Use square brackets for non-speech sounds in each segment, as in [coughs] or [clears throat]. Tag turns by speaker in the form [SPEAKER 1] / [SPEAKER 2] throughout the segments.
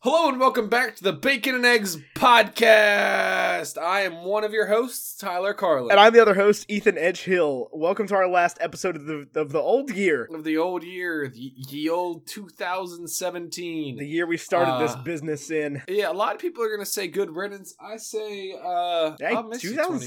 [SPEAKER 1] Hello and welcome back to the Bacon and Eggs podcast. I am one of your hosts, Tyler Carlin,
[SPEAKER 2] And I'm the other host, Ethan Edgehill. Welcome to our last episode of the of the old year,
[SPEAKER 1] of the old year, the, the old 2017.
[SPEAKER 2] the year we started this
[SPEAKER 1] Uh,
[SPEAKER 2] business in.
[SPEAKER 1] yeah, a lot of people are gonna say good riddance. I say, uh,
[SPEAKER 2] Hey,
[SPEAKER 1] I'll miss you,
[SPEAKER 2] 2017 was a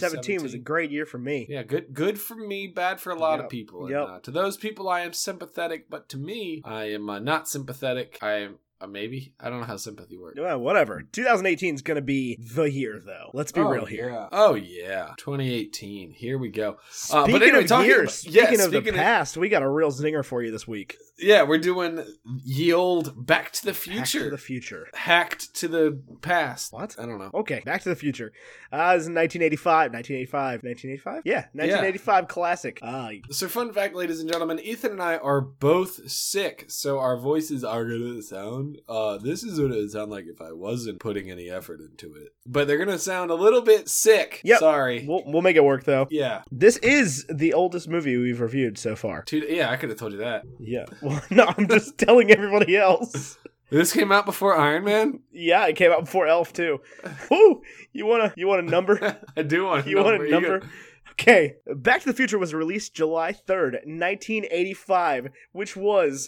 [SPEAKER 1] 2017.
[SPEAKER 2] great year for me.
[SPEAKER 1] yeah, good, good for me, bad for a lot of
[SPEAKER 2] Yep,
[SPEAKER 1] people. And,
[SPEAKER 2] yep.
[SPEAKER 1] uh, to those people, I am sympathetic, but to me, I am uh, not sympathetic. I am uh, maybe I don't know how sympathy works.
[SPEAKER 2] Well, whatever. 2018 is going to be the year, though. Let's be real here.
[SPEAKER 1] Yeah. Oh yeah, 2018. Here we go. Uh, but
[SPEAKER 2] Speaking
[SPEAKER 1] anyway,
[SPEAKER 2] of
[SPEAKER 1] talking
[SPEAKER 2] years,
[SPEAKER 1] about- yeah,
[SPEAKER 2] speaking of
[SPEAKER 1] speaking
[SPEAKER 2] the
[SPEAKER 1] of-
[SPEAKER 2] past, we got a real zinger for you this week.
[SPEAKER 1] Yeah, we're doing ye old Back to the
[SPEAKER 2] Back to
[SPEAKER 1] Future.
[SPEAKER 2] the future.
[SPEAKER 1] Hacked to the past.
[SPEAKER 2] What?
[SPEAKER 1] I don't know.
[SPEAKER 2] Okay, Back to the Future. Uh, this is 1985, 1985, 1985. Yeah, 1985 classic. Uh,
[SPEAKER 1] So, fun fact, ladies and gentlemen, Ethan and I are both sick, so our voices are gonna sound. Uh, this is what it would sound like if I wasn't putting any effort into it. But they're gonna sound a little bit sick.
[SPEAKER 2] Yep.
[SPEAKER 1] Sorry.
[SPEAKER 2] we'll we'll make it work though.
[SPEAKER 1] yeah.
[SPEAKER 2] This is the oldest movie we've reviewed so far.
[SPEAKER 1] Two, yeah, I could have told you that.
[SPEAKER 2] Yeah. [laughs] Well, no, I'm just telling everybody else.
[SPEAKER 1] This came out before Iron Man. [laughs]
[SPEAKER 2] Yeah, it came out before Elf too. Woo! You want to you want
[SPEAKER 1] [laughs]
[SPEAKER 2] a number?
[SPEAKER 1] I do want to
[SPEAKER 2] You want a number? Okay. Back to the Future was released July 3rd, 1985, which was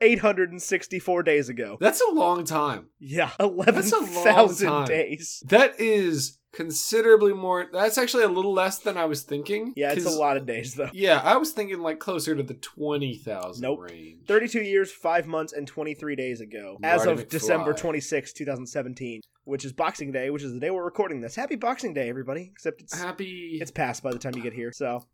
[SPEAKER 2] 11,864 days ago.
[SPEAKER 1] That's a long time.
[SPEAKER 2] Yeah,
[SPEAKER 1] a long
[SPEAKER 2] 11,000
[SPEAKER 1] time.
[SPEAKER 2] days.
[SPEAKER 1] That is considerably more. That's actually a little less than I was thinking.
[SPEAKER 2] Yeah, it's a
[SPEAKER 1] 'cause-
[SPEAKER 2] lot of days though.
[SPEAKER 1] Yeah, I was thinking like closer to the twenty thousand
[SPEAKER 2] Nope.
[SPEAKER 1] range.
[SPEAKER 2] 32 years, 5 months, and 23 days ago, as
[SPEAKER 1] Marty
[SPEAKER 2] of December
[SPEAKER 1] McFly.
[SPEAKER 2] 26, 2017, which is Boxing Day, which is the day we're recording this. Happy Boxing Day, everybody, except it's
[SPEAKER 1] Happy.
[SPEAKER 2] it's past by the time you get here.
[SPEAKER 1] [laughs]
[SPEAKER 2] So,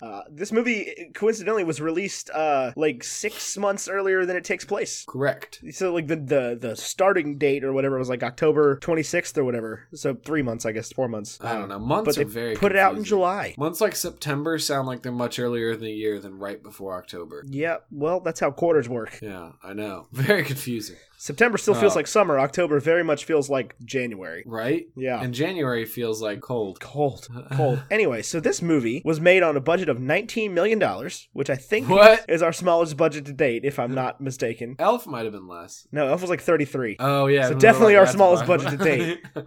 [SPEAKER 2] uh, this movie coincidentally was released uh, like six months earlier than it takes place.
[SPEAKER 1] correct.
[SPEAKER 2] So, like the, the the starting date or whatever was like October 26th or whatever. So three months, I guess, four months.
[SPEAKER 1] I don't know. Months
[SPEAKER 2] Um, But
[SPEAKER 1] are
[SPEAKER 2] they
[SPEAKER 1] very.
[SPEAKER 2] Put it out in
[SPEAKER 1] confusing.
[SPEAKER 2] July.
[SPEAKER 1] Months like September sound like they're much earlier in the year than right before October.
[SPEAKER 2] Yeah, well, that's how quarters work.
[SPEAKER 1] Yeah, I know. [laughs] Very confusing,
[SPEAKER 2] September still feels
[SPEAKER 1] Oh.
[SPEAKER 2] like summer. October very much feels like January.
[SPEAKER 1] right?
[SPEAKER 2] Yeah.
[SPEAKER 1] And January feels like cold.
[SPEAKER 2] cold.
[SPEAKER 1] Uh,
[SPEAKER 2] Cold. anyway, so this movie was made on a budget of $19 million, which I think is
[SPEAKER 1] what?
[SPEAKER 2] our smallest budget to date, if I'm not mistaken.
[SPEAKER 1] Elf might have been less.
[SPEAKER 2] No, Elf was like 33.
[SPEAKER 1] Oh yeah. I
[SPEAKER 2] So
[SPEAKER 1] remember,
[SPEAKER 2] definitely our
[SPEAKER 1] that's
[SPEAKER 2] smallest
[SPEAKER 1] why-
[SPEAKER 2] budget to date.
[SPEAKER 1] [laughs]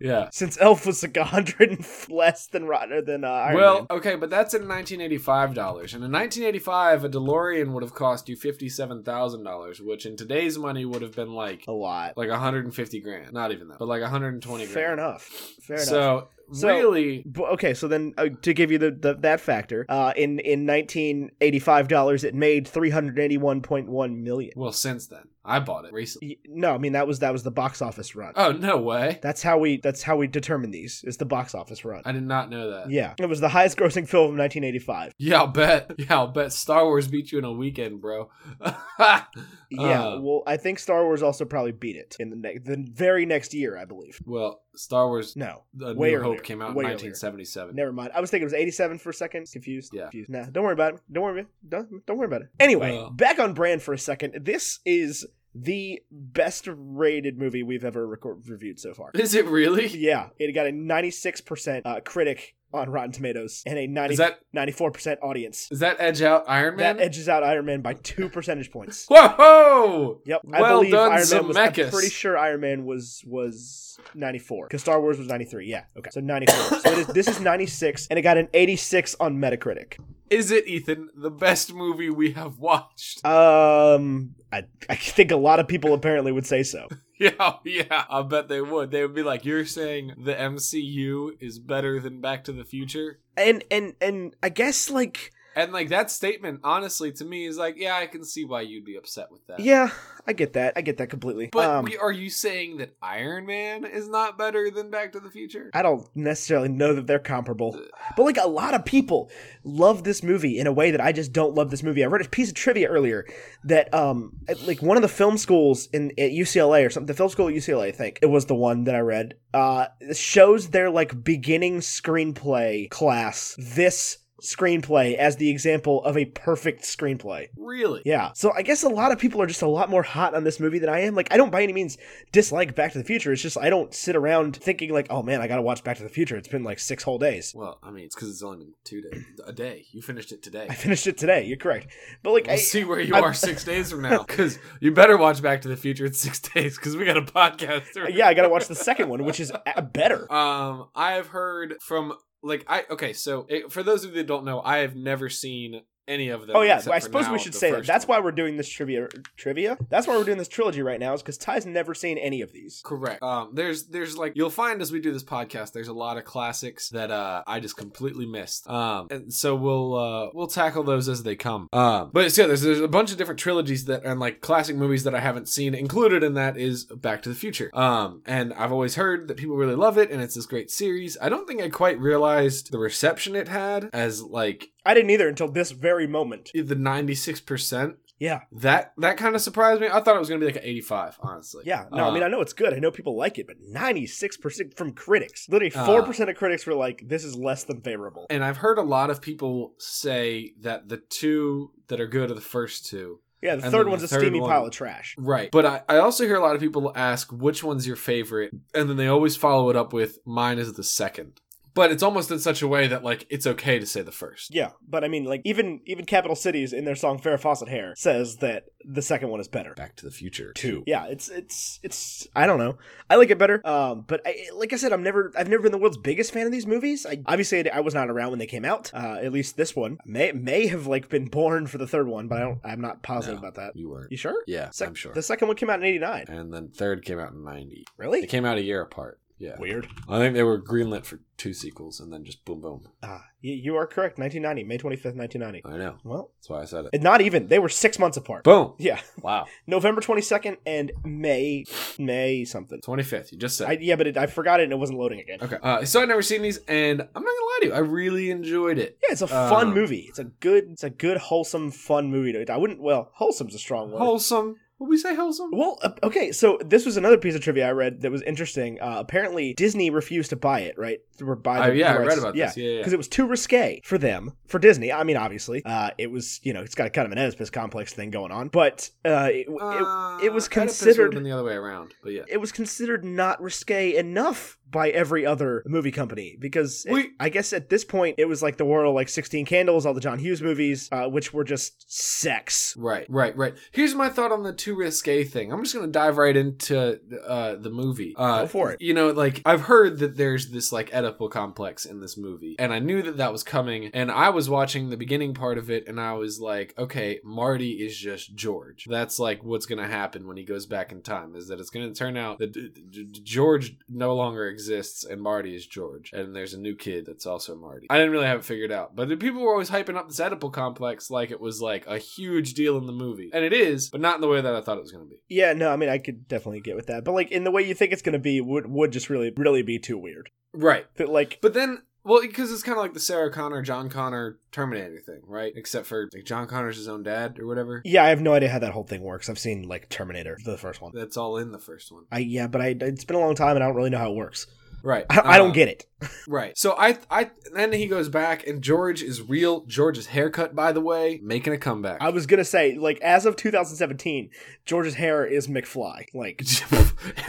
[SPEAKER 1] yeah.
[SPEAKER 2] since Elf was like a hundred and [laughs] f- less than Rotter than uh, Iron
[SPEAKER 1] well,
[SPEAKER 2] Man.
[SPEAKER 1] okay, but that's in 1985 dollars, and in 1985, a DeLorean would have cost you fifty-seven thousand dollars, which in today's money would have been like
[SPEAKER 2] a lot.
[SPEAKER 1] like 150 grand. Not even that, but like 120.
[SPEAKER 2] Fair
[SPEAKER 1] grand.
[SPEAKER 2] enough. Fair enough.
[SPEAKER 1] so,
[SPEAKER 2] So-
[SPEAKER 1] really,
[SPEAKER 2] But, okay, so then uh, to give you the, the that factor, uh, in in 1985 dollars, it made 381.1 million.
[SPEAKER 1] well, since then, I bought it recently.
[SPEAKER 2] Y- No, I mean that was that was the box office run.
[SPEAKER 1] Oh no way!
[SPEAKER 2] That's how we that's how we determine these is the box office run.
[SPEAKER 1] I did not know that.
[SPEAKER 2] Yeah, it was the highest grossing film of 1985.
[SPEAKER 1] Yeah, I'll bet. Yeah, I'll bet Star Wars beat you in a weekend, bro. [laughs]
[SPEAKER 2] Yeah,
[SPEAKER 1] Uh.
[SPEAKER 2] well, I think Star Wars also probably beat it in the ne- the very next year, I believe.
[SPEAKER 1] well, Star Wars:
[SPEAKER 2] No,
[SPEAKER 1] The
[SPEAKER 2] way
[SPEAKER 1] New Hope
[SPEAKER 2] earlier,
[SPEAKER 1] came out in
[SPEAKER 2] way earlier.
[SPEAKER 1] 1977.
[SPEAKER 2] never mind. I was thinking it was 87 for a second. Confused.
[SPEAKER 1] Yeah.
[SPEAKER 2] Confused. Nah, don't worry about it. Don't worry about it. Don't, don't worry about it. Anyway,
[SPEAKER 1] Well.
[SPEAKER 2] back on brand for a second. This is the best rated movie we've ever record- reviewed so far.
[SPEAKER 1] Is it really?
[SPEAKER 2] yeah, it got a 96% uh, critic on Rotten Tomatoes and a 90,
[SPEAKER 1] Is that
[SPEAKER 2] 94% audience.
[SPEAKER 1] is that Edge Out Iron Man?
[SPEAKER 2] That edges out Iron Man by two percentage points.
[SPEAKER 1] Whoa!
[SPEAKER 2] Yep. I
[SPEAKER 1] Well
[SPEAKER 2] believe
[SPEAKER 1] done,
[SPEAKER 2] Iron Man was, I'm
[SPEAKER 1] Zemeckis.
[SPEAKER 2] pretty sure Iron Man was was 94 because Star Wars was 93. Yeah. Okay. So 94. so it is, this is 96, and it got an 86 on Metacritic.
[SPEAKER 1] Is it Ethan the best movie we have watched?
[SPEAKER 2] Um, I, I think a lot of people apparently would say so.
[SPEAKER 1] [laughs] Yeah, yeah. I bet they would. They would be like, "You're saying the MCU is better than Back to the Future?"
[SPEAKER 2] And and and I guess like
[SPEAKER 1] And like that statement, honestly, to me is like, "Yeah, I can see why you'd be upset with that."
[SPEAKER 2] yeah, I get that. I get that completely.
[SPEAKER 1] But
[SPEAKER 2] um,
[SPEAKER 1] we- are you saying that Iron Man is not better than Back to the Future?
[SPEAKER 2] I don't necessarily know that they're comparable. But like a lot of people love this movie in a way that I just don't love this movie. I read a piece of trivia earlier that um at, like one of the film schools in at UCLA or something, the film school at UCLA, I think it was the one that I read, uh shows their like beginning screenplay class this screenplay as the example of a perfect screenplay.
[SPEAKER 1] Really?
[SPEAKER 2] Yeah. So I guess a lot of people are just a lot more hot on this movie than I am. Like I don't by any means dislike Back to the Future. It's just I don't sit around thinking like, "Oh man, I got to watch Back to the Future. It's been like 6 whole days."
[SPEAKER 1] Well, I mean, it's because it's only been two days. A day. You finished it today.
[SPEAKER 2] I finished it today. You're correct. But like
[SPEAKER 1] We'll
[SPEAKER 2] I,
[SPEAKER 1] see where you
[SPEAKER 2] I'm-
[SPEAKER 1] are six days from now, because you better watch Back to the Future in six [laughs] days, because we got a podcast. to
[SPEAKER 2] [laughs] yeah, I got to watch the second one, which is
[SPEAKER 1] [laughs]
[SPEAKER 2] a- better.
[SPEAKER 1] Um, I have heard from like I okay, so it, for those of you that don't know, I have never seen any of them.
[SPEAKER 2] Oh yeah,
[SPEAKER 1] except
[SPEAKER 2] I
[SPEAKER 1] for
[SPEAKER 2] suppose
[SPEAKER 1] now,
[SPEAKER 2] we should
[SPEAKER 1] the
[SPEAKER 2] say that.
[SPEAKER 1] first
[SPEAKER 2] That's
[SPEAKER 1] one.
[SPEAKER 2] why we're doing this trivia. Trivia. That's why we're doing this trilogy right now is because Ty's never seen any of these.
[SPEAKER 1] Correct. Um, there's there's like you'll find as we do this podcast, there's a lot of classics that uh I just completely missed. Um, and so we'll uh we'll tackle those as they come. Um, but it's, yeah, there's there's a bunch of different trilogies that and like classic movies that I haven't seen. Included in that is Back to the Future. Um, and I've always heard that people really love it, and it's this great series. I don't think I quite realized the reception it had as like
[SPEAKER 2] I didn't either until this very moment.
[SPEAKER 1] the 96 percent.
[SPEAKER 2] Yeah,
[SPEAKER 1] That that kind of surprised me. I thought it was gonna be like an 85, honestly.
[SPEAKER 2] yeah. No, I
[SPEAKER 1] Uh,
[SPEAKER 2] mean I know it's good. I know people like it, but ninety six percent from critics. Literally four percent of critics were like, "This is less than favorable."
[SPEAKER 1] Uh, And I've heard a lot of people say that the two that are good are the first two.
[SPEAKER 2] Yeah, the
[SPEAKER 1] and
[SPEAKER 2] third
[SPEAKER 1] then
[SPEAKER 2] one's
[SPEAKER 1] the
[SPEAKER 2] a steamy
[SPEAKER 1] third one-
[SPEAKER 2] pile of trash.
[SPEAKER 1] Right. But I, I also hear a lot of people ask, which one's your favorite? And then they always follow it up with, mine is the second. But it's almost in such a way that, like, it's okay to say the first.
[SPEAKER 2] Yeah, but I mean, like even even Capital Cities in their song "Farrah Fawcett Hair" says that the second one is better.
[SPEAKER 1] Back to the Future 2.
[SPEAKER 2] Yeah, it's it's it's I don't know. I like it better. Um, but I, like I said, I'm never I've never been the world's biggest fan of these movies. I obviously I was not around when they came out. Uh, at least this one may may have like been born for the third one, but I don't. I'm not positive
[SPEAKER 1] No.
[SPEAKER 2] about that.
[SPEAKER 1] You were.
[SPEAKER 2] You sure?
[SPEAKER 1] Yeah,
[SPEAKER 2] Sec-
[SPEAKER 1] I'm sure.
[SPEAKER 2] The second one came out in '89.
[SPEAKER 1] and then third came out in 90. They
[SPEAKER 2] Really?
[SPEAKER 1] came out a year apart. Yeah.
[SPEAKER 2] Weird.
[SPEAKER 1] I think they were greenlit for two sequels and then just boom, boom.
[SPEAKER 2] Ah, you, you are correct. 1990, May 25th, 1990.
[SPEAKER 1] I know.
[SPEAKER 2] Well,
[SPEAKER 1] That's why I said it.
[SPEAKER 2] it- not even. They were six months apart.
[SPEAKER 1] Boom.
[SPEAKER 2] [laughs] yeah,
[SPEAKER 1] Wow.
[SPEAKER 2] November 22nd and May May something.
[SPEAKER 1] 25th. You just said it.
[SPEAKER 2] I, yeah, but it, I forgot it and it wasn't loading again.
[SPEAKER 1] Okay. Uh, so I've never seen these, and I'm not gonna lie to you, I really enjoyed it.
[SPEAKER 2] Yeah, it's a fun
[SPEAKER 1] Um,
[SPEAKER 2] movie. It's a good, it's a good wholesome fun movie. To, I wouldn't. Well, wholesome's a strong word.
[SPEAKER 1] Wholesome. Would we say wholesome?
[SPEAKER 2] well, uh, okay. So this was another piece of trivia I read that was interesting. Uh, apparently, Disney refused to buy it. Right? Or buy
[SPEAKER 1] Uh,
[SPEAKER 2] the
[SPEAKER 1] yeah, I
[SPEAKER 2] rights.
[SPEAKER 1] read about
[SPEAKER 2] yeah.
[SPEAKER 1] this. Yeah, yeah.
[SPEAKER 2] Because it was too risque for them, for Disney. I mean, obviously, uh, it was you know it's got kind of an Oedipus complex thing going on, but uh, it, it,
[SPEAKER 1] Uh,
[SPEAKER 2] it was
[SPEAKER 1] Oedipus would've
[SPEAKER 2] considered-
[SPEAKER 1] been the other way around, but yeah.
[SPEAKER 2] it was considered not risque enough by every other movie company because it-
[SPEAKER 1] We-
[SPEAKER 2] I guess at this point it was like the world like Sixteen Candles, all the John Hughes movies, uh, which were just sex.
[SPEAKER 1] Right, right, right. Here's my thought on the too risque thing. I'm just gonna dive right into uh, the movie. Uh,
[SPEAKER 2] Go for it.
[SPEAKER 1] You know, like I've heard that there's this like Oedipal complex in this movie, and I knew that that was coming. And I was watching the beginning part of it, and I was like, okay, Marty is just George. That's like what's gonna happen when he goes back in time is that it's gonna turn out that D- D- D- George no longer exists, and Marty is George, and there's a new kid that's also Marty. I didn't really have it figured out, but the people were always hyping up this Oedipal complex like it was like a huge deal in the movie, and it is, but not in the way that I thought it was gonna be.
[SPEAKER 2] Yeah, no, I mean I could definitely get with that, but like in the way you think it's gonna be would would just really really be too weird.
[SPEAKER 1] Right.
[SPEAKER 2] That like
[SPEAKER 1] But then, well, because it's kind of like the Sarah Connor, John Connor Terminator thing, right? Except for like John Connor's his own dad or whatever.
[SPEAKER 2] yeah, I have no idea how that whole thing works. I've seen like Terminator, the first one.
[SPEAKER 1] That's all in the first one,
[SPEAKER 2] I yeah, but I it's been a long time and I don't really know how it works.
[SPEAKER 1] right?
[SPEAKER 2] I, I
[SPEAKER 1] Uh,
[SPEAKER 2] don't get it.
[SPEAKER 1] right. So I, I then he goes back, and George is real. George's haircut, by the way, making a comeback.
[SPEAKER 2] I was gonna say like as of 2017, George's hair is McFly. Like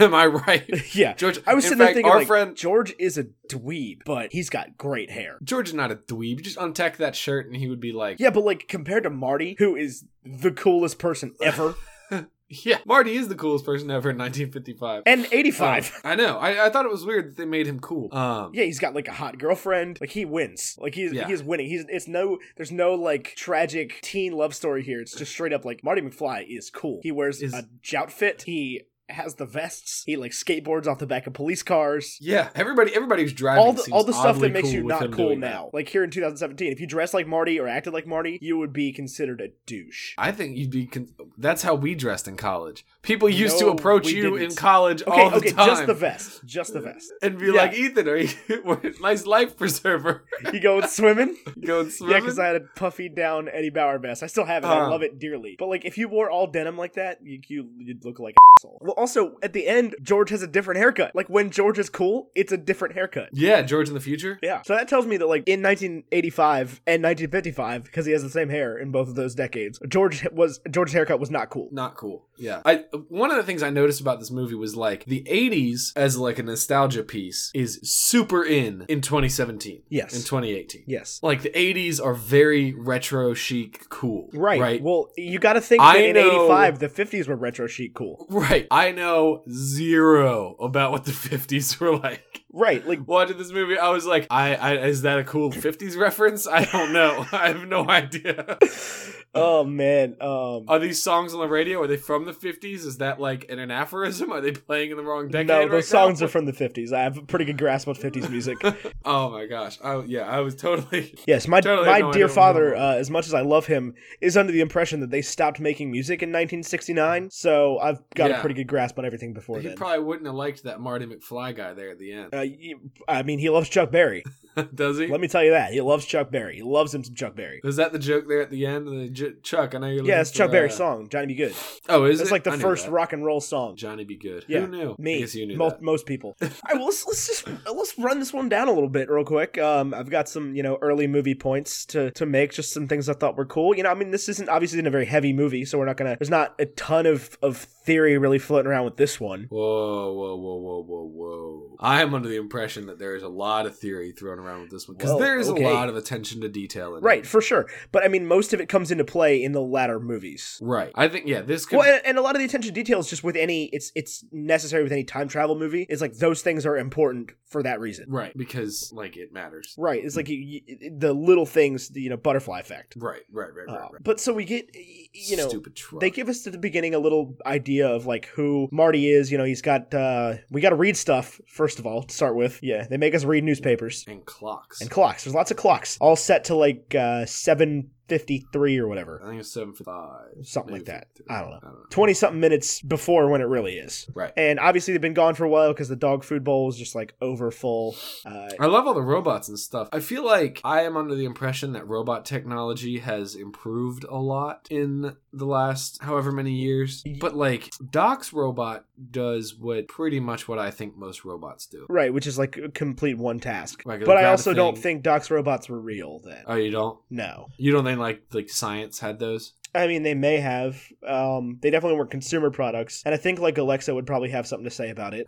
[SPEAKER 1] [laughs]
[SPEAKER 2] [laughs]
[SPEAKER 1] Am I right?
[SPEAKER 2] yeah.
[SPEAKER 1] George,
[SPEAKER 2] I was
[SPEAKER 1] in
[SPEAKER 2] sitting
[SPEAKER 1] fact,
[SPEAKER 2] there thinking,
[SPEAKER 1] our
[SPEAKER 2] like,
[SPEAKER 1] friend
[SPEAKER 2] George is a dweeb, but he's got great hair.
[SPEAKER 1] George is not a dweeb. Just untack that shirt, and he would be like,
[SPEAKER 2] Yeah, but like compared to Marty, who is the coolest person ever,
[SPEAKER 1] [laughs] yeah, Marty is the coolest person ever in 1955."
[SPEAKER 2] and 85.
[SPEAKER 1] Um, I know. I, I thought it was weird that they made him cool. Um,
[SPEAKER 2] Yeah, he's got like a hot girlfriend. Like he wins. Like he's
[SPEAKER 1] Yeah.
[SPEAKER 2] he is winning. He's it's no there's no like tragic teen love story here. It's just straight up like Marty McFly is cool. He wears
[SPEAKER 1] Is-
[SPEAKER 2] a jout fit. He has the vests. He like skateboards off the back of police cars.
[SPEAKER 1] Yeah, everybody, everybody who's driving.
[SPEAKER 2] all the
[SPEAKER 1] seems
[SPEAKER 2] all the stuff
[SPEAKER 1] oddly
[SPEAKER 2] that makes
[SPEAKER 1] cool
[SPEAKER 2] you
[SPEAKER 1] with
[SPEAKER 2] not
[SPEAKER 1] him
[SPEAKER 2] cool
[SPEAKER 1] doing
[SPEAKER 2] now.
[SPEAKER 1] that.
[SPEAKER 2] Like here in 2017, if you dressed like Marty or acted like Marty, you would be considered a douche.
[SPEAKER 1] I think you'd be. Con- that's how we dressed in college. People used
[SPEAKER 2] No,
[SPEAKER 1] to approach
[SPEAKER 2] we
[SPEAKER 1] you
[SPEAKER 2] didn't.
[SPEAKER 1] in college
[SPEAKER 2] Okay,
[SPEAKER 1] all the
[SPEAKER 2] okay,
[SPEAKER 1] time
[SPEAKER 2] just the vest, just the vest.
[SPEAKER 1] and be
[SPEAKER 2] yeah.
[SPEAKER 1] like, "Ethan, are you [laughs] nice life preserver? [laughs]
[SPEAKER 2] You going swimming?
[SPEAKER 1] You going
[SPEAKER 2] Yeah,
[SPEAKER 1] swimming?"
[SPEAKER 2] because I had a puffy down Eddie Bauer vest. I still have it. I
[SPEAKER 1] Um.
[SPEAKER 2] love it dearly. But like, if you wore all denim like that, you, you you'd look like an asshole. Well, also at the end, George has a different haircut. Like when George is cool, it's a different haircut.
[SPEAKER 1] Yeah, George in the future.
[SPEAKER 2] Yeah. So that tells me that like in 1985 and 1955, because he has the same hair in both of those decades, George was George's haircut was not cool.
[SPEAKER 1] Not cool. Yeah. I one of the things I noticed about this movie was like the 80s as like a nostalgia piece is super in in 2017.
[SPEAKER 2] Yes.
[SPEAKER 1] In 2018.
[SPEAKER 2] Yes.
[SPEAKER 1] Like the 80s are very retro chic cool.
[SPEAKER 2] Right.
[SPEAKER 1] Right.
[SPEAKER 2] Well, you got to think
[SPEAKER 1] I
[SPEAKER 2] that in
[SPEAKER 1] know-
[SPEAKER 2] '85 the '50s were retro chic cool.
[SPEAKER 1] Right. I know zero about what the 50s were like.
[SPEAKER 2] Right. Like
[SPEAKER 1] Watching this movie, I was like, I, I is that a cool 50s reference? I don't know. [laughs] I have no idea. Uh.
[SPEAKER 2] oh man. Um.
[SPEAKER 1] Are these songs on the radio? Are they from the 50s? Is that like an anaphorism? Are they playing in the wrong decade?
[SPEAKER 2] No,
[SPEAKER 1] right
[SPEAKER 2] those
[SPEAKER 1] now?
[SPEAKER 2] songs are from the '50s. I have a pretty good grasp on
[SPEAKER 1] [laughs]
[SPEAKER 2] '50s music.
[SPEAKER 1] Oh my gosh. I, yeah, I was totally. [laughs]
[SPEAKER 2] Yes, my
[SPEAKER 1] Totally
[SPEAKER 2] my
[SPEAKER 1] no idea
[SPEAKER 2] dear
[SPEAKER 1] what
[SPEAKER 2] father,
[SPEAKER 1] you're
[SPEAKER 2] uh, as much as I love him, is under the impression that they stopped making music in 1969. So I've got
[SPEAKER 1] Yeah.
[SPEAKER 2] a pretty good grasp on everything before
[SPEAKER 1] He
[SPEAKER 2] then.
[SPEAKER 1] probably wouldn't have liked that Marty McFly guy there at the end.
[SPEAKER 2] uh, you- I mean, he loves Chuck Berry.
[SPEAKER 1] [laughs] Does he?
[SPEAKER 2] Uh, Let me tell you that he loves Chuck Berry. He loves him some Chuck Berry.
[SPEAKER 1] Was that the joke there at the end? The J- Chuck, I know you're.
[SPEAKER 2] Yeah,
[SPEAKER 1] looking
[SPEAKER 2] it's Chuck
[SPEAKER 1] for,
[SPEAKER 2] Berry's
[SPEAKER 1] uh,
[SPEAKER 2] song, Johnny Be Good.
[SPEAKER 1] Oh, is
[SPEAKER 2] It's
[SPEAKER 1] it?
[SPEAKER 2] like the
[SPEAKER 1] I knew
[SPEAKER 2] first
[SPEAKER 1] that.
[SPEAKER 2] rock and roll song.
[SPEAKER 1] Johnny Be Good.
[SPEAKER 2] Yeah,
[SPEAKER 1] Who knew? I
[SPEAKER 2] Me,
[SPEAKER 1] guess you knew
[SPEAKER 2] Mo-
[SPEAKER 1] that. [laughs]
[SPEAKER 2] most people. All right, well, let's let's just let's run this one down a little bit real quick. Um, I've got some you know early movie points to to make, just some things I thought were cool. You know, I mean, this isn't obviously isn't a very heavy movie, so we're not gonna. There's not a ton of of theory really floating around with this one.
[SPEAKER 1] Whoa, whoa, whoa, whoa, whoa, whoa. I am under the impression that there is a lot of theory thrown around with this one because
[SPEAKER 2] Well,
[SPEAKER 1] there is
[SPEAKER 2] okay.
[SPEAKER 1] a lot of attention to detail in
[SPEAKER 2] Right,
[SPEAKER 1] it.
[SPEAKER 2] for sure. But I mean, most of it comes into play in the latter movies.
[SPEAKER 1] Right. I think, yeah, this could.
[SPEAKER 2] Well, and, and a lot of the attention to detail is just with any. It's it's necessary with any time travel movie. It's like those things are important for that reason.
[SPEAKER 1] right. Because, like, it matters.
[SPEAKER 2] Right. It's like you, you, the little things, the, you know, butterfly effect.
[SPEAKER 1] Right, right, right, right,
[SPEAKER 2] Uh,
[SPEAKER 1] right.
[SPEAKER 2] but so we get, y- you know,
[SPEAKER 1] Stupid truck.
[SPEAKER 2] they give us at the beginning a little idea of like who Marty is. You know, he's got, uh, we got to read stuff, first of all, to start with. Yeah, they make us read newspapers
[SPEAKER 1] and clocks.
[SPEAKER 2] and clocks. There's lots of clocks, all set to like uh, 7.53 or whatever.
[SPEAKER 1] I think it's 755.
[SPEAKER 2] Something like that. I don't know.
[SPEAKER 1] I don't know.
[SPEAKER 2] 20 something minutes before when it really is.
[SPEAKER 1] Right.
[SPEAKER 2] And obviously they've been gone for a while because the dog food bowl is just like over full. Uh,
[SPEAKER 1] I love all the robots and stuff. I feel like I am under the impression that robot technology has improved a lot in the last however many years. But like Doc's robot does what pretty much what I think most robots do.
[SPEAKER 2] right, which is like complete one task.
[SPEAKER 1] Like,
[SPEAKER 2] but I
[SPEAKER 1] grab a
[SPEAKER 2] also don't
[SPEAKER 1] thing.
[SPEAKER 2] think Doc's robots were real then.
[SPEAKER 1] Oh, you don't?
[SPEAKER 2] no.
[SPEAKER 1] You don't think like like science had those? [laughs]
[SPEAKER 2] I mean, they may have. Um, they definitely weren't consumer products, and I think like Alexa would probably have something to say about
[SPEAKER 1] [laughs]
[SPEAKER 2] it.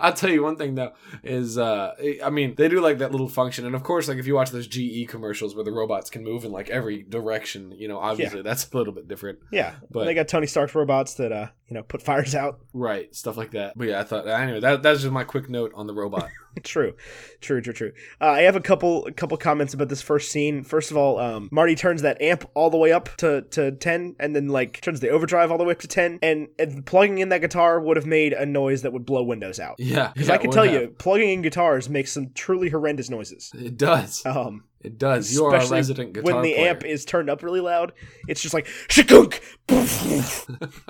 [SPEAKER 1] I'll tell you one thing though is uh I mean they do like that little function and of course like if you watch those GE commercials where the robots can move in like every direction, you know, obviously that's a little bit different.
[SPEAKER 2] Yeah,
[SPEAKER 1] But
[SPEAKER 2] they got Tony Stark's robots that uh, you know put fires out. [laughs]
[SPEAKER 1] Right, stuff like that. But yeah, I thought anyway. That that's just my quick note on the
[SPEAKER 2] [laughs]
[SPEAKER 1] robot.
[SPEAKER 2] true, true, true, true. Uh, I have a couple a couple comments about this first scene. First of all, um, Marty turns that amp all the way up to to ten, and then like turns the overdrive all the way up to ten, and, and plugging in that guitar would have made a noise that would blow windows out.
[SPEAKER 1] [laughs] yeah,
[SPEAKER 2] Because
[SPEAKER 1] yeah,
[SPEAKER 2] I can
[SPEAKER 1] what
[SPEAKER 2] tell
[SPEAKER 1] happened?
[SPEAKER 2] you, plugging in guitars makes some truly horrendous noises.
[SPEAKER 1] it does.
[SPEAKER 2] Um,
[SPEAKER 1] It does. You are a
[SPEAKER 2] especially
[SPEAKER 1] resident guitar
[SPEAKER 2] when the
[SPEAKER 1] player.
[SPEAKER 2] amp is turned up really loud, it's just like shakunk. [laughs]
[SPEAKER 1] [laughs]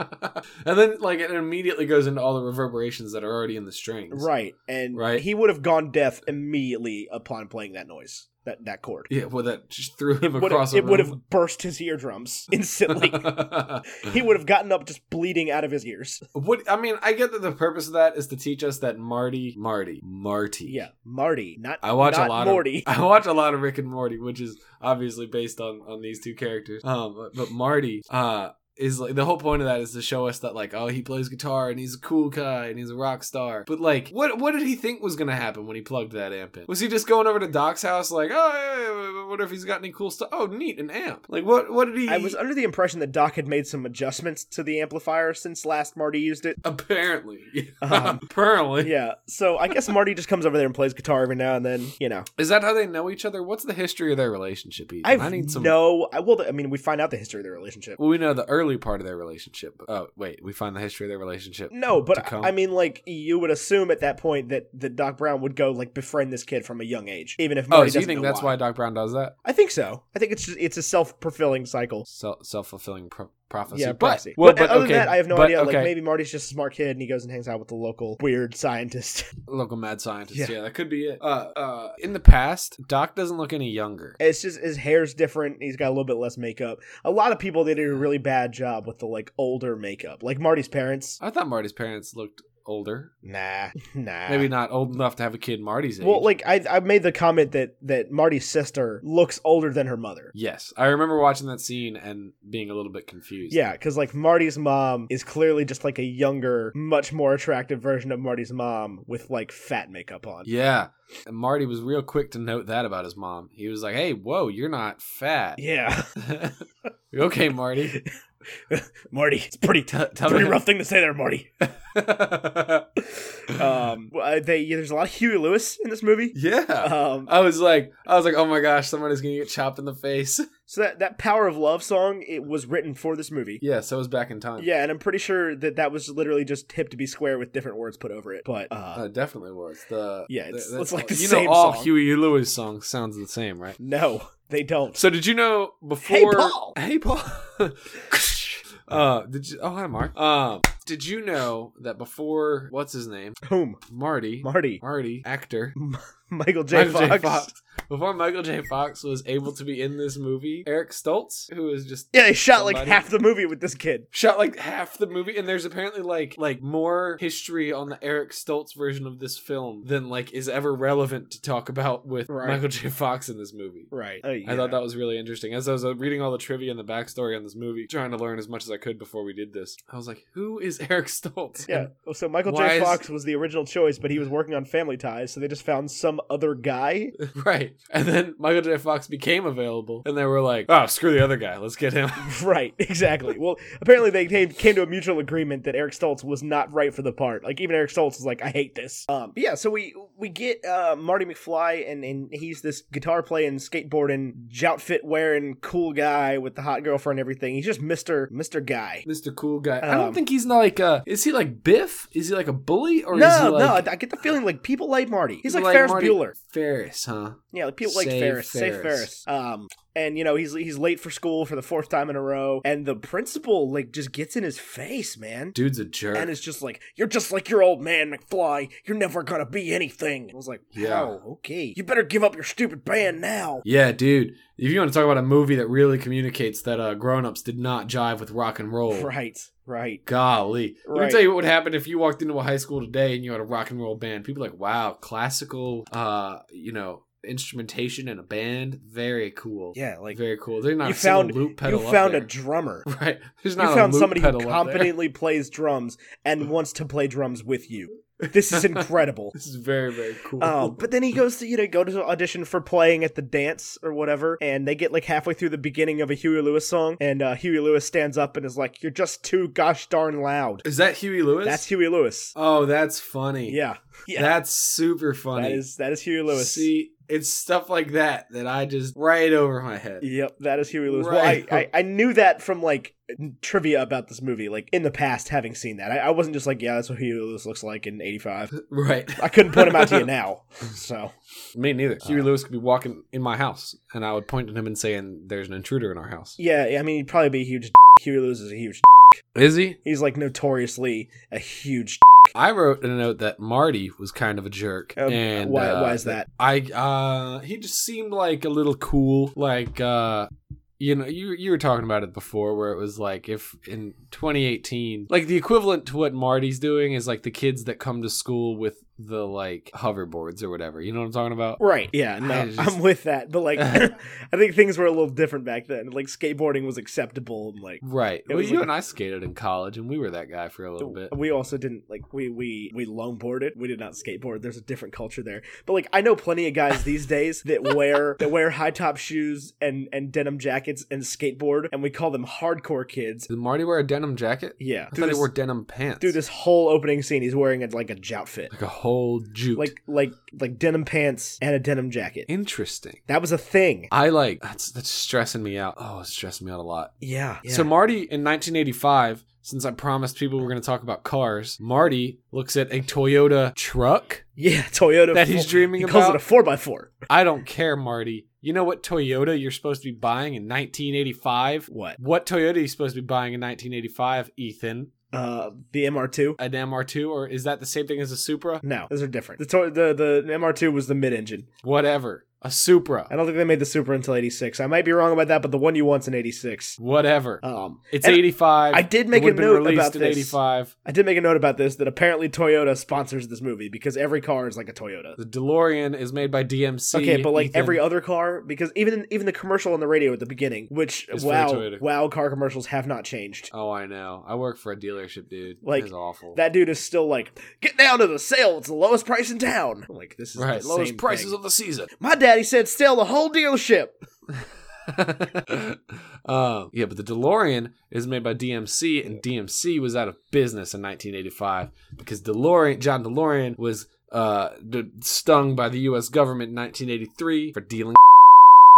[SPEAKER 1] and then like it immediately goes into all the reverberations that are already in the strings.
[SPEAKER 2] right, and
[SPEAKER 1] Right.
[SPEAKER 2] he would have gone deaf immediately upon playing that noise, that that chord.
[SPEAKER 1] Yeah. Well, that just threw him
[SPEAKER 2] Would-
[SPEAKER 1] across.
[SPEAKER 2] it
[SPEAKER 1] the
[SPEAKER 2] would [laughs]
[SPEAKER 1] room.
[SPEAKER 2] have burst his eardrums [laughs]
[SPEAKER 1] [laughs]
[SPEAKER 2] instantly. he would have gotten up just bleeding out of his ears.
[SPEAKER 1] what I mean, I get that the purpose of that is to teach us that Marty, Marty, Marty.
[SPEAKER 2] Yeah, Marty, not
[SPEAKER 1] I watch
[SPEAKER 2] not
[SPEAKER 1] a lot
[SPEAKER 2] Morty.
[SPEAKER 1] of [laughs] I watch a lot of Rick and Morty, which is obviously based on on these two characters. Um, but, but Marty, uh, is like the whole point of that is to show us that like, oh, he plays guitar and he's a cool guy and he's a rock star. But like, what what did he think was gonna happen when he plugged that amp in? Was he just going over to Doc's house like, oh, yeah, I wonder if he's got any cool stuff? Oh, neat, an amp. Like, what what did he?
[SPEAKER 2] I was uh, under the impression that Doc had made some adjustments to the amplifier since last Marty
[SPEAKER 1] [laughs]
[SPEAKER 2] used it.
[SPEAKER 1] [laughs] apparently
[SPEAKER 2] Um,
[SPEAKER 1] apparently
[SPEAKER 2] Yeah, so I guess Marty just comes over there and plays guitar every now and then. You know,
[SPEAKER 1] is that how they know each other? What's the history of their relationship? Ethan?
[SPEAKER 2] I've
[SPEAKER 1] I need some
[SPEAKER 2] no. I will. I mean, we find out the history of their relationship.
[SPEAKER 1] Well, we know the early part of their relationship. But, oh, wait, we find the history of their relationship.
[SPEAKER 2] No,
[SPEAKER 1] to
[SPEAKER 2] but
[SPEAKER 1] come.
[SPEAKER 2] I mean, like you would assume at that point that that Doc Brown would go like befriend this kid from a young age, even if Marty
[SPEAKER 1] Oh, so you
[SPEAKER 2] doesn't
[SPEAKER 1] think
[SPEAKER 2] know
[SPEAKER 1] that's why. Doc Brown does that?
[SPEAKER 2] I think so. I think it's just, it's a self fulfilling cycle.
[SPEAKER 1] Self fulfilling pro- prophecy.
[SPEAKER 2] Yeah,
[SPEAKER 1] but,
[SPEAKER 2] prophecy.
[SPEAKER 1] Well,
[SPEAKER 2] but,
[SPEAKER 1] but
[SPEAKER 2] other
[SPEAKER 1] okay,
[SPEAKER 2] than that, I have no
[SPEAKER 1] but,
[SPEAKER 2] idea. Like
[SPEAKER 1] okay.
[SPEAKER 2] maybe Marty's just a smart kid and he goes and hangs out with the local weird [laughs] scientist.
[SPEAKER 1] local mad scientist.
[SPEAKER 2] Yeah.
[SPEAKER 1] Yeah. that could be it. Uh, uh, in the past, Doc doesn't look any younger.
[SPEAKER 2] it's just his hair's different. He's got a little bit less makeup. A lot of people they did a really bad job with the like older makeup. Like Marty's parents.
[SPEAKER 1] I thought Marty's parents looked older.
[SPEAKER 2] Nah, nah.
[SPEAKER 1] Maybe not old enough to have a kid Marty's age.
[SPEAKER 2] Ah. Well, like I, I made the comment that that Marty's sister looks older than her mother.
[SPEAKER 1] yes, I remember watching that scene and being a little bit confused.
[SPEAKER 2] Yeah, because like Marty's mom is clearly just like a younger, much more attractive version of Marty's mom with like fat makeup on.
[SPEAKER 1] Yeah. And Marty was real quick to note that about his mom. He was like, "Hey, whoa, you're not fat."
[SPEAKER 2] Yeah, [laughs]
[SPEAKER 1] You [laughs] okay, Marty.
[SPEAKER 2] Marty, it's
[SPEAKER 1] [laughs]
[SPEAKER 2] pretty
[SPEAKER 1] T- tell
[SPEAKER 2] pretty
[SPEAKER 1] me-
[SPEAKER 2] [laughs] rough thing to say there,
[SPEAKER 1] [laughs]
[SPEAKER 2] Marty. Um, well, uh, they yeah, there's a lot of Huey Lewis in this movie.
[SPEAKER 1] yeah.
[SPEAKER 2] Um,
[SPEAKER 1] I was like, I was like, oh my gosh, somebody's gonna get chopped in the face. [laughs]
[SPEAKER 2] so that that Power of Love song it was written for this movie.
[SPEAKER 1] Yeah, so it was back in time.
[SPEAKER 2] Yeah, and I'm pretty sure that that was literally just hip to be square with different words put over it. But uh,
[SPEAKER 1] Uh, it definitely was the
[SPEAKER 2] Yeah,
[SPEAKER 1] th-
[SPEAKER 2] it's-
[SPEAKER 1] that's
[SPEAKER 2] it's like
[SPEAKER 1] all-
[SPEAKER 2] the
[SPEAKER 1] you
[SPEAKER 2] same
[SPEAKER 1] know all
[SPEAKER 2] song.
[SPEAKER 1] Huey Lewis songs sounds the same, right?
[SPEAKER 2] no, they don't.
[SPEAKER 1] So did you know before?
[SPEAKER 2] Paul!
[SPEAKER 1] Hey Paul. [laughs] uh, did you? Oh hi Mark. Um, did you know that before what's his name
[SPEAKER 2] Whom?
[SPEAKER 1] Marty [laughs]
[SPEAKER 2] Marty.
[SPEAKER 1] Marty actor
[SPEAKER 2] Michael J.
[SPEAKER 1] Michael
[SPEAKER 2] Fox.
[SPEAKER 1] J. Fox before Michael J. Fox was able to be in this movie, Eric Stoltz, who is just
[SPEAKER 2] Yeah, they shot like
[SPEAKER 1] Somebody-
[SPEAKER 2] half the movie with this kid.
[SPEAKER 1] shot like half the movie and there's apparently like like more history on the Eric Stoltz version of this film than like is ever relevant to talk about with
[SPEAKER 2] Right.
[SPEAKER 1] Michael J. Fox in this movie.
[SPEAKER 2] Right.
[SPEAKER 1] I thought that was really interesting. As I was uh, reading all the trivia and the backstory on this movie, trying to learn as much as I could before we did this, I was like, "Who is Eric Stoltz?"
[SPEAKER 2] Yeah.
[SPEAKER 1] And
[SPEAKER 2] oh, So Michael
[SPEAKER 1] why
[SPEAKER 2] J.
[SPEAKER 1] is-
[SPEAKER 2] Fox was the original choice, but he was working on Family Ties, so they just found some
[SPEAKER 1] [laughs]
[SPEAKER 2] other guy.
[SPEAKER 1] [laughs] right. And then Michael J. Fox became available, and they were like, "Oh, screw the other guy. Let's get [laughs] him."
[SPEAKER 2] right. Exactly. Well, apparently they came, came to a mutual agreement that Eric Stoltz was not right for the part. Like even Eric Stoltz was like, "I hate this." Um. but yeah. So we we get uh, Marty McFly, and and he's this guitar playing, skateboarding, joutfit wearing, cool guy with the hot girlfriend and everything. He's just Mister Mister Guy.
[SPEAKER 1] Mr. Cool Guy. I don't
[SPEAKER 2] Um,
[SPEAKER 1] think he's not like a. Is he like Biff? Is he like a bully? Or is he
[SPEAKER 2] No,
[SPEAKER 1] like,
[SPEAKER 2] no, I- I get the feeling like people like Marty. He's like,
[SPEAKER 1] Like
[SPEAKER 2] Ferris
[SPEAKER 1] Marty-
[SPEAKER 2] Bueller.
[SPEAKER 1] Ferris, huh?
[SPEAKER 2] Yeah, like people like
[SPEAKER 1] Save
[SPEAKER 2] Ferris. Save
[SPEAKER 1] Ferris.
[SPEAKER 2] Ferris. Um, and you know he's he's late for school for the fourth time in a row, and the principal like just gets in his face, man.
[SPEAKER 1] Dude's a jerk.
[SPEAKER 2] And it's just like you're just like your old man, McFly. You're never gonna be anything. I was like,
[SPEAKER 1] Yeah.
[SPEAKER 2] yeah, okay. You better give up your stupid band now.
[SPEAKER 1] yeah, dude. If you want to talk about a movie that really communicates that uh, grown-ups did not jive with rock and roll,
[SPEAKER 2] Right, right.
[SPEAKER 1] golly. Let me
[SPEAKER 2] Right.
[SPEAKER 1] tell you what would happen if you walked into a high school today and you had a rock and roll band. People are like, wow, classical, uh, you know, instrumentation and a band, very cool.
[SPEAKER 2] Yeah, like
[SPEAKER 1] very cool. They're not
[SPEAKER 2] you
[SPEAKER 1] a single
[SPEAKER 2] found-
[SPEAKER 1] loop
[SPEAKER 2] you
[SPEAKER 1] pedal. up
[SPEAKER 2] found a
[SPEAKER 1] there.
[SPEAKER 2] drummer.
[SPEAKER 1] [laughs] right. There's
[SPEAKER 2] You
[SPEAKER 1] not a
[SPEAKER 2] found
[SPEAKER 1] loop
[SPEAKER 2] somebody who
[SPEAKER 1] pedal up there.
[SPEAKER 2] competently plays drums and wants to play drums with you. This
[SPEAKER 1] [laughs]
[SPEAKER 2] is incredible.
[SPEAKER 1] This is very very cool. [laughs]
[SPEAKER 2] Um, but then he goes to you know go to audition for playing at the dance or whatever, and they get like halfway through the beginning of a Huey Lewis song, and uh, Huey Lewis stands up and is like, "You're just too gosh darn loud."
[SPEAKER 1] is that Huey Lewis?
[SPEAKER 2] That's Huey Lewis.
[SPEAKER 1] oh, that's funny.
[SPEAKER 2] Yeah, yeah.
[SPEAKER 1] That's super funny.
[SPEAKER 2] that is that is Huey Lewis.
[SPEAKER 1] See, it's stuff like that that I just right over my head.
[SPEAKER 2] Yep, that is Huey Lewis.
[SPEAKER 1] Right.
[SPEAKER 2] Well, I, I I knew that from like trivia about this movie, like in the past, having seen that. I, I wasn't just like, yeah, that's what Huey Lewis looks like in '85.
[SPEAKER 1] [laughs] Right.
[SPEAKER 2] I couldn't point him out to you
[SPEAKER 1] [laughs]
[SPEAKER 2] now. So
[SPEAKER 1] Me neither. Uh,
[SPEAKER 2] Huey
[SPEAKER 1] Lewis could be walking in my house, and I would point at him and saying, "There's an intruder in our house."
[SPEAKER 2] yeah, I mean, he'd probably be a huge. Huey Lewis is a huge.
[SPEAKER 1] Is he?
[SPEAKER 2] He's like notoriously a huge
[SPEAKER 1] I wrote in a note that Marty was kind of a jerk,
[SPEAKER 2] Um,
[SPEAKER 1] and
[SPEAKER 2] why-
[SPEAKER 1] uh,
[SPEAKER 2] why is that?
[SPEAKER 1] I uh, he just seemed like a little cool, like uh. You know, you you were talking about it before, where it was like if in 2018, like the equivalent to what Marty's doing is like the kids that come to school with the like hoverboards or whatever. You know what I'm talking about?
[SPEAKER 2] Right. Yeah. No,
[SPEAKER 1] I just-
[SPEAKER 2] I'm with that.
[SPEAKER 1] [laughs]
[SPEAKER 2] But like, [laughs] I think things were a little different back then. Like skateboarding was acceptable, and like
[SPEAKER 1] Right.
[SPEAKER 2] It
[SPEAKER 1] Well,
[SPEAKER 2] was
[SPEAKER 1] you
[SPEAKER 2] like-
[SPEAKER 1] and I skated in college, and we were that guy for a little bit.
[SPEAKER 2] we also didn't like we we we longboarded. We did not skateboard. There's a different culture there. But like, I know plenty of guys these days
[SPEAKER 1] [laughs]
[SPEAKER 2] that wear that wear high top shoes and and denim jackets and skateboard, and we call them hardcore kids.
[SPEAKER 1] Did Marty wear a denim jacket?
[SPEAKER 2] Yeah.
[SPEAKER 1] I
[SPEAKER 2] through
[SPEAKER 1] thought he
[SPEAKER 2] this,
[SPEAKER 1] wore denim pants.
[SPEAKER 2] through this whole opening scene, he's wearing a, like a joutfit,
[SPEAKER 1] like a whole jute.
[SPEAKER 2] like like like denim pants and a denim jacket.
[SPEAKER 1] interesting.
[SPEAKER 2] That was a thing.
[SPEAKER 1] I like that's that's stressing me out. Oh, it's stressing me out a lot.
[SPEAKER 2] Yeah.
[SPEAKER 1] So Marty in 1985, since I promised people we're going to talk about cars, Marty looks at a Toyota truck
[SPEAKER 2] yeah, Toyota
[SPEAKER 1] that he's
[SPEAKER 2] full-
[SPEAKER 1] dreaming
[SPEAKER 2] He calls
[SPEAKER 1] about.
[SPEAKER 2] it a four by four.
[SPEAKER 1] I don't care, Marty. You know what Toyota you're supposed to be buying in 1985?
[SPEAKER 2] What?
[SPEAKER 1] What Toyota are you supposed to be buying in 1985, Ethan?
[SPEAKER 2] Uh, the MR2?
[SPEAKER 1] An MR2, or is that the same thing as a Supra?
[SPEAKER 2] No, those are different. The to- the the MR2 was the mid-engine.
[SPEAKER 1] Whatever. A Supra.
[SPEAKER 2] I don't think they made the Super until '86. I might be wrong about that, but the one you want's in '86.
[SPEAKER 1] Whatever.
[SPEAKER 2] Um,
[SPEAKER 1] It's
[SPEAKER 2] and
[SPEAKER 1] 85.
[SPEAKER 2] I did
[SPEAKER 1] It
[SPEAKER 2] make a
[SPEAKER 1] would've been
[SPEAKER 2] note
[SPEAKER 1] released
[SPEAKER 2] about
[SPEAKER 1] in
[SPEAKER 2] this.
[SPEAKER 1] 85.
[SPEAKER 2] I did make a note about this that apparently Toyota sponsors this movie because every car is like a Toyota.
[SPEAKER 1] The DeLorean is made by DMC.
[SPEAKER 2] Okay, but like
[SPEAKER 1] Ethan.
[SPEAKER 2] every other car, because even even the commercial on the radio at the beginning, which
[SPEAKER 1] Is for
[SPEAKER 2] wow,
[SPEAKER 1] Toyota.
[SPEAKER 2] wow, car commercials have not changed.
[SPEAKER 1] Oh, I know. I work for a dealership, dude.
[SPEAKER 2] Like,
[SPEAKER 1] It's awful.
[SPEAKER 2] That dude is still like, get down to the sale. It's the lowest price in town. I'm like this is
[SPEAKER 1] right.
[SPEAKER 2] the
[SPEAKER 1] Lowest
[SPEAKER 2] same
[SPEAKER 1] prices
[SPEAKER 2] thing.
[SPEAKER 1] of the season. [laughs]
[SPEAKER 2] My daddy said, sell the whole dealership. [laughs]
[SPEAKER 1] um, yeah, but the DeLorean is made by DMC, and DMC was out of business in 1985 because DeLorean, John DeLorean, was uh, d- stung by the U.S. government in 1983 for dealing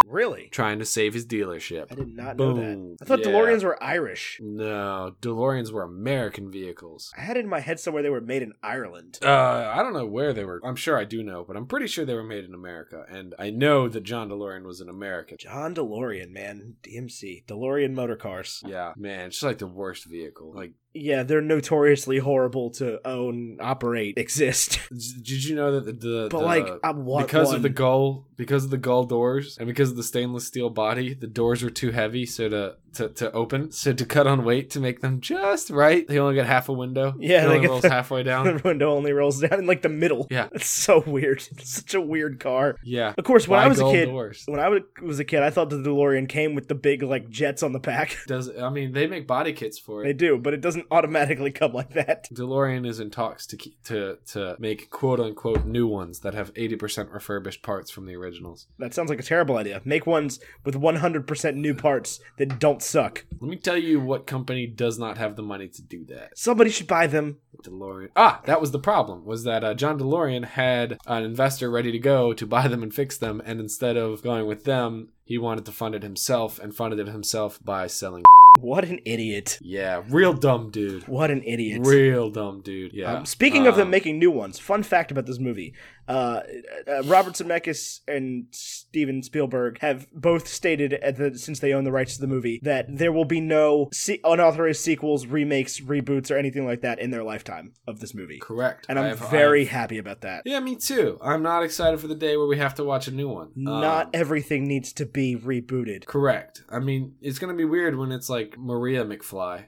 [SPEAKER 2] Really?
[SPEAKER 1] trying to save his dealership.
[SPEAKER 2] I did not know that.
[SPEAKER 1] Boom.
[SPEAKER 2] I thought
[SPEAKER 1] Yeah.
[SPEAKER 2] DeLoreans were Irish.
[SPEAKER 1] No, DeLoreans were American vehicles.
[SPEAKER 2] I had it in my head somewhere they were made in Ireland.
[SPEAKER 1] Uh, I don't know where they were. I'm sure I do know, but I'm pretty sure they were made in America, and I know that John DeLorean was an American.
[SPEAKER 2] John DeLorean, man, DMC, DeLorean Motor Cars.
[SPEAKER 1] Yeah, man, it's just like the worst vehicle. Like
[SPEAKER 2] Yeah, they're notoriously horrible to own, operate, exist. [laughs]
[SPEAKER 1] D- Did you know that the, the
[SPEAKER 2] But
[SPEAKER 1] the-
[SPEAKER 2] like, I want
[SPEAKER 1] because
[SPEAKER 2] one.
[SPEAKER 1] of the gull because of the gull doors and because of the stainless steel body, the doors were too heavy so to to, to open. So to cut on weight to make them just right, they only get half a window.
[SPEAKER 2] [laughs]
[SPEAKER 1] it
[SPEAKER 2] Yeah, they
[SPEAKER 1] only
[SPEAKER 2] get
[SPEAKER 1] rolls
[SPEAKER 2] the-
[SPEAKER 1] halfway
[SPEAKER 2] [laughs]
[SPEAKER 1] down.
[SPEAKER 2] the window only rolls down in like the middle.
[SPEAKER 1] Yeah.
[SPEAKER 2] it's so weird. [laughs] It's such a weird car.
[SPEAKER 1] Yeah,
[SPEAKER 2] Of course, when
[SPEAKER 1] Why
[SPEAKER 2] I was a
[SPEAKER 1] gull
[SPEAKER 2] kid,
[SPEAKER 1] doors?
[SPEAKER 2] when I wa- was a kid, I thought the DeLorean came with the big like jets on the back. [laughs]
[SPEAKER 1] Does I mean they make body kits for
[SPEAKER 2] They
[SPEAKER 1] it.
[SPEAKER 2] do, but it doesn't automatically come like that.
[SPEAKER 1] DeLorean is in talks to keep, to to make quote unquote new ones that have eighty percent refurbished parts from the originals.
[SPEAKER 2] That sounds like a terrible idea. Make ones with 100% new parts that don't suck.
[SPEAKER 1] Let me tell you what company does not have the money to do that.
[SPEAKER 2] Somebody should buy them.
[SPEAKER 1] DeLorean. Ah, that was the problem. Was that uh, John DeLorean had an investor ready to go to buy them and fix them, and instead of going with them, he wanted to fund it himself and funded it himself by selling.
[SPEAKER 2] What an idiot.
[SPEAKER 1] Yeah, real dumb dude.
[SPEAKER 2] What an idiot.
[SPEAKER 1] Real dumb dude. Yeah.
[SPEAKER 2] Um, speaking of them
[SPEAKER 1] Um,
[SPEAKER 2] making new ones, fun fact about this movie: uh, uh, Robert Zemeckis and Steven Spielberg have both stated, at the, since they own the rights to the movie, that there will be no se- unauthorized sequels, remakes, reboots, or anything like that in their lifetime of this movie.
[SPEAKER 1] correct,
[SPEAKER 2] And I'm
[SPEAKER 1] I have- I
[SPEAKER 2] very
[SPEAKER 1] have-
[SPEAKER 2] happy about that.
[SPEAKER 1] yeah, me too. I'm not excited for the day where we have to watch a new one. Um,
[SPEAKER 2] Not everything needs to
[SPEAKER 1] [laughs]
[SPEAKER 2] be rebooted.
[SPEAKER 1] correct. I mean, it's gonna be weird when it's like Maria McFly,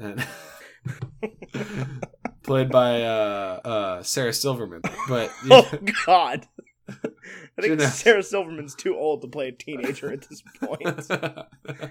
[SPEAKER 1] and [laughs] played by uh, uh, Sarah Silverman, but.
[SPEAKER 2] Oh God! I
[SPEAKER 1] You
[SPEAKER 2] think
[SPEAKER 1] know.
[SPEAKER 2] Sarah Silverman's too old to play a teenager at
[SPEAKER 1] [laughs]
[SPEAKER 2] this point.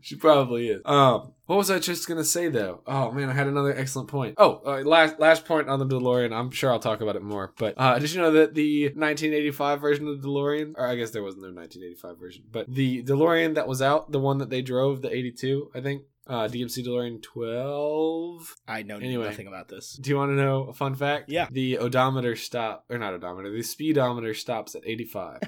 [SPEAKER 1] she probably is. Um, what was I just gonna say though? Oh man, I had another excellent point. Oh, uh, last last point on the DeLorean. I'm sure I'll talk about it more. But uh, did you know that the 1985 version of the DeLorean, or I guess there was no 1985 version, but the DeLorean that was out, the one that they drove, the 82, I think. Uh, DMC DeLorean 12.
[SPEAKER 2] I know
[SPEAKER 1] Anyway.
[SPEAKER 2] nothing about this. [laughs]
[SPEAKER 1] Do you want to know a fun fact?
[SPEAKER 2] Yeah.
[SPEAKER 1] The odometer stop, or not odometer, the speedometer stops at
[SPEAKER 2] [laughs]
[SPEAKER 1] 85.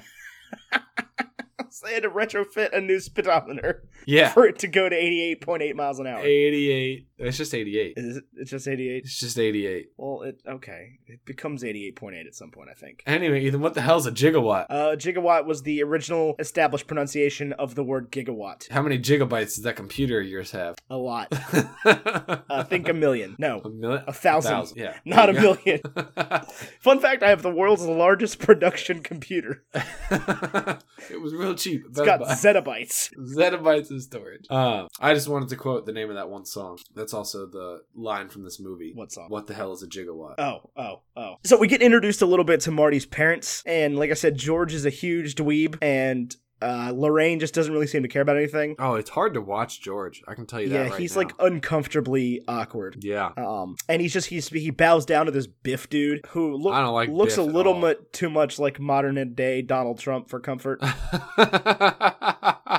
[SPEAKER 2] So they had to retrofit a new speedometer.
[SPEAKER 1] yeah.
[SPEAKER 2] for it to go to 88.8 miles an hour.
[SPEAKER 1] 88. It's just 88.
[SPEAKER 2] Is it, it's just 88.
[SPEAKER 1] It's just 88.
[SPEAKER 2] Well, it okay. It becomes 88.8 at some point, I think.
[SPEAKER 1] Anyway, Ethan, what the hell's a gigawatt?
[SPEAKER 2] Uh, gigawatt was the original established pronunciation of the word gigawatt.
[SPEAKER 1] How many gigabytes does that computer of yours have?
[SPEAKER 2] A lot. I
[SPEAKER 1] I [laughs]
[SPEAKER 2] think a million.
[SPEAKER 1] a
[SPEAKER 2] No,
[SPEAKER 1] million,
[SPEAKER 2] a thousand.
[SPEAKER 1] Yeah,
[SPEAKER 2] [laughs] Not a million.
[SPEAKER 1] million.
[SPEAKER 2] Fun fact: I have the world's largest
[SPEAKER 1] [laughs]
[SPEAKER 2] production computer.
[SPEAKER 1] [laughs] it was real cheap.
[SPEAKER 2] It's got zettabytes.
[SPEAKER 1] zettabytes of storage. Uh, I just wanted to quote the name of that one song. That's also the line from this movie.
[SPEAKER 2] What song?
[SPEAKER 1] What the hell is a gigawatt?
[SPEAKER 2] Oh, oh, oh. So we get introduced a little bit to Marty's parents, and like I said, George is a huge dweeb, and uh, Lorraine just doesn't really seem to care about anything.
[SPEAKER 1] oh, it's hard to watch George. I can tell you that.
[SPEAKER 2] yeah,
[SPEAKER 1] right
[SPEAKER 2] he's
[SPEAKER 1] now.
[SPEAKER 2] like uncomfortably awkward.
[SPEAKER 1] Yeah,
[SPEAKER 2] Um, and he's just he's he bows down to this Biff dude who look,
[SPEAKER 1] I don't like.
[SPEAKER 2] looks
[SPEAKER 1] Biff
[SPEAKER 2] a
[SPEAKER 1] at
[SPEAKER 2] little
[SPEAKER 1] all.
[SPEAKER 2] mu too much like modern day Donald Trump
[SPEAKER 1] [laughs]
[SPEAKER 2] for comfort.
[SPEAKER 1] [laughs]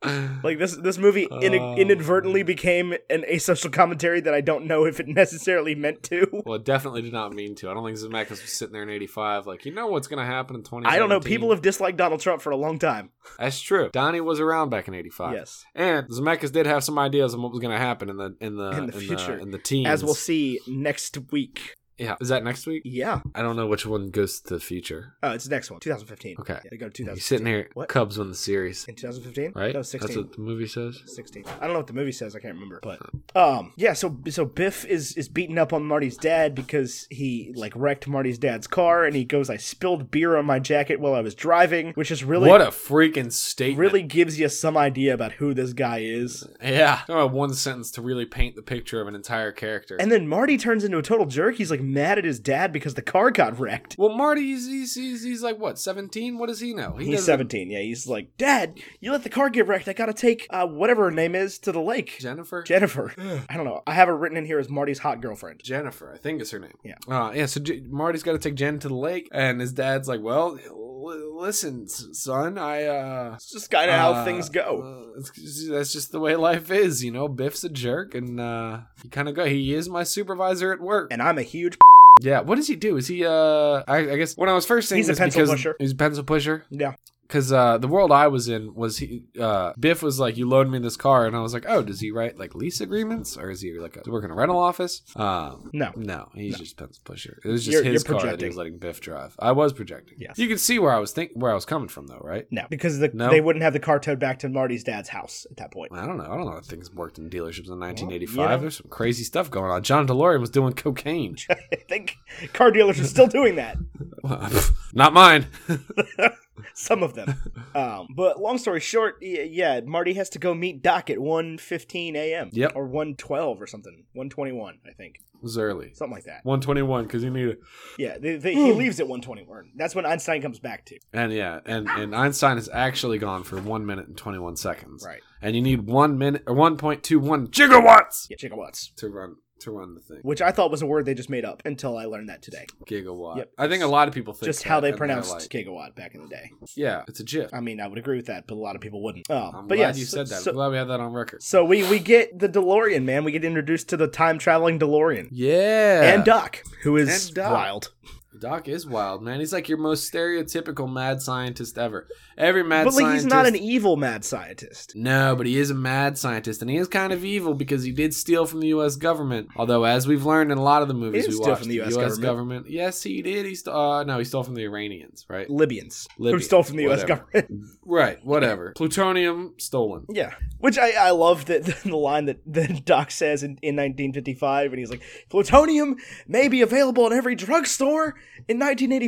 [SPEAKER 2] [laughs] like this this movie in,
[SPEAKER 1] Oh.
[SPEAKER 2] inadvertently became an asocial commentary that I don't know if it [laughs] necessarily meant to.
[SPEAKER 1] Well, it definitely did not mean to. I don't think Zemeckis was sitting there in '85, like you know what's going to happen in 20.
[SPEAKER 2] I don't know. People have disliked Donald Trump for a long time.
[SPEAKER 1] that's true. Donnie was around back in '85.
[SPEAKER 2] Yes,
[SPEAKER 1] and Zemeckis did have some ideas on what was going to happen in the in the
[SPEAKER 2] In the future.
[SPEAKER 1] in the teens.
[SPEAKER 2] as we'll see next week.
[SPEAKER 1] Yeah. Is that next week?
[SPEAKER 2] Yeah.
[SPEAKER 1] I don't know which one goes to the future.
[SPEAKER 2] Oh, it's the next one, 2015.
[SPEAKER 1] Okay.
[SPEAKER 2] They go to
[SPEAKER 1] You're
[SPEAKER 2] 2000.
[SPEAKER 1] sitting here.
[SPEAKER 2] What?
[SPEAKER 1] Cubs win the series,
[SPEAKER 2] in 2015,
[SPEAKER 1] right?
[SPEAKER 2] No,
[SPEAKER 1] That's
[SPEAKER 2] 16.
[SPEAKER 1] what the movie says.
[SPEAKER 2] 16. I don't know what the movie says. I can't remember. But um, yeah. So so Biff is is beating up on Marty's dad because he like wrecked Marty's dad's car, and he goes, "I spilled beer on my jacket while I was driving," which is really
[SPEAKER 1] what a freaking statement!
[SPEAKER 2] really gives you some idea about who this guy is.
[SPEAKER 1] Yeah. I have one sentence to really paint the picture of an entire character.
[SPEAKER 2] And then Marty turns into a total jerk. He's like mad at his dad because the car got wrecked.
[SPEAKER 1] well, Marty, he's, he's, he's, he's like, what, 17? What does he know? He
[SPEAKER 2] He's
[SPEAKER 1] doesn't-
[SPEAKER 2] 17. Yeah, he's like, Dad, you let the car get wrecked. I gotta take uh, whatever her name is to
[SPEAKER 1] [sighs]
[SPEAKER 2] the lake.
[SPEAKER 1] Jennifer?
[SPEAKER 2] Jennifer. I don't know. I have it written in here as Marty's hot girlfriend.
[SPEAKER 1] Jennifer, I think is her name.
[SPEAKER 2] Yeah.
[SPEAKER 1] Uh, yeah. So J- Marty's got to take Jen to the lake, and his dad's like, "Well, l- listen, s- son, I uh,
[SPEAKER 2] It's just kind of how
[SPEAKER 1] uh,
[SPEAKER 2] things go.
[SPEAKER 1] Uh, it's- it's- that's just the way life is, you know. Biff's a jerk, and uh, he kind of go. He is my supervisor at work.
[SPEAKER 2] And I'm a huge.
[SPEAKER 1] yeah. What does he do? Is he? Uh, I, I guess when I was first seeing
[SPEAKER 2] He's a
[SPEAKER 1] this
[SPEAKER 2] pencil
[SPEAKER 1] because
[SPEAKER 2] pusher.
[SPEAKER 1] he's a pencil pusher.
[SPEAKER 2] Yeah.
[SPEAKER 1] Cause uh, the world I was in was he uh, Biff was like, "You loaned me this car," and I was like, "Oh, does he write like lease agreements, or is he like a, work in a rental office?" Um,
[SPEAKER 2] No.
[SPEAKER 1] no, he's just pencil pusher. It was just
[SPEAKER 2] You're-
[SPEAKER 1] his
[SPEAKER 2] you're
[SPEAKER 1] car that he was
[SPEAKER 2] projecting.
[SPEAKER 1] letting Biff drive. I was projecting.
[SPEAKER 2] Yes.
[SPEAKER 1] You can see where I was think where I was coming from though, right?
[SPEAKER 2] No. Because the,
[SPEAKER 1] No?
[SPEAKER 2] they wouldn't have the car towed back to Marty's dad's house at that point.
[SPEAKER 1] I don't know. I don't know how things worked in dealerships in 1985.
[SPEAKER 2] Well, you know.
[SPEAKER 1] There's some crazy stuff going on. John DeLorean was doing cocaine. [laughs]
[SPEAKER 2] I [laughs] think car dealers are still doing that.
[SPEAKER 1] Not mine.
[SPEAKER 2] Some
[SPEAKER 1] [laughs]
[SPEAKER 2] of them. Um, but long story short, y- yeah, Marty has to go meet Doc at 1.15 a.m.
[SPEAKER 1] Yep.
[SPEAKER 2] Or 1.12 or something. 1.21, I think.
[SPEAKER 1] It was early.
[SPEAKER 2] Something like that.
[SPEAKER 1] 121 because you need it.
[SPEAKER 2] Yeah, they, they, he leaves at 1.21. That's when Einstein comes back to.
[SPEAKER 1] And yeah, and and Einstein is actually gone for one minute and 21 seconds.
[SPEAKER 2] Right.
[SPEAKER 1] And you need one minute or 1.21 gigawatts
[SPEAKER 2] Yeah, gigawatts.
[SPEAKER 1] to run to run the thing.
[SPEAKER 2] Which I thought was a word they just made up until I learned that today.
[SPEAKER 1] Gigawatt.
[SPEAKER 2] Yep.
[SPEAKER 1] I think a lot of people think
[SPEAKER 2] Just how
[SPEAKER 1] that,
[SPEAKER 2] they
[SPEAKER 1] and they're
[SPEAKER 2] pronounced
[SPEAKER 1] like,
[SPEAKER 2] gigawatt back in the day.
[SPEAKER 1] yeah, it's a GIF.
[SPEAKER 2] I mean, I would agree with that, but a lot of people wouldn't. Um,
[SPEAKER 1] I'm glad
[SPEAKER 2] but yeah,
[SPEAKER 1] you
[SPEAKER 2] so-
[SPEAKER 1] said that.
[SPEAKER 2] So,
[SPEAKER 1] I'm glad we had that on record.
[SPEAKER 2] so we we get the DeLorean, man. We get introduced to the time traveling DeLorean
[SPEAKER 1] Yeah.
[SPEAKER 2] and Doc, who is
[SPEAKER 1] And Doc.
[SPEAKER 2] wild.
[SPEAKER 1] Doc is wild, man. He's like your most stereotypical mad scientist ever. Every mad
[SPEAKER 2] but like,
[SPEAKER 1] scientist.
[SPEAKER 2] he's not e an evil mad scientist.
[SPEAKER 1] No, but he is a mad scientist, and he is kind of evil because he did steal from the U.S. government. Although, as we've learned in a lot of the movies
[SPEAKER 2] did
[SPEAKER 1] we
[SPEAKER 2] steal
[SPEAKER 1] watched,
[SPEAKER 2] from the US government.
[SPEAKER 1] Yes, he did. He st- uh, no, he stole from the Iranians, right?
[SPEAKER 2] Libyans, who
[SPEAKER 1] Libyans,
[SPEAKER 2] stole from the U.S.
[SPEAKER 1] whatever.
[SPEAKER 2] government. [laughs]
[SPEAKER 1] Right. Whatever. Plutonium stolen.
[SPEAKER 2] yeah, which I, I love that [laughs] the line that, that Doc says in, in 1955, and he's like, "Plutonium may be available in every drugstore in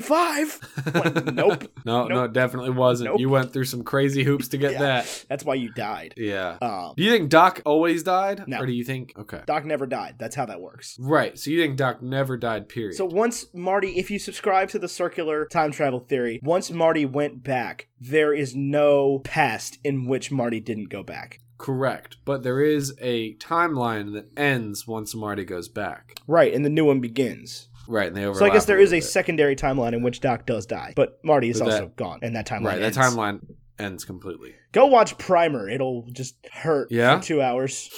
[SPEAKER 2] 1985." I'm like, [laughs] nope,
[SPEAKER 1] [laughs] No, no, it definitely wasn't.
[SPEAKER 2] Nope.
[SPEAKER 1] You went through some crazy hoops to get
[SPEAKER 2] Yeah.
[SPEAKER 1] that.
[SPEAKER 2] that's why you died.
[SPEAKER 1] Yeah.
[SPEAKER 2] Um,
[SPEAKER 1] Do you think Doc always died,
[SPEAKER 2] No.
[SPEAKER 1] or do you think okay?
[SPEAKER 2] Doc never died. That's how that works.
[SPEAKER 1] Right. So you think Doc never died? Period.
[SPEAKER 2] So once Marty, if you subscribe to the circular time travel theory, once Marty went back, there is no past in which Marty didn't go back.
[SPEAKER 1] Correct, but there is a timeline that ends once Marty goes back.
[SPEAKER 2] Right, and the new one begins.
[SPEAKER 1] Right, and they overlap.
[SPEAKER 2] So I guess there
[SPEAKER 1] little
[SPEAKER 2] is a
[SPEAKER 1] bit.
[SPEAKER 2] secondary timeline in which Doc does die, but Marty is
[SPEAKER 1] But
[SPEAKER 2] also
[SPEAKER 1] that-
[SPEAKER 2] gone, and that timeline.
[SPEAKER 1] right.
[SPEAKER 2] ends.
[SPEAKER 1] That timeline ends completely.
[SPEAKER 2] Go watch Primer; it'll just hurt
[SPEAKER 1] Yeah?
[SPEAKER 2] for two hours,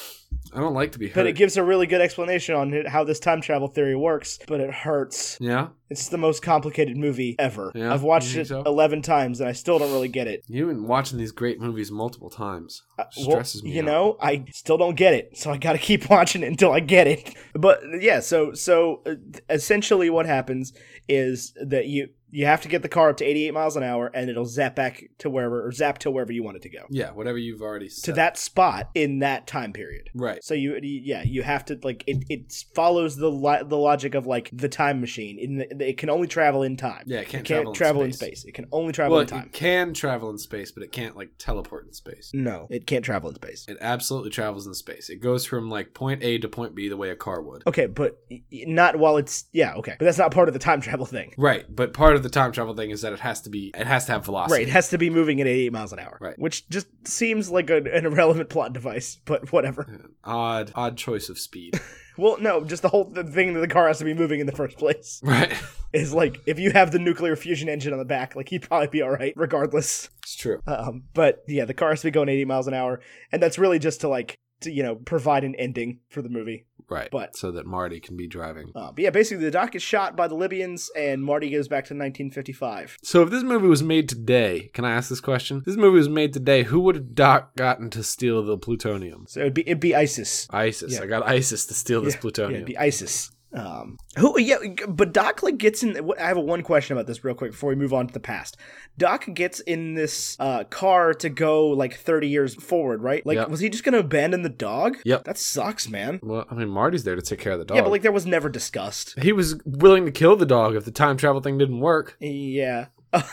[SPEAKER 1] I don't like to be hurt.
[SPEAKER 2] but it gives a really good explanation on it- how this time travel theory works. But it hurts.
[SPEAKER 1] yeah,
[SPEAKER 2] It's the most complicated movie ever.
[SPEAKER 1] Yeah?
[SPEAKER 2] I've
[SPEAKER 1] You
[SPEAKER 2] watched
[SPEAKER 1] think
[SPEAKER 2] it
[SPEAKER 1] so?
[SPEAKER 2] eleven times, and I still don't really get it.
[SPEAKER 1] you and watching these great movies multiple times.
[SPEAKER 2] Uh,
[SPEAKER 1] Stresses me
[SPEAKER 2] You
[SPEAKER 1] out.
[SPEAKER 2] know, I still don't get it, so I got to [laughs] keep watching it until I get it. But yeah, so so uh, essentially, what happens is that you you have to get the car up to 88 miles an hour, and it'll zap back to wherever or zap to wherever you want it to go
[SPEAKER 1] Yeah, whatever you've already said.
[SPEAKER 2] to that spot in that time period.
[SPEAKER 1] Right.
[SPEAKER 2] So you, you- yeah, you have to like it. It follows the lo- the logic of like the time machine. In the, it can only travel in time.
[SPEAKER 1] Yeah, it can't,
[SPEAKER 2] it can't travel, in, space. It can only travel
[SPEAKER 1] Well,
[SPEAKER 2] in time.
[SPEAKER 1] it can travel in space, but it can't like teleport in space.
[SPEAKER 2] No, it can't travel in space.
[SPEAKER 1] It absolutely travels in space. It goes from like point A to point B the way a car would.
[SPEAKER 2] Okay, but y- y- not while it's yeah, okay. But that's not part of the time travel thing.
[SPEAKER 1] Right, but part of the time travel thing is that it has to be it has to have velocity.
[SPEAKER 2] Right, it has to be moving at 88 miles an hour,
[SPEAKER 1] Right.
[SPEAKER 2] which just seems like an, an irrelevant plot device, but whatever.
[SPEAKER 1] Odd odd choice of
[SPEAKER 2] [laughs]
[SPEAKER 1] speed.
[SPEAKER 2] Well, no, just the whole th- thing that the car has to be moving in the first place [laughs]
[SPEAKER 1] right.
[SPEAKER 2] is like if you have the nuclear fusion engine on the back, like he'd probably be all right regardless.
[SPEAKER 1] It's true.
[SPEAKER 2] Um, but yeah, the car has to be going 80 miles an hour, and that's really just to like to you know provide an ending for the movie.
[SPEAKER 1] Right.
[SPEAKER 2] But-
[SPEAKER 1] so that Marty can be driving.
[SPEAKER 2] Uh, but yeah, basically the doc is shot by the Libyans, and Marty goes back to 1955.
[SPEAKER 1] So if this movie was made today, can I ask this question? If this movie was made today, who would have Doc gotten to steal the plutonium?
[SPEAKER 2] So it'd be it'd be ISIS.
[SPEAKER 1] ISIS.
[SPEAKER 2] Yeah.
[SPEAKER 1] I got ISIS to steal this
[SPEAKER 2] Yeah, yeah,
[SPEAKER 1] plutonium.
[SPEAKER 2] it'd be ISIS. Um, who? Yeah, but Doc like gets in. I have a one question about this real quick before we move on to the past. Doc gets in this uh, car to go like thirty years forward, right? Like,
[SPEAKER 1] Yep.
[SPEAKER 2] was he just gonna abandon the dog?
[SPEAKER 1] Yep.
[SPEAKER 2] That sucks, man.
[SPEAKER 1] Well, I mean, Marty's there to take care of the dog.
[SPEAKER 2] Yeah, but like there was never discussed.
[SPEAKER 1] he was willing to kill the dog if the time travel thing didn't work.
[SPEAKER 2] Yeah. [laughs]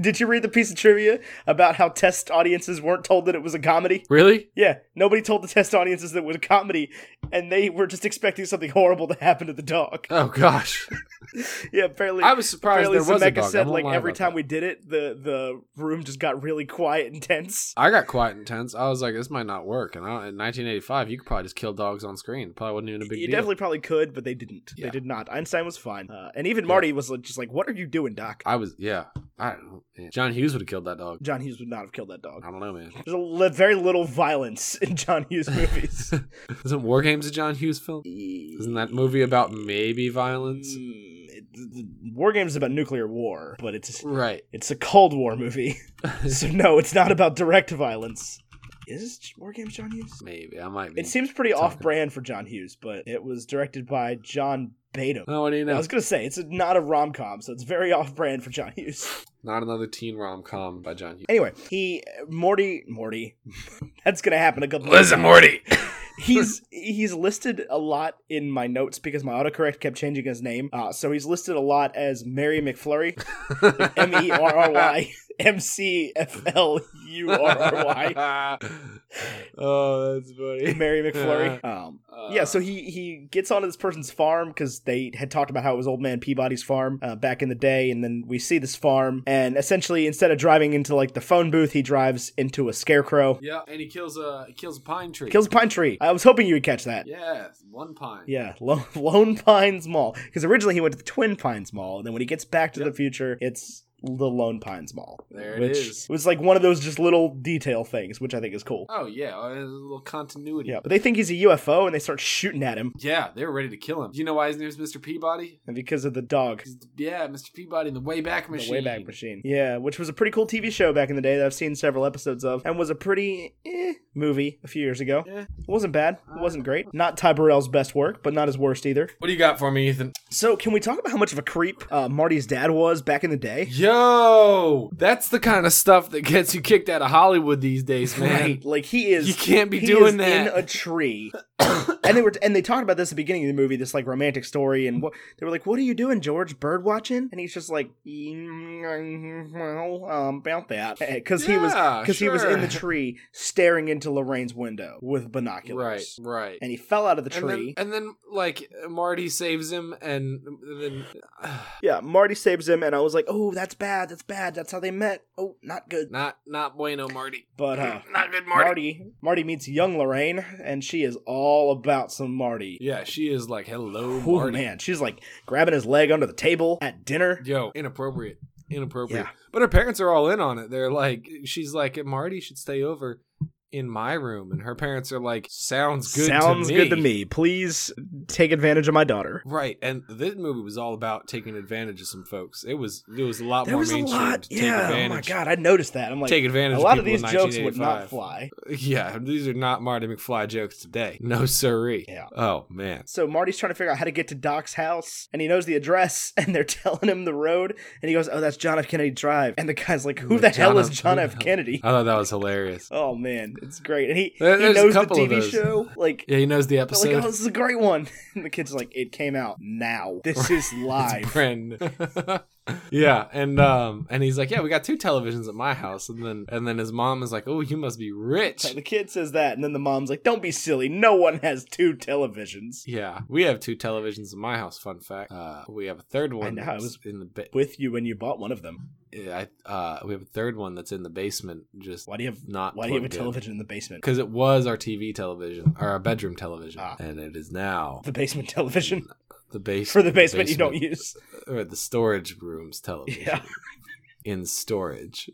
[SPEAKER 2] Did you read the piece of trivia about how test audiences weren't told that it was a comedy?
[SPEAKER 1] Really?
[SPEAKER 2] Yeah, nobody told the test audiences that it was a comedy, and they were just expecting something horrible to happen to the dog. [laughs]
[SPEAKER 1] Oh gosh,
[SPEAKER 2] Yeah, apparently.
[SPEAKER 1] I was surprised
[SPEAKER 2] apparently
[SPEAKER 1] there was a
[SPEAKER 2] Zemeckis
[SPEAKER 1] dog. I
[SPEAKER 2] said
[SPEAKER 1] won't
[SPEAKER 2] like
[SPEAKER 1] lie
[SPEAKER 2] every
[SPEAKER 1] about
[SPEAKER 2] time
[SPEAKER 1] that.
[SPEAKER 2] we did it, the the room just got really quiet and tense.
[SPEAKER 1] I got quiet and tense. I was like, this might not work. And I, in 1985, you could probably just kill dogs on screen. Probably wasn't even a big
[SPEAKER 2] you
[SPEAKER 1] deal.
[SPEAKER 2] definitely probably could, but they didn't. They
[SPEAKER 1] Yeah.
[SPEAKER 2] did not. Einstein was fine, uh, and even Marty was like, just like, "What are you doing, Doc?"
[SPEAKER 1] I was, yeah. I don't know. man. John Hughes would have killed that dog.
[SPEAKER 2] John Hughes would not have killed that dog.
[SPEAKER 1] I don't know,
[SPEAKER 2] [laughs]
[SPEAKER 1] man.
[SPEAKER 2] There's a li- very little violence [laughs] in John Hughes
[SPEAKER 1] [laughs]
[SPEAKER 2] movies.
[SPEAKER 1] Isn't War Games a John Hughes film? Isn't that movie about maybe violence?
[SPEAKER 2] Mm, it- th- th- war games is about nuclear war, but it's
[SPEAKER 1] Right.
[SPEAKER 2] it's a Cold War
[SPEAKER 1] [laughs]
[SPEAKER 2] movie, so no, it's not about direct violence. Is War Games John Hughes?
[SPEAKER 1] Maybe. I might be.
[SPEAKER 2] It seems pretty
[SPEAKER 1] Talking.
[SPEAKER 2] off-brand for John Hughes, but it was directed by John Badham.
[SPEAKER 1] oh, what do you
[SPEAKER 2] I
[SPEAKER 1] know?
[SPEAKER 2] was gonna say it's not a rom com, so it's very off-brand for John Hughes. [laughs]
[SPEAKER 1] Not another teen rom com by John Hughes.
[SPEAKER 2] Anyway, he Morty Morty, [laughs] that's gonna happen a couple.
[SPEAKER 1] [laughs] Morty.
[SPEAKER 2] he's he's listed a lot in my notes because my autocorrect kept changing his name. Uh, so he's listed a lot as Mary McFlurry, M E R R Y [laughs] M C F L U R R
[SPEAKER 1] [laughs]
[SPEAKER 2] Y.
[SPEAKER 1] [laughs] Oh, that's funny. Uh,
[SPEAKER 2] Mary McFlurry. Um, yeah, so he he gets onto this person's farm because they had talked about how it was old man Peabody's farm uh, back in the day, and then we see this farm, and essentially instead of driving into like the phone booth, he drives into a scarecrow,
[SPEAKER 1] Yeah, and he kills a he kills a pine tree.
[SPEAKER 2] kills a pine tree. I was hoping you would catch that.
[SPEAKER 1] Yeah, one pine.
[SPEAKER 2] Yeah, Lo- [laughs] Lone Pines Mall. Because originally he went to the Twin Pines Mall, and then when he gets back to the future, it's the Lone Pines Mall.
[SPEAKER 1] There it
[SPEAKER 2] which
[SPEAKER 1] is.
[SPEAKER 2] was like one of those just little detail things, which I think is cool.
[SPEAKER 1] Oh yeah, uh, there's a little continuity.
[SPEAKER 2] Yeah, but they think he's a UFO and they start shooting at him
[SPEAKER 1] Yeah, they were ready to kill him. You know why his name's Mr. Peabody?
[SPEAKER 2] and because of the dog.
[SPEAKER 1] 'Cause- Yeah, Mr. Peabody in the Wayback
[SPEAKER 2] The
[SPEAKER 1] Machine.
[SPEAKER 2] Wayback Machine. Yeah, which was a pretty cool TV show back in the day that I've seen several episodes of, and was a pretty eh, movie a few years ago.
[SPEAKER 1] Yeah. Uh,
[SPEAKER 2] It wasn't bad. It wasn't great. Not Ty Burrell's best work, but not his worst either.
[SPEAKER 1] What do you got for me, Ethan?
[SPEAKER 2] So, can we talk about how much of a creep uh, Marty's dad was back in the day?
[SPEAKER 1] Yo, that's the kind of stuff that gets you kicked out of Hollywood these days, man.
[SPEAKER 2] Right, like he is.
[SPEAKER 1] You can't be
[SPEAKER 2] he
[SPEAKER 1] doing
[SPEAKER 2] is
[SPEAKER 1] that.
[SPEAKER 2] in a tree. [coughs] and they were, and they talked about this at the beginning of the movie, this like romantic story, and what they were like, "What are you doing, George? Bird watching?" And he's just like, "Mm, "Well, um, about that," because he was
[SPEAKER 1] Yeah,
[SPEAKER 2] because he was
[SPEAKER 1] sure.
[SPEAKER 2] in the tree staring into Lorraine's window with binoculars,
[SPEAKER 1] Right, right.
[SPEAKER 2] And he fell out of the
[SPEAKER 1] And then- uh,
[SPEAKER 2] tree.
[SPEAKER 1] and then, like Marty saves him, and then
[SPEAKER 2] yeah, Marty saves him, and I was like, "Oh, that's bad. That's bad. That's how they met. Oh, not good."
[SPEAKER 1] not not bueno, Marty.
[SPEAKER 2] But uh,
[SPEAKER 1] not good, Marty.
[SPEAKER 2] Marty Marty meets young Lorraine, and she is all about some Marty.
[SPEAKER 1] Yeah, she is like, hello,
[SPEAKER 2] Oh
[SPEAKER 1] Marty.
[SPEAKER 2] man, she's like grabbing his leg under the table at dinner.
[SPEAKER 1] Yo, inappropriate, inappropriate.
[SPEAKER 2] Yeah.
[SPEAKER 1] But her parents are all in on it. They're like, she's like, Marty should stay over in my room, and her parents are like, sounds good.
[SPEAKER 2] Sounds
[SPEAKER 1] to me.
[SPEAKER 2] good to me. Please take advantage of my daughter.
[SPEAKER 1] Right, and this movie was all about taking advantage of some folks. It was it was a lot
[SPEAKER 2] There
[SPEAKER 1] more
[SPEAKER 2] was a
[SPEAKER 1] mainstream.
[SPEAKER 2] lot.
[SPEAKER 1] to take
[SPEAKER 2] Yeah. Oh my
[SPEAKER 1] advantage-
[SPEAKER 2] god, I noticed that. I'm like,
[SPEAKER 1] take
[SPEAKER 2] a
[SPEAKER 1] advantage.
[SPEAKER 2] lot of
[SPEAKER 1] people in
[SPEAKER 2] these jokes would
[SPEAKER 1] 1985.
[SPEAKER 2] not fly.
[SPEAKER 1] [laughs] Yeah, these are not Marty McFly jokes today. No siree.
[SPEAKER 2] Yeah.
[SPEAKER 1] Oh man.
[SPEAKER 2] So Marty's trying to figure out how to get to Doc's house, and he knows the address, [laughs] and they're telling him the road, and he goes, "Oh, that's John F. Kennedy Drive." And the guy's like, "Who
[SPEAKER 1] Who
[SPEAKER 2] the
[SPEAKER 1] Mm, John
[SPEAKER 2] hell is
[SPEAKER 1] F.
[SPEAKER 2] John
[SPEAKER 1] who [laughs]
[SPEAKER 2] F.
[SPEAKER 1] the hell-
[SPEAKER 2] Kennedy?"
[SPEAKER 1] I thought that was hilarious.
[SPEAKER 2] Oh man, it's great. And he,
[SPEAKER 1] There-
[SPEAKER 2] he
[SPEAKER 1] there's a
[SPEAKER 2] knows the
[SPEAKER 1] couple of
[SPEAKER 2] TV
[SPEAKER 1] those.
[SPEAKER 2] show. Like
[SPEAKER 1] Yeah, he knows the
[SPEAKER 2] They're like,
[SPEAKER 1] episode.
[SPEAKER 2] oh, this is a great one. [laughs] And the kid's like, it came out
[SPEAKER 1] [laughs]
[SPEAKER 2] now. This is live.
[SPEAKER 1] friend. [laughs] yeah, and um, and he's like, yeah, we got two televisions at my house, and then and then his mom is like, oh, you must be rich.
[SPEAKER 2] the kid says that, and then the mom's like, don't be silly. No one has two televisions.
[SPEAKER 1] Yeah, we have two televisions in my house. Fun fact, uh, we have a third one.
[SPEAKER 2] know, I
[SPEAKER 1] that's
[SPEAKER 2] was-
[SPEAKER 1] in the ba-
[SPEAKER 2] With you when you bought one of them.
[SPEAKER 1] I, uh, we have a third one that's in the basement, just
[SPEAKER 2] Why do you have
[SPEAKER 1] not.
[SPEAKER 2] why do you have a television in the basement?
[SPEAKER 1] Because it was our TV television, or our bedroom television,
[SPEAKER 2] Ah.
[SPEAKER 1] and it is now [laughs]
[SPEAKER 2] The basement television
[SPEAKER 1] the base
[SPEAKER 2] for the basement, you don't use. [laughs]
[SPEAKER 1] or the storage rooms television
[SPEAKER 2] Yeah.
[SPEAKER 1] in storage.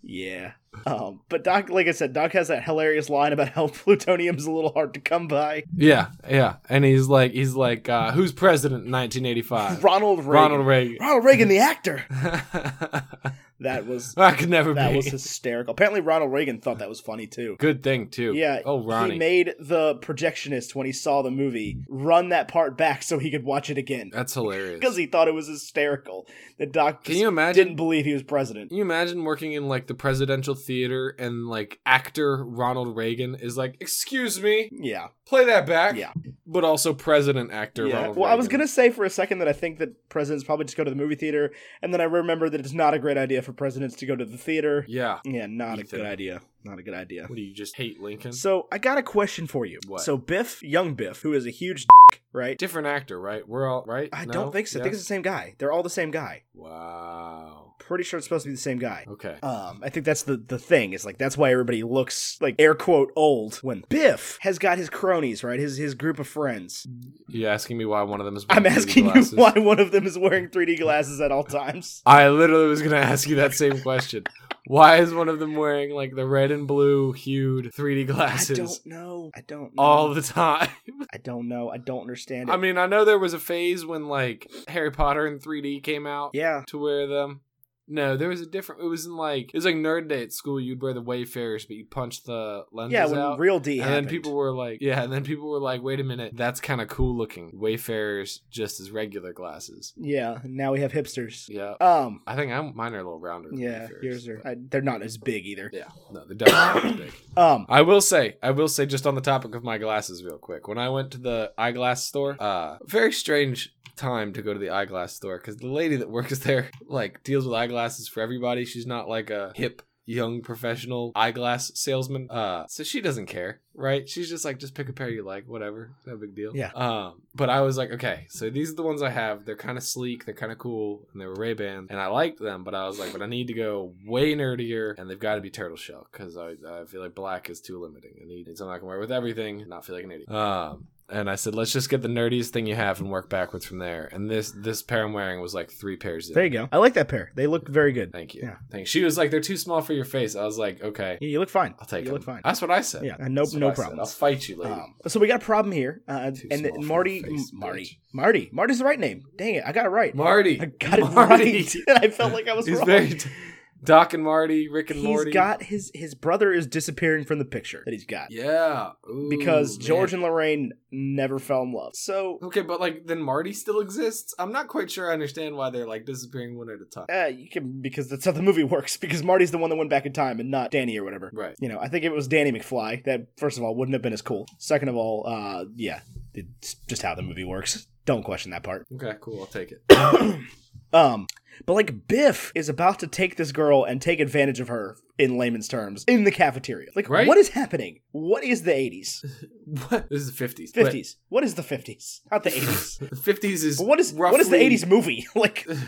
[SPEAKER 2] Yeah. Um, but Doc, like I said, Doc has that hilarious line about how [laughs] plutonium's a little hard to come by.
[SPEAKER 1] yeah, yeah, and he's like, he's like, uh, who's president in 1985?
[SPEAKER 2] [laughs] Ronald Reagan. [laughs]
[SPEAKER 1] Ronald Reagan. [laughs]
[SPEAKER 2] Ronald Reagan, the actor.
[SPEAKER 1] [laughs]
[SPEAKER 2] That was
[SPEAKER 1] I could never
[SPEAKER 2] that
[SPEAKER 1] be.
[SPEAKER 2] was hysterical. Apparently, Ronald Reagan thought that was funny too.
[SPEAKER 1] Good thing too.
[SPEAKER 2] Yeah,
[SPEAKER 1] Oh, Ronnie.
[SPEAKER 2] he made the projectionist when he saw the movie run that part back so he could watch it again
[SPEAKER 1] That's hilarious.
[SPEAKER 2] because he thought it was hysterical. The doc
[SPEAKER 1] Can
[SPEAKER 2] just
[SPEAKER 1] you imagine?
[SPEAKER 2] didn't believe he was president.
[SPEAKER 1] Can you imagine working in like the presidential theater and like actor Ronald Reagan is like, "Excuse me,
[SPEAKER 2] Yeah,
[SPEAKER 1] play that back."
[SPEAKER 2] yeah.
[SPEAKER 1] But also president actor
[SPEAKER 2] yeah.
[SPEAKER 1] Ronald.
[SPEAKER 2] Well, I was
[SPEAKER 1] Reagan.
[SPEAKER 2] gonna say for a second that I think that presidents probably just go to the movie theater, and then I remember that it's not a great idea for presidents to go to the theater.
[SPEAKER 1] Yeah.
[SPEAKER 2] Yeah, not
[SPEAKER 1] Ethan.
[SPEAKER 2] a good idea. Not a good idea.
[SPEAKER 1] What do you just hate Lincoln?
[SPEAKER 2] So I got a question for you.
[SPEAKER 1] What?
[SPEAKER 2] So Biff, young Biff, who is a huge [laughs] dick, right?
[SPEAKER 1] Different actor, right? We're all right.
[SPEAKER 2] I
[SPEAKER 1] No?
[SPEAKER 2] don't think so. I think
[SPEAKER 1] Yes?
[SPEAKER 2] it's the same guy. They're all the same guy.
[SPEAKER 1] Wow.
[SPEAKER 2] Pretty sure it's supposed to be the same guy.
[SPEAKER 1] Okay.
[SPEAKER 2] Um, I think that's the the thing is like that's why everybody looks like air quote old when Biff has got his cronies right his his group of friends.
[SPEAKER 1] You asking me why one of them is?
[SPEAKER 2] I'm
[SPEAKER 1] wearing 3D
[SPEAKER 2] asking you
[SPEAKER 1] glasses?
[SPEAKER 2] why one of them is wearing 3D glasses at all times.
[SPEAKER 1] I literally was gonna ask you that same question. Why is one of them wearing like the red and blue hued 3D
[SPEAKER 2] I
[SPEAKER 1] glasses
[SPEAKER 2] don't know. I don't know.
[SPEAKER 1] all the time?
[SPEAKER 2] I don't know. I don't understand it.
[SPEAKER 1] I mean, I know there was a phase when like Harry Potter in 3D came out
[SPEAKER 2] yeah.
[SPEAKER 1] to wear them. No, there was a different. It was in like it was like nerd day at school. You'd wear the Wayfarers, but you punch the lenses
[SPEAKER 2] Yeah, when
[SPEAKER 1] out.
[SPEAKER 2] real D
[SPEAKER 1] and
[SPEAKER 2] happened.
[SPEAKER 1] then people were like, yeah, and then people were like, wait a minute, that's kind of cool looking. Wayfarers just as regular glasses.
[SPEAKER 2] Yeah, now we have hipsters.
[SPEAKER 1] Yeah,
[SPEAKER 2] Um
[SPEAKER 1] I think I'm mine are a little rounder. Than
[SPEAKER 2] yeah,
[SPEAKER 1] Wayfarers,
[SPEAKER 2] yours are
[SPEAKER 1] but-
[SPEAKER 2] I, they're not as big either.
[SPEAKER 1] Yeah, no, they're definitely not as big.
[SPEAKER 2] Um
[SPEAKER 1] [coughs] I will say, I will say, just on the topic of my glasses, real quick. When I went to the eyeglass store, uh, very strange time to go to the eyeglass store because the lady that works [laughs] there like deals with eyeglasses for everybody. She's not like a hip young professional eyeglass salesman, uh, so she doesn't care, right? She's just like, just pick a pair you like, whatever, no big deal.
[SPEAKER 2] Yeah.
[SPEAKER 1] Um, but I was like, okay, so these are the ones I have. They're kind of sleek, they're kind of cool, and they were Ray Ban, and I liked them. But I was like, but I need to go way nerdier, and they've got to be turtle shell because I, I feel like black is too limiting. I need something I can wear with everything, and not feel like an idiot. Um, and I said, let's just get the nerdiest thing you have and work backwards from there. And this this pair I'm wearing was like three pairs. in.
[SPEAKER 2] there you go. I like that pair. They look very good.
[SPEAKER 1] Thank you.
[SPEAKER 2] Yeah.
[SPEAKER 1] Thank. She was like, they're too small for your face. I was like, okay,
[SPEAKER 2] Yeah, you look fine.
[SPEAKER 1] I'll take
[SPEAKER 2] You
[SPEAKER 1] them.
[SPEAKER 2] look fine.
[SPEAKER 1] That's what I said.
[SPEAKER 2] Yeah, no
[SPEAKER 1] That's what
[SPEAKER 2] no
[SPEAKER 1] I said.
[SPEAKER 2] problems.
[SPEAKER 1] I'll fight you, lady.
[SPEAKER 2] Um, so we got a problem here, uh,
[SPEAKER 1] Too
[SPEAKER 2] and
[SPEAKER 1] small for
[SPEAKER 2] Marty,
[SPEAKER 1] your face,
[SPEAKER 2] M- Marty,
[SPEAKER 1] bitch.
[SPEAKER 2] Marty, Marty's the right name. Dang it, I got it right.
[SPEAKER 1] Marty.
[SPEAKER 2] I [laughs] got it
[SPEAKER 1] Marty.
[SPEAKER 2] right, [laughs] and I felt like I was
[SPEAKER 1] He's
[SPEAKER 2] wrong.
[SPEAKER 1] very Doc and Marty, Rick and
[SPEAKER 2] he's
[SPEAKER 1] Morty.
[SPEAKER 2] got his his brother is disappearing from the picture that he's got
[SPEAKER 1] yeah Ooh,
[SPEAKER 2] because
[SPEAKER 1] man. Oh.
[SPEAKER 2] George and Lorraine never fell in love. So
[SPEAKER 1] Okay, but like then Marty still exists. I'm not quite sure I understand why they're like disappearing one at a time.
[SPEAKER 2] uh, you can because that's how the movie [laughs] works. Because Marty's the one that went back in time and not Danny or whatever.
[SPEAKER 1] Right.
[SPEAKER 2] You know, I think if it was Danny McFly, that first of all wouldn't have been as cool. Second of all, uh, yeah, it's just how the movie works. Don't question that part.
[SPEAKER 1] Okay, cool. I'll take it. [laughs]
[SPEAKER 2] Um, but like Biff is about to take this girl and take advantage of her in layman's terms in the cafeteria. Like,
[SPEAKER 1] Right?
[SPEAKER 2] what is happening? What is the eighties,
[SPEAKER 1] What? This is the 50s. but-
[SPEAKER 2] fifties? What is the fifties? Not
[SPEAKER 1] [laughs]
[SPEAKER 2] the eighties.
[SPEAKER 1] The 50s is
[SPEAKER 2] But what is
[SPEAKER 1] roughly...
[SPEAKER 2] what is the eighties movie? [laughs] like,
[SPEAKER 1] 80s?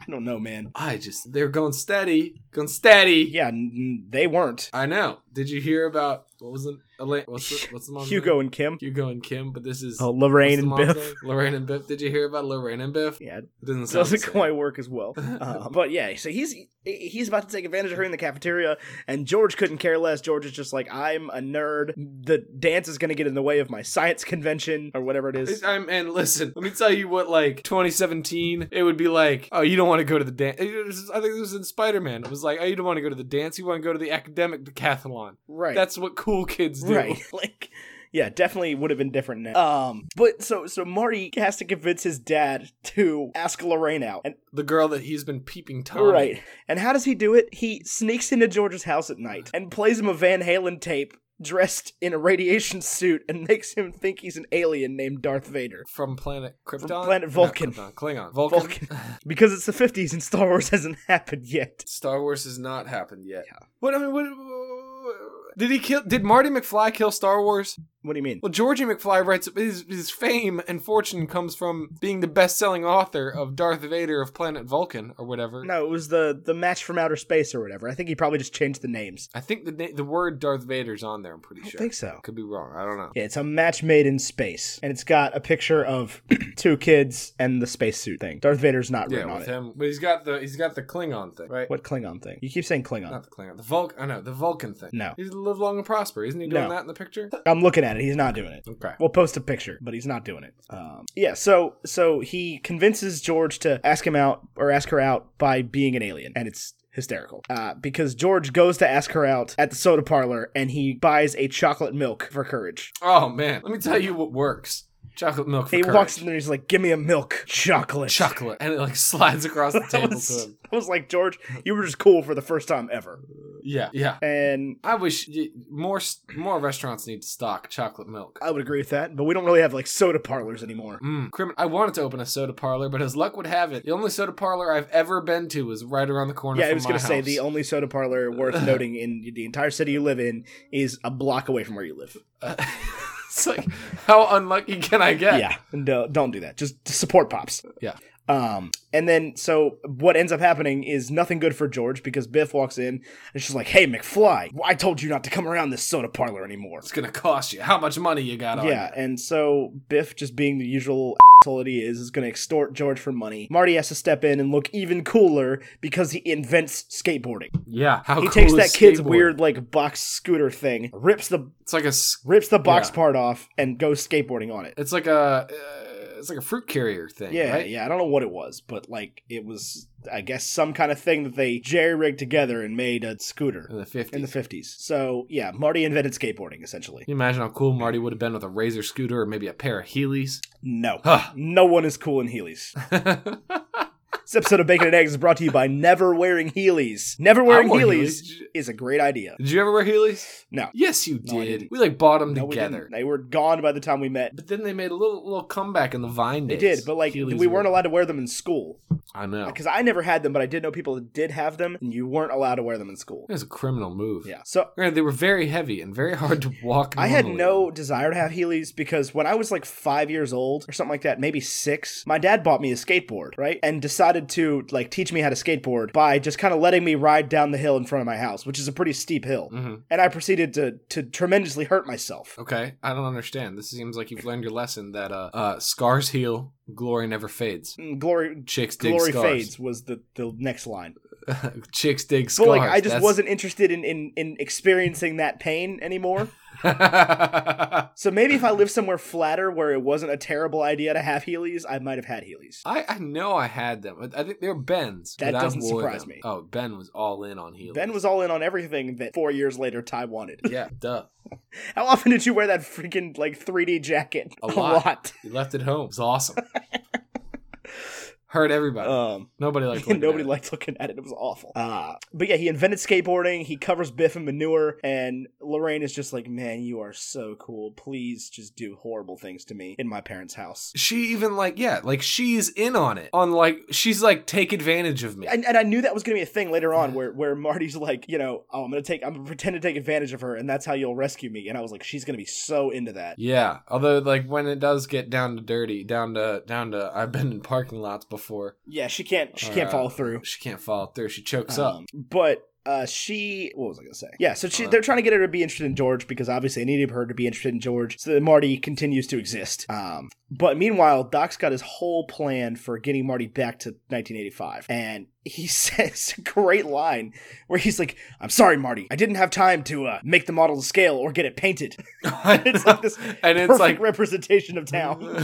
[SPEAKER 2] I don't know, man.
[SPEAKER 1] [sighs] I just they're going steady, going steady.
[SPEAKER 2] Yeah, n- they weren't
[SPEAKER 1] I know. Did you hear about what was the Elaine? What's the, what's the mom's
[SPEAKER 2] Hugo
[SPEAKER 1] name?
[SPEAKER 2] and Kim.
[SPEAKER 1] Hugo and Kim, but this is
[SPEAKER 2] Oh,
[SPEAKER 1] what's
[SPEAKER 2] Lorraine
[SPEAKER 1] the
[SPEAKER 2] and
[SPEAKER 1] mom's
[SPEAKER 2] Biff.
[SPEAKER 1] name? Lorraine and Biff. Did you hear about Lorraine and Biff?
[SPEAKER 2] Yeah, it
[SPEAKER 1] It doesn't sound the
[SPEAKER 2] doesn't
[SPEAKER 1] same.
[SPEAKER 2] quite work as well. Uh, but yeah, so he's he's about to take advantage of her in the cafeteria, and George couldn't care less. George is just like, I'm a nerd. The dance is going to get in the way of my science convention or whatever it is.
[SPEAKER 1] It's- I'm, and listen, let me tell you what, like 2017, it would be like, oh, you don't want to go to the dance. I think this was in Spider Man. It was like, oh, you don't want to go to the dance. You want to go to the academic decathlon.
[SPEAKER 2] right. [laughs]
[SPEAKER 1] That's what cool kids do.
[SPEAKER 2] right [laughs] like yeah definitely would have been different now um but so so marty has to convince his dad to ask lorraine out and
[SPEAKER 1] [laughs] The girl that he's been peeping Tom.
[SPEAKER 2] right and how does he do it he sneaks into george's house at night and plays him a van halen tape dressed in a radiation suit and makes him think he's an alien named darth vader
[SPEAKER 1] From planet Krypton?
[SPEAKER 2] planet
[SPEAKER 1] Not
[SPEAKER 2] Vulcan.
[SPEAKER 1] Krypton, Klingon. Vulcan.
[SPEAKER 2] Vulcan. [laughs] because it's the 50s and star wars [laughs] hasn't happened yet
[SPEAKER 1] Star Wars has not happened yet. What, I mean, what, what- did he kill? Did Marty McFly kill Star Wars?
[SPEAKER 2] what do you mean
[SPEAKER 1] Well, Georgie McFly writes his, his fame and fortune comes from being the best-selling author of Darth Vader of Planet Vulcan or whatever.
[SPEAKER 2] no, it was the the match from outer space or whatever. I think he probably just changed the names.
[SPEAKER 1] I think the na- the word Darth Vader's on there. I'm pretty
[SPEAKER 2] I don't
[SPEAKER 1] sure.
[SPEAKER 2] think so.
[SPEAKER 1] Could be wrong. I don't know.
[SPEAKER 2] Yeah, it's a match made in space, and it's got a picture of [clears throat] two kids and the spacesuit thing. Darth Vader's not
[SPEAKER 1] Yeah,
[SPEAKER 2] written on
[SPEAKER 1] with
[SPEAKER 2] it.
[SPEAKER 1] him, but he's got the he's got the Klingon thing, right?
[SPEAKER 2] What Klingon thing? You keep saying Klingon.
[SPEAKER 1] Not the Klingon, the Vulcan. I know the Vulcan thing.
[SPEAKER 2] No.
[SPEAKER 1] he's live long and prosper. Isn't he doing
[SPEAKER 2] No.
[SPEAKER 1] that in the
[SPEAKER 2] [laughs]
[SPEAKER 1] picture?
[SPEAKER 2] I'm looking at it. He's not doing it.
[SPEAKER 1] Okay.
[SPEAKER 2] We'll post a picture, but he's not doing it. Um, yeah, so so he convinces George to ask him out or ask her out by being an alien, and it's hysterical uh, because George goes to ask her out at the soda parlor and he buys a chocolate milk for courage.
[SPEAKER 1] Oh man, let me tell you what works: chocolate milk. For
[SPEAKER 2] he
[SPEAKER 1] courage.
[SPEAKER 2] walks in there, he's like, "Give me a milk
[SPEAKER 1] [laughs]
[SPEAKER 2] chocolate." [laughs]
[SPEAKER 1] chocolate, and it like slides across the
[SPEAKER 2] I
[SPEAKER 1] table to
[SPEAKER 2] was,
[SPEAKER 1] him.
[SPEAKER 2] [laughs] I was like, George, you were just cool for the first time ever.
[SPEAKER 1] Yeah, yeah.
[SPEAKER 2] And
[SPEAKER 1] I wish y- more s- more restaurants need to stock chocolate milk.
[SPEAKER 2] I would agree with that, but we don't really have like soda parlors anymore.
[SPEAKER 1] Mm, crimin- I wanted to open a soda parlor, but as luck would have it, the only soda parlor I've ever been to was right around the corner.
[SPEAKER 2] Yeah,
[SPEAKER 1] from
[SPEAKER 2] I was
[SPEAKER 1] going
[SPEAKER 2] going
[SPEAKER 1] to
[SPEAKER 2] to say the only soda
[SPEAKER 1] [laughs]
[SPEAKER 2] parlor worth noting in the entire city you live in is a block away from where you live.
[SPEAKER 1] [laughs] it's like, how unlucky can I get?
[SPEAKER 2] yeah no, don't do that just support pops
[SPEAKER 1] Yeah.
[SPEAKER 2] um and then so what ends up happening is nothing good for george because biff walks in and she's like hey mcfly i told you not to come around this soda parlor anymore
[SPEAKER 1] It's gonna cost you. How much money you got on?
[SPEAKER 2] yeah and so biff just being the usual asshole that he is is going to extort george for money marty has to step in and look even cooler because he invents skateboarding
[SPEAKER 1] you? yeah. How
[SPEAKER 2] he
[SPEAKER 1] cool
[SPEAKER 2] takes
[SPEAKER 1] is
[SPEAKER 2] that kid's
[SPEAKER 1] skateboard?
[SPEAKER 2] weird like box scooter thing rips the
[SPEAKER 1] It's like a. s-
[SPEAKER 2] rips the box
[SPEAKER 1] Yeah.
[SPEAKER 2] part off and goes skateboarding on it
[SPEAKER 1] It's like a. Uh, it's like a fruit carrier thing.
[SPEAKER 2] Yeah,
[SPEAKER 1] right?
[SPEAKER 2] yeah. I don't know what it was, but like it was, I guess, some kind of thing that they jerry rigged together and made a scooter
[SPEAKER 1] In the fifties.
[SPEAKER 2] in the fifties. So yeah, Marty invented skateboarding essentially.
[SPEAKER 1] Can you imagine how cool Marty would have been with a razor scooter or maybe a pair of
[SPEAKER 2] [sighs]
[SPEAKER 1] Heelys?
[SPEAKER 2] No,
[SPEAKER 1] [laughs] Huh.
[SPEAKER 2] no one is cool in heelys. This episode of Bacon and Eggs is brought to you by Never Wearing Heelys. Never wearing
[SPEAKER 1] I wore
[SPEAKER 2] heelys
[SPEAKER 1] Did you-
[SPEAKER 2] is a great idea.
[SPEAKER 1] Did you ever wear Heelys?
[SPEAKER 2] No.
[SPEAKER 1] Yes, you
[SPEAKER 2] No, I
[SPEAKER 1] did.
[SPEAKER 2] didn't.
[SPEAKER 1] we like bought them
[SPEAKER 2] No, we
[SPEAKER 1] together.
[SPEAKER 2] didn't. They were gone by the time we met.
[SPEAKER 1] But then they made a little little comeback in the Vine
[SPEAKER 2] They
[SPEAKER 1] days.
[SPEAKER 2] did, but like
[SPEAKER 1] Heelys
[SPEAKER 2] we
[SPEAKER 1] were-
[SPEAKER 2] weren't allowed to wear them in school
[SPEAKER 1] I know. It
[SPEAKER 2] because I never had them, but I did know people that did have them, and you weren't allowed to wear them in school.
[SPEAKER 1] was a criminal move.
[SPEAKER 2] Yeah. So
[SPEAKER 1] Granted, they were very heavy and very [laughs] hard to walk.
[SPEAKER 2] I had
[SPEAKER 1] normally.
[SPEAKER 2] no desire to have Heelys because when I was like five years old or something like that, maybe six, my dad bought me a skateboard, right? And decided to like teach me how to skateboard by just kind of letting me ride down the hill in front of my house, which is a pretty steep hill.
[SPEAKER 1] Mhm.
[SPEAKER 2] And I proceeded to, to tremendously hurt myself.
[SPEAKER 1] Okay, I don't understand. This seems like you've learned your lesson that uh, uh scars heal, glory never fades.
[SPEAKER 2] Mm, Glory.
[SPEAKER 1] Chicks dig
[SPEAKER 2] Glory
[SPEAKER 1] scars.
[SPEAKER 2] fades was the, the next line,
[SPEAKER 1] [laughs] Chicks dig
[SPEAKER 2] but
[SPEAKER 1] scars.
[SPEAKER 2] like I just
[SPEAKER 1] That's-
[SPEAKER 2] wasn't interested in, in in experiencing that pain anymore.
[SPEAKER 1] I
[SPEAKER 2] So maybe if I lived somewhere flatter where it wasn't a terrible idea to have Heelys, I might have had Heelys.
[SPEAKER 1] [laughs] I know I had them. I- I think they were Ben's.
[SPEAKER 2] That
[SPEAKER 1] but I
[SPEAKER 2] doesn't
[SPEAKER 1] wore
[SPEAKER 2] surprise
[SPEAKER 1] them.
[SPEAKER 2] me.
[SPEAKER 1] Oh, Ben was all in on heels.
[SPEAKER 2] Ben was all in on everything that four years later Ty wanted. [laughs]
[SPEAKER 1] yeah, duh.
[SPEAKER 2] How often did you wear that freaking like 3D jacket?
[SPEAKER 1] A lot. He left it home. It was
[SPEAKER 2] [laughs]
[SPEAKER 1] awesome. Hurt
[SPEAKER 2] lot.
[SPEAKER 1] everybody.
[SPEAKER 2] Um, [laughs]
[SPEAKER 1] Nobody liked. looking
[SPEAKER 2] nobody
[SPEAKER 1] at it.
[SPEAKER 2] liked looking at it. It was awful. Uh, but yeah, he invented skateboarding. He covers Biff in manure, and Lorraine is just like, "Man, you are so cool. Please just do horrible things to me in my parents' house."
[SPEAKER 1] she even like yeah like she's in on it on like she's like take advantage of me
[SPEAKER 2] And, and I knew that was going to be a thing later on, where where Marty's like, you know, oh, I'm going to take, I'm going to pretend to take advantage of her, and that's how you'll rescue me. And I was like, she's going to be so into that.
[SPEAKER 1] yeah although like when it does get down to dirty down to down to i've been in parking lots before
[SPEAKER 2] Yeah, she can't, she
[SPEAKER 1] All
[SPEAKER 2] can't
[SPEAKER 1] right.
[SPEAKER 2] follow through.
[SPEAKER 1] she can't follow through she chokes up [laughs]
[SPEAKER 2] Um, but uh, she, what was I gonna say? Yeah, so she,
[SPEAKER 1] Uh.
[SPEAKER 2] they're trying to get her to be interested in George because obviously they needed her to be interested in George, so that Marty continues to exist. Um, but meanwhile, Doc's got his whole plan for getting Marty back to 1985, and he [laughs] says a great line where he's like, "I'm sorry, Marty, I didn't have time to uh, make the model to scale or get it painted." [laughs] it's like this
[SPEAKER 1] and [laughs]
[SPEAKER 2] perfect
[SPEAKER 1] it's like
[SPEAKER 2] representation
[SPEAKER 1] [laughs]
[SPEAKER 2] of town.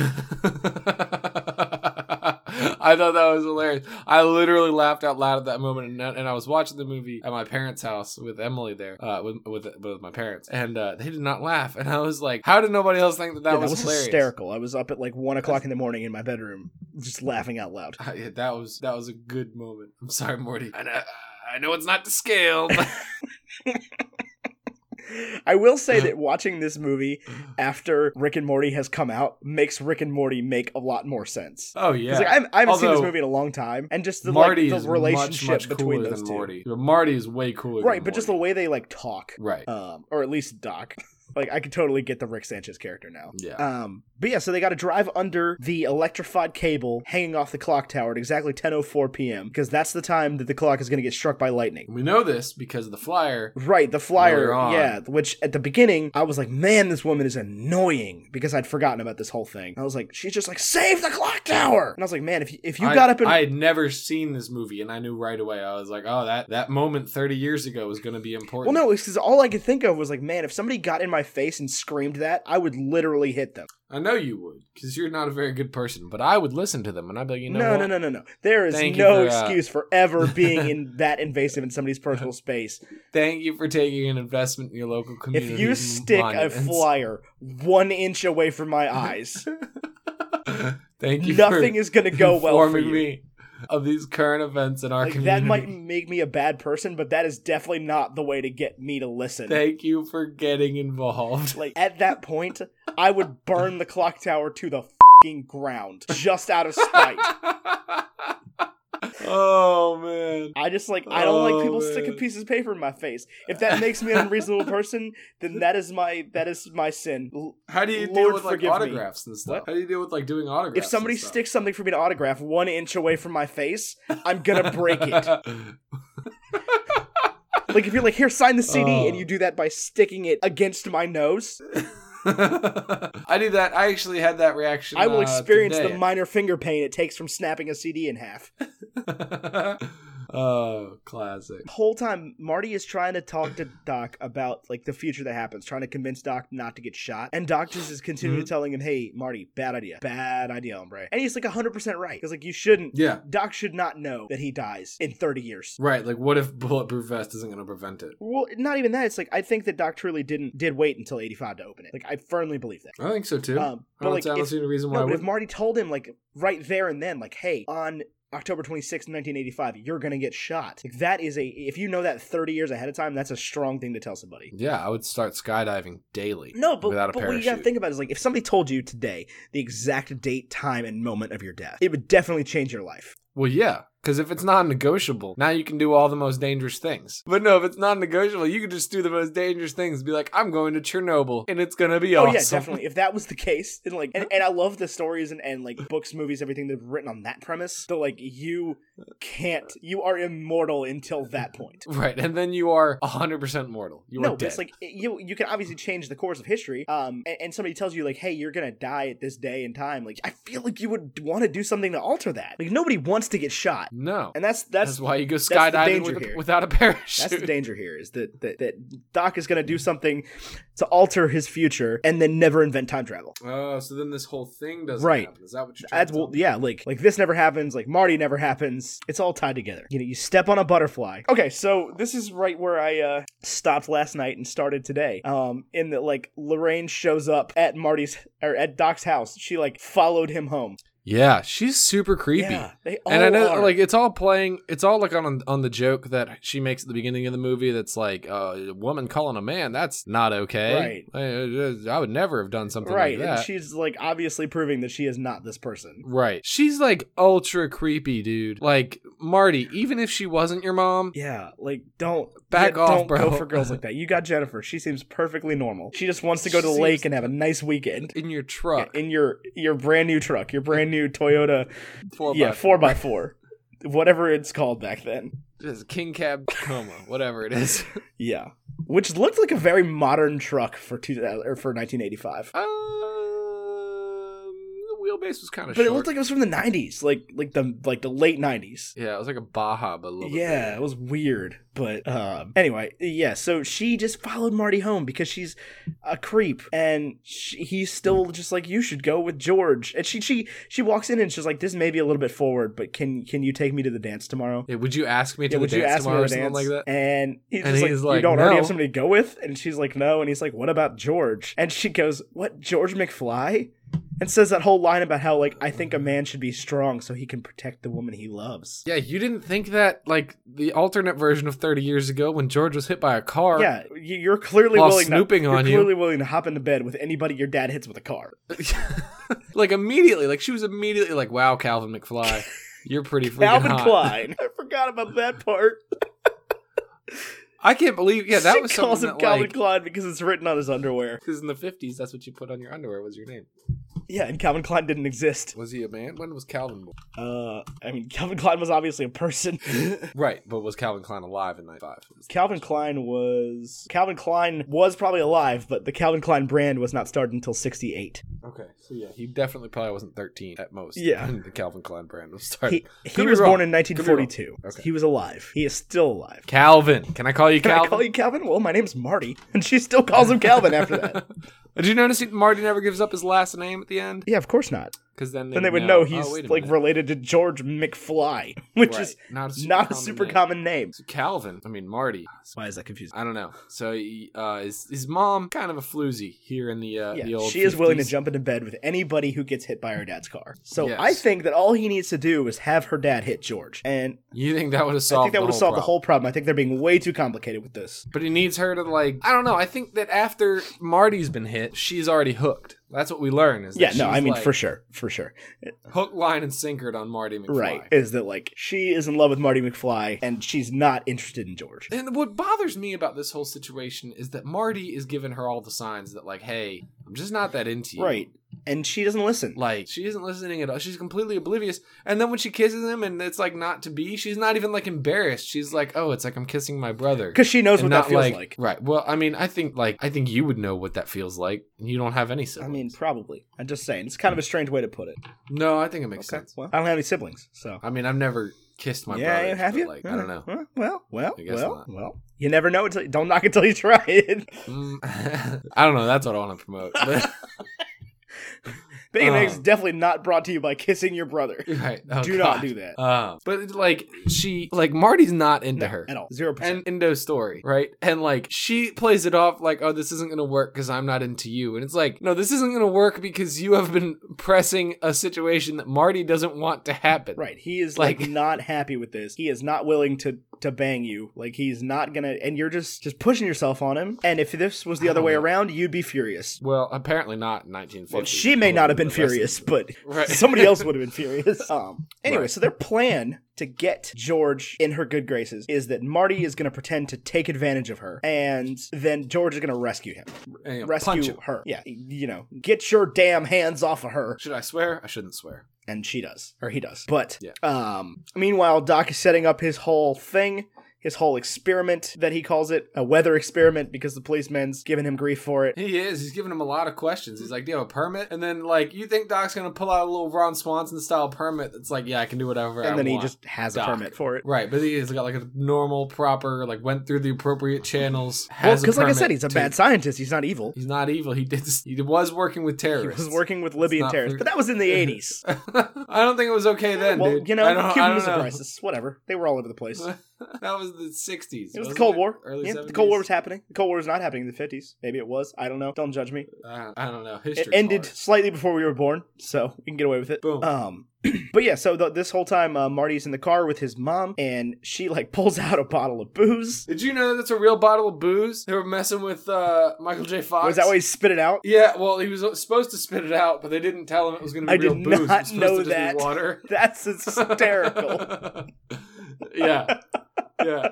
[SPEAKER 1] I thought that was hilarious. I literally laughed out loud at that moment, and, and I was watching the movie at my parents' house with Emily there, uh, with, with with my parents, and uh, they did not laugh. And I was like, "How did nobody else think that that
[SPEAKER 2] Yeah,
[SPEAKER 1] was, hilarious?"
[SPEAKER 2] hysterical. I was up at like one o'clock in the morning in my bedroom, just laughing out loud.
[SPEAKER 1] Uh, yeah, that was that was a good moment. I'm sorry, Morty. I know, I know it's not to scale,
[SPEAKER 2] [laughs]
[SPEAKER 1] but
[SPEAKER 2] I will say
[SPEAKER 1] Uh-huh.
[SPEAKER 2] that watching this movie after Rick and Morty has come out makes Rick and Morty make a lot more sense.
[SPEAKER 1] oh
[SPEAKER 2] 'Cause,
[SPEAKER 1] yeah.
[SPEAKER 2] like, I haven't, I haven't seen this
[SPEAKER 1] Although,
[SPEAKER 2] movie in a long time, and just the,
[SPEAKER 1] Marty
[SPEAKER 2] like,
[SPEAKER 1] is
[SPEAKER 2] the relationship
[SPEAKER 1] much, much
[SPEAKER 2] between
[SPEAKER 1] cooler
[SPEAKER 2] those
[SPEAKER 1] than
[SPEAKER 2] two.
[SPEAKER 1] Morty. Marty is way cooler,
[SPEAKER 2] Right,
[SPEAKER 1] than
[SPEAKER 2] but just the
[SPEAKER 1] Morty.
[SPEAKER 2] way they like talk,
[SPEAKER 1] right,
[SPEAKER 2] um, or at least Doc. [laughs] Like I could totally get the Rick Sanchez character now.
[SPEAKER 1] yeah.
[SPEAKER 2] Um, but yeah, so they got to drive under the electrified cable hanging off the clock tower at exactly 10:04 p.m. because that's the time that the clock is going to get struck by lightning.
[SPEAKER 1] we know this because of the flyer
[SPEAKER 2] Right, the flyer.
[SPEAKER 1] Earlier on.
[SPEAKER 2] Yeah, which at the beginning I was like, man, this woman is annoying because I'd forgotten about this whole thing. I was like, she's just like, save the clock tower. And I was like, man, if you, if you
[SPEAKER 1] I,
[SPEAKER 2] got up and
[SPEAKER 1] I had never seen this movie, and I knew right away. I was like, "Oh, that that moment thirty years ago was going to be
[SPEAKER 2] well,
[SPEAKER 1] important."
[SPEAKER 2] no, because all I could think of was like, man, if somebody got in my face and screamed that, I would literally hit them.
[SPEAKER 1] I know you would, because you're not a very good person. But I would listen to them, and I'd be like, you know,
[SPEAKER 2] no,
[SPEAKER 1] what?
[SPEAKER 2] no, no, no, no. There is
[SPEAKER 1] Thank you
[SPEAKER 2] no
[SPEAKER 1] for, uh,
[SPEAKER 2] excuse for
[SPEAKER 1] [laughs]
[SPEAKER 2] ever being in that invasive in somebody's personal space.
[SPEAKER 1] Thank you for taking an investment in your local community.
[SPEAKER 2] If you stick a
[SPEAKER 1] monuments.
[SPEAKER 2] flyer one inch away from my eyes,
[SPEAKER 1] [laughs] Thank you.
[SPEAKER 2] nothing
[SPEAKER 1] for
[SPEAKER 2] is going to go well for
[SPEAKER 1] informing
[SPEAKER 2] you.
[SPEAKER 1] me of these current events in our
[SPEAKER 2] Like,
[SPEAKER 1] community.
[SPEAKER 2] that might make me a bad person, but that is definitely not the way to get me to listen.
[SPEAKER 1] Thank you for getting involved. [laughs]
[SPEAKER 2] like at that point, I would burn the clock tower to the fing ground just out of spite.
[SPEAKER 1] oh man.
[SPEAKER 2] I just like I don't
[SPEAKER 1] Oh,
[SPEAKER 2] like people
[SPEAKER 1] man.
[SPEAKER 2] sticking pieces of paper in my face. If that makes me an unreasonable person, then that is my that is my sin. L-
[SPEAKER 1] How do you deal
[SPEAKER 2] Lord,
[SPEAKER 1] with like
[SPEAKER 2] forgive me.
[SPEAKER 1] autographs and stuff?
[SPEAKER 2] What?
[SPEAKER 1] How do you deal with like doing autographs?
[SPEAKER 2] If somebody
[SPEAKER 1] and stuff?
[SPEAKER 2] sticks something for me to autograph one inch away from my face, I'm gonna break it. Like if you're like, here, sign the CD,
[SPEAKER 1] Oh.
[SPEAKER 2] and you do that by sticking it against my nose,
[SPEAKER 1] [laughs] I do that. I actually had that reaction.
[SPEAKER 2] I will
[SPEAKER 1] uh,
[SPEAKER 2] experience
[SPEAKER 1] today.
[SPEAKER 2] the minor finger pain it takes from snapping a CD in half.
[SPEAKER 1] [laughs] oh, classic.
[SPEAKER 2] The whole time Marty is trying to talk to Doc about like the future that happens, trying to convince Doc not to get shot, and Doc just is continually
[SPEAKER 1] Mm-hmm.
[SPEAKER 2] telling him, "Hey, Marty, bad idea, bad idea, hombre," and he's like 100 percent right. He's like, "You shouldn't."
[SPEAKER 1] Yeah.
[SPEAKER 2] Doc should not know that he dies in 30 years.
[SPEAKER 1] Right. Like, what if bulletproof vest isn't going to prevent it?
[SPEAKER 2] Well, not even that. It's like I think that Doc truly didn't did wait until 85 to open it. Like I firmly believe that.
[SPEAKER 1] I think so too.
[SPEAKER 2] Um,
[SPEAKER 1] I
[SPEAKER 2] but
[SPEAKER 1] don't,
[SPEAKER 2] like
[SPEAKER 1] I don't
[SPEAKER 2] if,
[SPEAKER 1] see any reason why.
[SPEAKER 2] no,
[SPEAKER 1] I
[SPEAKER 2] but if
[SPEAKER 1] wouldn't.
[SPEAKER 2] Marty told him like right there and then, like, "Hey, on." October 26, 1985, you're going to get shot. Like, that is a, if you know that 30 years ahead of time, that's a strong thing to tell somebody.
[SPEAKER 1] yeah, I would start skydiving daily.
[SPEAKER 2] No, but,
[SPEAKER 1] without a
[SPEAKER 2] but what you gotta
[SPEAKER 1] parachute.
[SPEAKER 2] think about is like if somebody told you today the exact date, time, and moment of your death, it would definitely change your life.
[SPEAKER 1] Well, yeah, because if it's non-negotiable, now you can do all the most dangerous things. But no, if it's non-negotiable, you can just do the most dangerous things. Be like, I'm going to Chernobyl, and it's gonna be
[SPEAKER 2] Oh
[SPEAKER 1] awesome.
[SPEAKER 2] yeah, definitely. If that was the case, and like, and, and I love the stories and, and like books, movies, everything that's written on that premise. So like, you can't, you are immortal until that point.
[SPEAKER 1] [laughs] Right, and then you are 100% mortal. You
[SPEAKER 2] no,
[SPEAKER 1] are
[SPEAKER 2] but
[SPEAKER 1] dead.
[SPEAKER 2] it's like it- you you can obviously change the course of history. Um, and, and somebody tells you like, hey, you're gonna die at this day and time. Like, I feel like you would want to do something to alter that. Like, nobody wants to get shot,
[SPEAKER 1] no,
[SPEAKER 2] and that's
[SPEAKER 1] that's,
[SPEAKER 2] that's
[SPEAKER 1] why you go
[SPEAKER 2] the
[SPEAKER 1] skydiving
[SPEAKER 2] danger
[SPEAKER 1] with a,
[SPEAKER 2] here.
[SPEAKER 1] without a parachute.
[SPEAKER 2] [laughs]
[SPEAKER 1] [laughs]
[SPEAKER 2] That's the danger here is that, that that Doc is going to do something to alter his future and then never invent time travel.
[SPEAKER 1] oh, so then this whole thing doesn't
[SPEAKER 2] Right.
[SPEAKER 1] happen. Is that what you're trying
[SPEAKER 2] That's
[SPEAKER 1] to tell
[SPEAKER 2] well,
[SPEAKER 1] me?
[SPEAKER 2] yeah, like like this never happens, like Marty never happens. It's all tied together. You know, you step on a butterfly. Okay, so this is right where I uh stopped last night and started today. Um in that like Lorraine shows up at Marty's or at Doc's house. She like followed him home.
[SPEAKER 1] Yeah, she's super creepy.
[SPEAKER 2] Yeah, they all
[SPEAKER 1] and I know,
[SPEAKER 2] are.
[SPEAKER 1] like, it's all playing. It's all like on on the joke that she makes at the beginning of the movie. That's like uh, a woman calling a man. That's not okay. Right. I, I would never have done something
[SPEAKER 2] right,
[SPEAKER 1] like
[SPEAKER 2] and
[SPEAKER 1] that.
[SPEAKER 2] she's like obviously proving that she is not this person.
[SPEAKER 1] right. She's like ultra creepy, dude. Like Marty. Even if she wasn't your mom,
[SPEAKER 2] Yeah, like don't
[SPEAKER 1] Back
[SPEAKER 2] yeah,
[SPEAKER 1] off,
[SPEAKER 2] don't
[SPEAKER 1] bro.
[SPEAKER 2] Go for girls like that. You got Jennifer. She seems perfectly normal. She just wants to go
[SPEAKER 1] She
[SPEAKER 2] to the
[SPEAKER 1] seems-
[SPEAKER 2] lake and have a nice weekend
[SPEAKER 1] in your truck,
[SPEAKER 2] in your your brand new truck, your brand new Toyota,
[SPEAKER 1] four
[SPEAKER 2] yeah,
[SPEAKER 1] by
[SPEAKER 2] four by four, whatever it's called back then.
[SPEAKER 1] just king cab [laughs] coma, whatever it is.
[SPEAKER 2] Yeah, which looked like a very modern truck for two or for 1985.
[SPEAKER 1] um, the wheelbase was kind of
[SPEAKER 2] But
[SPEAKER 1] short.
[SPEAKER 2] it looked like it was from the 90s, like like the like the late 90s.
[SPEAKER 1] yeah, it was like a Baja, but a little bit
[SPEAKER 2] Yeah, it was weird. But um, anyway, yeah, so she just followed Marty home because she's a creep and she, he's still just like, you should go with George. And she, she, she walks in and she's like, this may be a little bit forward, but can, can you take me to the dance tomorrow?
[SPEAKER 1] Yeah, would you ask me to
[SPEAKER 2] Yeah,
[SPEAKER 1] the
[SPEAKER 2] would you
[SPEAKER 1] dance
[SPEAKER 2] ask me
[SPEAKER 1] tomorrow
[SPEAKER 2] to
[SPEAKER 1] or
[SPEAKER 2] the
[SPEAKER 1] something
[SPEAKER 2] dance?
[SPEAKER 1] like that?
[SPEAKER 2] And he's
[SPEAKER 1] And
[SPEAKER 2] just
[SPEAKER 1] he's
[SPEAKER 2] like,
[SPEAKER 1] like,
[SPEAKER 2] you don't already have
[SPEAKER 1] "No."
[SPEAKER 2] somebody to go with? And she's like, no. And he's like, what about George? And she goes, what, George McFly? And says that whole line about how, like, I think a man should be strong so he can protect the woman he loves.
[SPEAKER 1] Yeah, you didn't think that like the alternate version of 30 years ago when George was hit by a car.
[SPEAKER 2] Yeah, y- you're clearly
[SPEAKER 1] While
[SPEAKER 2] willing
[SPEAKER 1] snooping
[SPEAKER 2] to,
[SPEAKER 1] on you.
[SPEAKER 2] you're clearly willing to hop into bed with anybody your dad hits with
[SPEAKER 1] [laughs]
[SPEAKER 2] a car.
[SPEAKER 1] like immediately, like she was immediately like, "Wow, Calvin
[SPEAKER 2] [laughs]
[SPEAKER 1] McFly, you're pretty freaking
[SPEAKER 2] Calvin
[SPEAKER 1] hot."
[SPEAKER 2] Klein. [laughs] I forgot about that part.
[SPEAKER 1] I can't believe. Yeah, that
[SPEAKER 2] she
[SPEAKER 1] was
[SPEAKER 2] calls
[SPEAKER 1] something
[SPEAKER 2] him
[SPEAKER 1] that
[SPEAKER 2] Calvin
[SPEAKER 1] like
[SPEAKER 2] Klein because it's written on his underwear.
[SPEAKER 1] because in the 50s that's what you put on your underwear was your name.
[SPEAKER 2] Yeah, and Calvin Klein didn't exist.
[SPEAKER 1] Was he a man? When was Calvin born?
[SPEAKER 2] Uh, I mean, Calvin Klein was obviously a person. [laughs]
[SPEAKER 1] Right, but was Calvin Klein alive in 95?
[SPEAKER 2] Calvin Klein was Calvin Klein was probably alive, but the Calvin Klein brand was not started until '68.
[SPEAKER 1] Okay, so yeah, he definitely probably wasn't 13 at most.
[SPEAKER 2] Yeah.
[SPEAKER 1] when the Calvin Klein brand was started.
[SPEAKER 2] He, he
[SPEAKER 1] Could be
[SPEAKER 2] was
[SPEAKER 1] wrong.
[SPEAKER 2] born in
[SPEAKER 1] be wrong.
[SPEAKER 2] 1942.
[SPEAKER 1] Okay.
[SPEAKER 2] He was alive. He is still alive.
[SPEAKER 1] Calvin, can I call you
[SPEAKER 2] [laughs] Can
[SPEAKER 1] Calvin?
[SPEAKER 2] I call you Calvin? Well, my name's Marty, [laughs] and she still calls him Calvin after
[SPEAKER 1] [laughs]
[SPEAKER 2] that.
[SPEAKER 1] Did you notice he, Marty never gives up his last name at the end?
[SPEAKER 2] Yeah, of course not.
[SPEAKER 1] Because then they
[SPEAKER 2] Then they would know,
[SPEAKER 1] know,
[SPEAKER 2] he's
[SPEAKER 1] oh, wait a
[SPEAKER 2] like
[SPEAKER 1] minute.
[SPEAKER 2] related to George McFly, [laughs] which
[SPEAKER 1] Right.
[SPEAKER 2] is
[SPEAKER 1] not a super
[SPEAKER 2] not a
[SPEAKER 1] common
[SPEAKER 2] super
[SPEAKER 1] name.
[SPEAKER 2] common name.
[SPEAKER 1] So Calvin, I mean Marty.
[SPEAKER 2] Why is that confusing?
[SPEAKER 1] I don't know. So he, uh, his his mom kind of a floozy here in the uh, the
[SPEAKER 2] Yeah,
[SPEAKER 1] old.
[SPEAKER 2] she is willing to
[SPEAKER 1] 50s.
[SPEAKER 2] jump into bed with anybody who gets hit by her dad's car. So
[SPEAKER 1] Yes.
[SPEAKER 2] I think that all he needs to do is have her dad hit George, and
[SPEAKER 1] You think that would have
[SPEAKER 2] I
[SPEAKER 1] solved?
[SPEAKER 2] think that would have solved the
[SPEAKER 1] problem.
[SPEAKER 2] whole problem. I think they're being way too complicated with this.
[SPEAKER 1] But he needs her to like I don't know. I think that after Marty's been hit, she's already hooked. That's what we learn. Is that
[SPEAKER 2] Yeah, no,
[SPEAKER 1] she's,
[SPEAKER 2] I mean
[SPEAKER 1] like,
[SPEAKER 2] for sure, for sure.
[SPEAKER 1] hook, line, and sinkered on Marty McFly.
[SPEAKER 2] Right, is that like she is in love with Marty McFly, and she's not interested in George.
[SPEAKER 1] And what bothers me about this whole situation is that Marty is giving her all the signs that like, hey, I'm just not that into you.
[SPEAKER 2] Right, and she doesn't listen.
[SPEAKER 1] Like she isn't listening at all. She's completely oblivious. And then when she kisses him, and it's like not to be. She's not even like embarrassed. She's like, oh, it's like I'm kissing my brother.
[SPEAKER 2] because she knows
[SPEAKER 1] And
[SPEAKER 2] what that
[SPEAKER 1] not,
[SPEAKER 2] feels like.
[SPEAKER 1] Right. Well, I mean, I think like I think you would know what that feels like. You don't have any
[SPEAKER 2] I
[SPEAKER 1] siblings.
[SPEAKER 2] mean, probably. I'm just saying. It's kind of a strange way to put it.
[SPEAKER 1] no, I think it makes
[SPEAKER 2] Okay,
[SPEAKER 1] sense.
[SPEAKER 2] Well, I don't have any siblings, so.
[SPEAKER 1] I mean, I've never kissed my
[SPEAKER 2] yeah,
[SPEAKER 1] brother.
[SPEAKER 2] have you?
[SPEAKER 1] Like, I don't know.
[SPEAKER 2] Huh? Well, well,
[SPEAKER 1] I guess
[SPEAKER 2] well,
[SPEAKER 1] not.
[SPEAKER 2] well. You never know until don't knock until you [laughs] try it.
[SPEAKER 1] Mm, [laughs] I don't know. That's what I want to promote. [laughs]
[SPEAKER 2] [laughs]
[SPEAKER 1] But-
[SPEAKER 2] Bacon
[SPEAKER 1] Uh.
[SPEAKER 2] eggs is definitely not brought to you by kissing your brother.
[SPEAKER 1] right. Oh,
[SPEAKER 2] do
[SPEAKER 1] God.
[SPEAKER 2] not do that
[SPEAKER 1] Uh, but like she, like Marty's not into
[SPEAKER 2] No,
[SPEAKER 1] her
[SPEAKER 2] at all. Zero percent.
[SPEAKER 1] And endo story, right? And like she plays it off like, oh, this isn't gonna work because I'm not into you. And it's like, no, this isn't gonna work because you have been pressing a situation that Marty doesn't want to happen.
[SPEAKER 2] Right. He is like,
[SPEAKER 1] Like- [laughs]
[SPEAKER 2] not happy with this. He is not willing to to bang you. Like he's not gonna. And you're just just pushing yourself on him. And if this was the
[SPEAKER 1] I
[SPEAKER 2] other
[SPEAKER 1] don't
[SPEAKER 2] way
[SPEAKER 1] know.
[SPEAKER 2] around, you'd be furious.
[SPEAKER 1] Well, apparently not in 1950.
[SPEAKER 2] Well, she may
[SPEAKER 1] [laughs]
[SPEAKER 2] not have been
[SPEAKER 1] Probably the rest of
[SPEAKER 2] furious,
[SPEAKER 1] them. [laughs]
[SPEAKER 2] but
[SPEAKER 1] Right.
[SPEAKER 2] [laughs] Somebody else would have been furious. Um, anyway,
[SPEAKER 1] Right.
[SPEAKER 2] so their plan to get George in her good graces is that Marty is going to pretend to take advantage of her, and then George is going to rescue him,
[SPEAKER 1] Anyway, punch
[SPEAKER 2] rescue
[SPEAKER 1] him.
[SPEAKER 2] her. Yeah, you know, get your damn hands off of her,
[SPEAKER 1] Should I swear? I shouldn't swear.
[SPEAKER 2] and she does, or he does. But
[SPEAKER 1] Yeah.
[SPEAKER 2] um, meanwhile, Doc is setting up his whole thing. His whole experiment that he calls it a weather experiment because the policeman's giving him grief for it.
[SPEAKER 1] He is. He's giving him a lot of questions. He's like, "Do you have a permit?" And then, like, you think Doc's gonna pull out a little Ron Swanson style permit that's like, "Yeah, I can do whatever." I
[SPEAKER 2] And then he
[SPEAKER 1] want."
[SPEAKER 2] just has
[SPEAKER 1] Doc.
[SPEAKER 2] a permit for it.
[SPEAKER 1] right, but he's got like a normal, proper, like went through the appropriate channels.
[SPEAKER 2] Well,
[SPEAKER 1] Has
[SPEAKER 2] because like I
[SPEAKER 1] permit
[SPEAKER 2] said, he's a
[SPEAKER 1] to-
[SPEAKER 2] bad scientist. He's not evil.
[SPEAKER 1] [laughs] He's not evil. He did. He was working with
[SPEAKER 2] He
[SPEAKER 1] terrorists.
[SPEAKER 2] was working with Libyan
[SPEAKER 1] not
[SPEAKER 2] terrorists,
[SPEAKER 1] fair.
[SPEAKER 2] but that was in the 80s.
[SPEAKER 1] I don't think it was okay then,
[SPEAKER 2] well,
[SPEAKER 1] dude.
[SPEAKER 2] you
[SPEAKER 1] [laughs]
[SPEAKER 2] know,
[SPEAKER 1] I don't,
[SPEAKER 2] Cuban
[SPEAKER 1] I
[SPEAKER 2] Missile
[SPEAKER 1] don't know.
[SPEAKER 2] Crisis, whatever. They were all over the place. It
[SPEAKER 1] [laughs] that was the '60s.
[SPEAKER 2] was the
[SPEAKER 1] wasn't
[SPEAKER 2] Cold War.
[SPEAKER 1] Early
[SPEAKER 2] Yeah,
[SPEAKER 1] 70s.
[SPEAKER 2] the Cold War was happening. The Cold War was not happening in the 50s. Maybe it was. I don't know. Don't judge me.
[SPEAKER 1] Uh, I don't know.
[SPEAKER 2] It
[SPEAKER 1] History.
[SPEAKER 2] ended slightly before we were born, so we can get away with it.
[SPEAKER 1] Boom.
[SPEAKER 2] Um, [clears throat] but yeah, so th- this whole time uh, Marty's in the car with his mom, and she like [laughs] pulls out a bottle of booze.
[SPEAKER 1] Did you know that's a real bottle of booze? They were messing with uh, Michael J. Fox.
[SPEAKER 2] Was that why he spit it out? [laughs]
[SPEAKER 1] Yeah, well, he was supposed to spit it out, but they didn't tell him it was going to be
[SPEAKER 2] I
[SPEAKER 1] real
[SPEAKER 2] did
[SPEAKER 1] booze. It was
[SPEAKER 2] not
[SPEAKER 1] supposed to
[SPEAKER 2] know
[SPEAKER 1] just be
[SPEAKER 2] that.
[SPEAKER 1] water. [laughs]
[SPEAKER 2] That's hysterical.
[SPEAKER 1] yeah, yeah.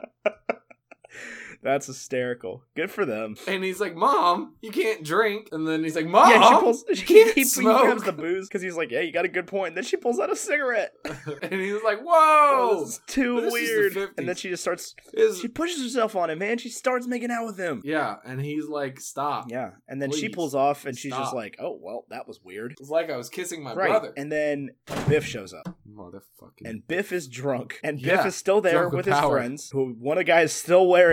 [SPEAKER 2] That's hysterical. Good for them.
[SPEAKER 1] And he's like, "Mom, you can't drink." And then he's like, "Mom,
[SPEAKER 2] yeah, she pulls.
[SPEAKER 1] you
[SPEAKER 2] She, he,
[SPEAKER 1] Uh-huh. can't
[SPEAKER 2] he grabs
[SPEAKER 1] smoke."
[SPEAKER 2] the booze because he's like, "Yeah, you got a good point." And then she pulls out a cigarette.
[SPEAKER 1] [laughs] and he's like,
[SPEAKER 2] Oh,
[SPEAKER 1] "Whoa,
[SPEAKER 2] this is too
[SPEAKER 1] this is the
[SPEAKER 2] weird.
[SPEAKER 1] 50s.
[SPEAKER 2] and then she just starts.
[SPEAKER 1] Is-
[SPEAKER 2] She pushes herself on him, man. She starts making out with him.
[SPEAKER 1] yeah." And he's like, "Stop."
[SPEAKER 2] Yeah, and then she
[SPEAKER 1] Please,
[SPEAKER 2] pulls off, and she's just
[SPEAKER 1] stop.
[SPEAKER 2] like, "Oh well, that was weird."
[SPEAKER 1] It's like I was kissing my
[SPEAKER 2] right,
[SPEAKER 1] brother.
[SPEAKER 2] and then Biff shows up,
[SPEAKER 1] Motherfucking.
[SPEAKER 2] and Biff is drunk, and Biff
[SPEAKER 1] Yeah,
[SPEAKER 2] is still there
[SPEAKER 1] drunk
[SPEAKER 2] with
[SPEAKER 1] with
[SPEAKER 2] his
[SPEAKER 1] power.
[SPEAKER 2] friends. Who one of the guys is still wearing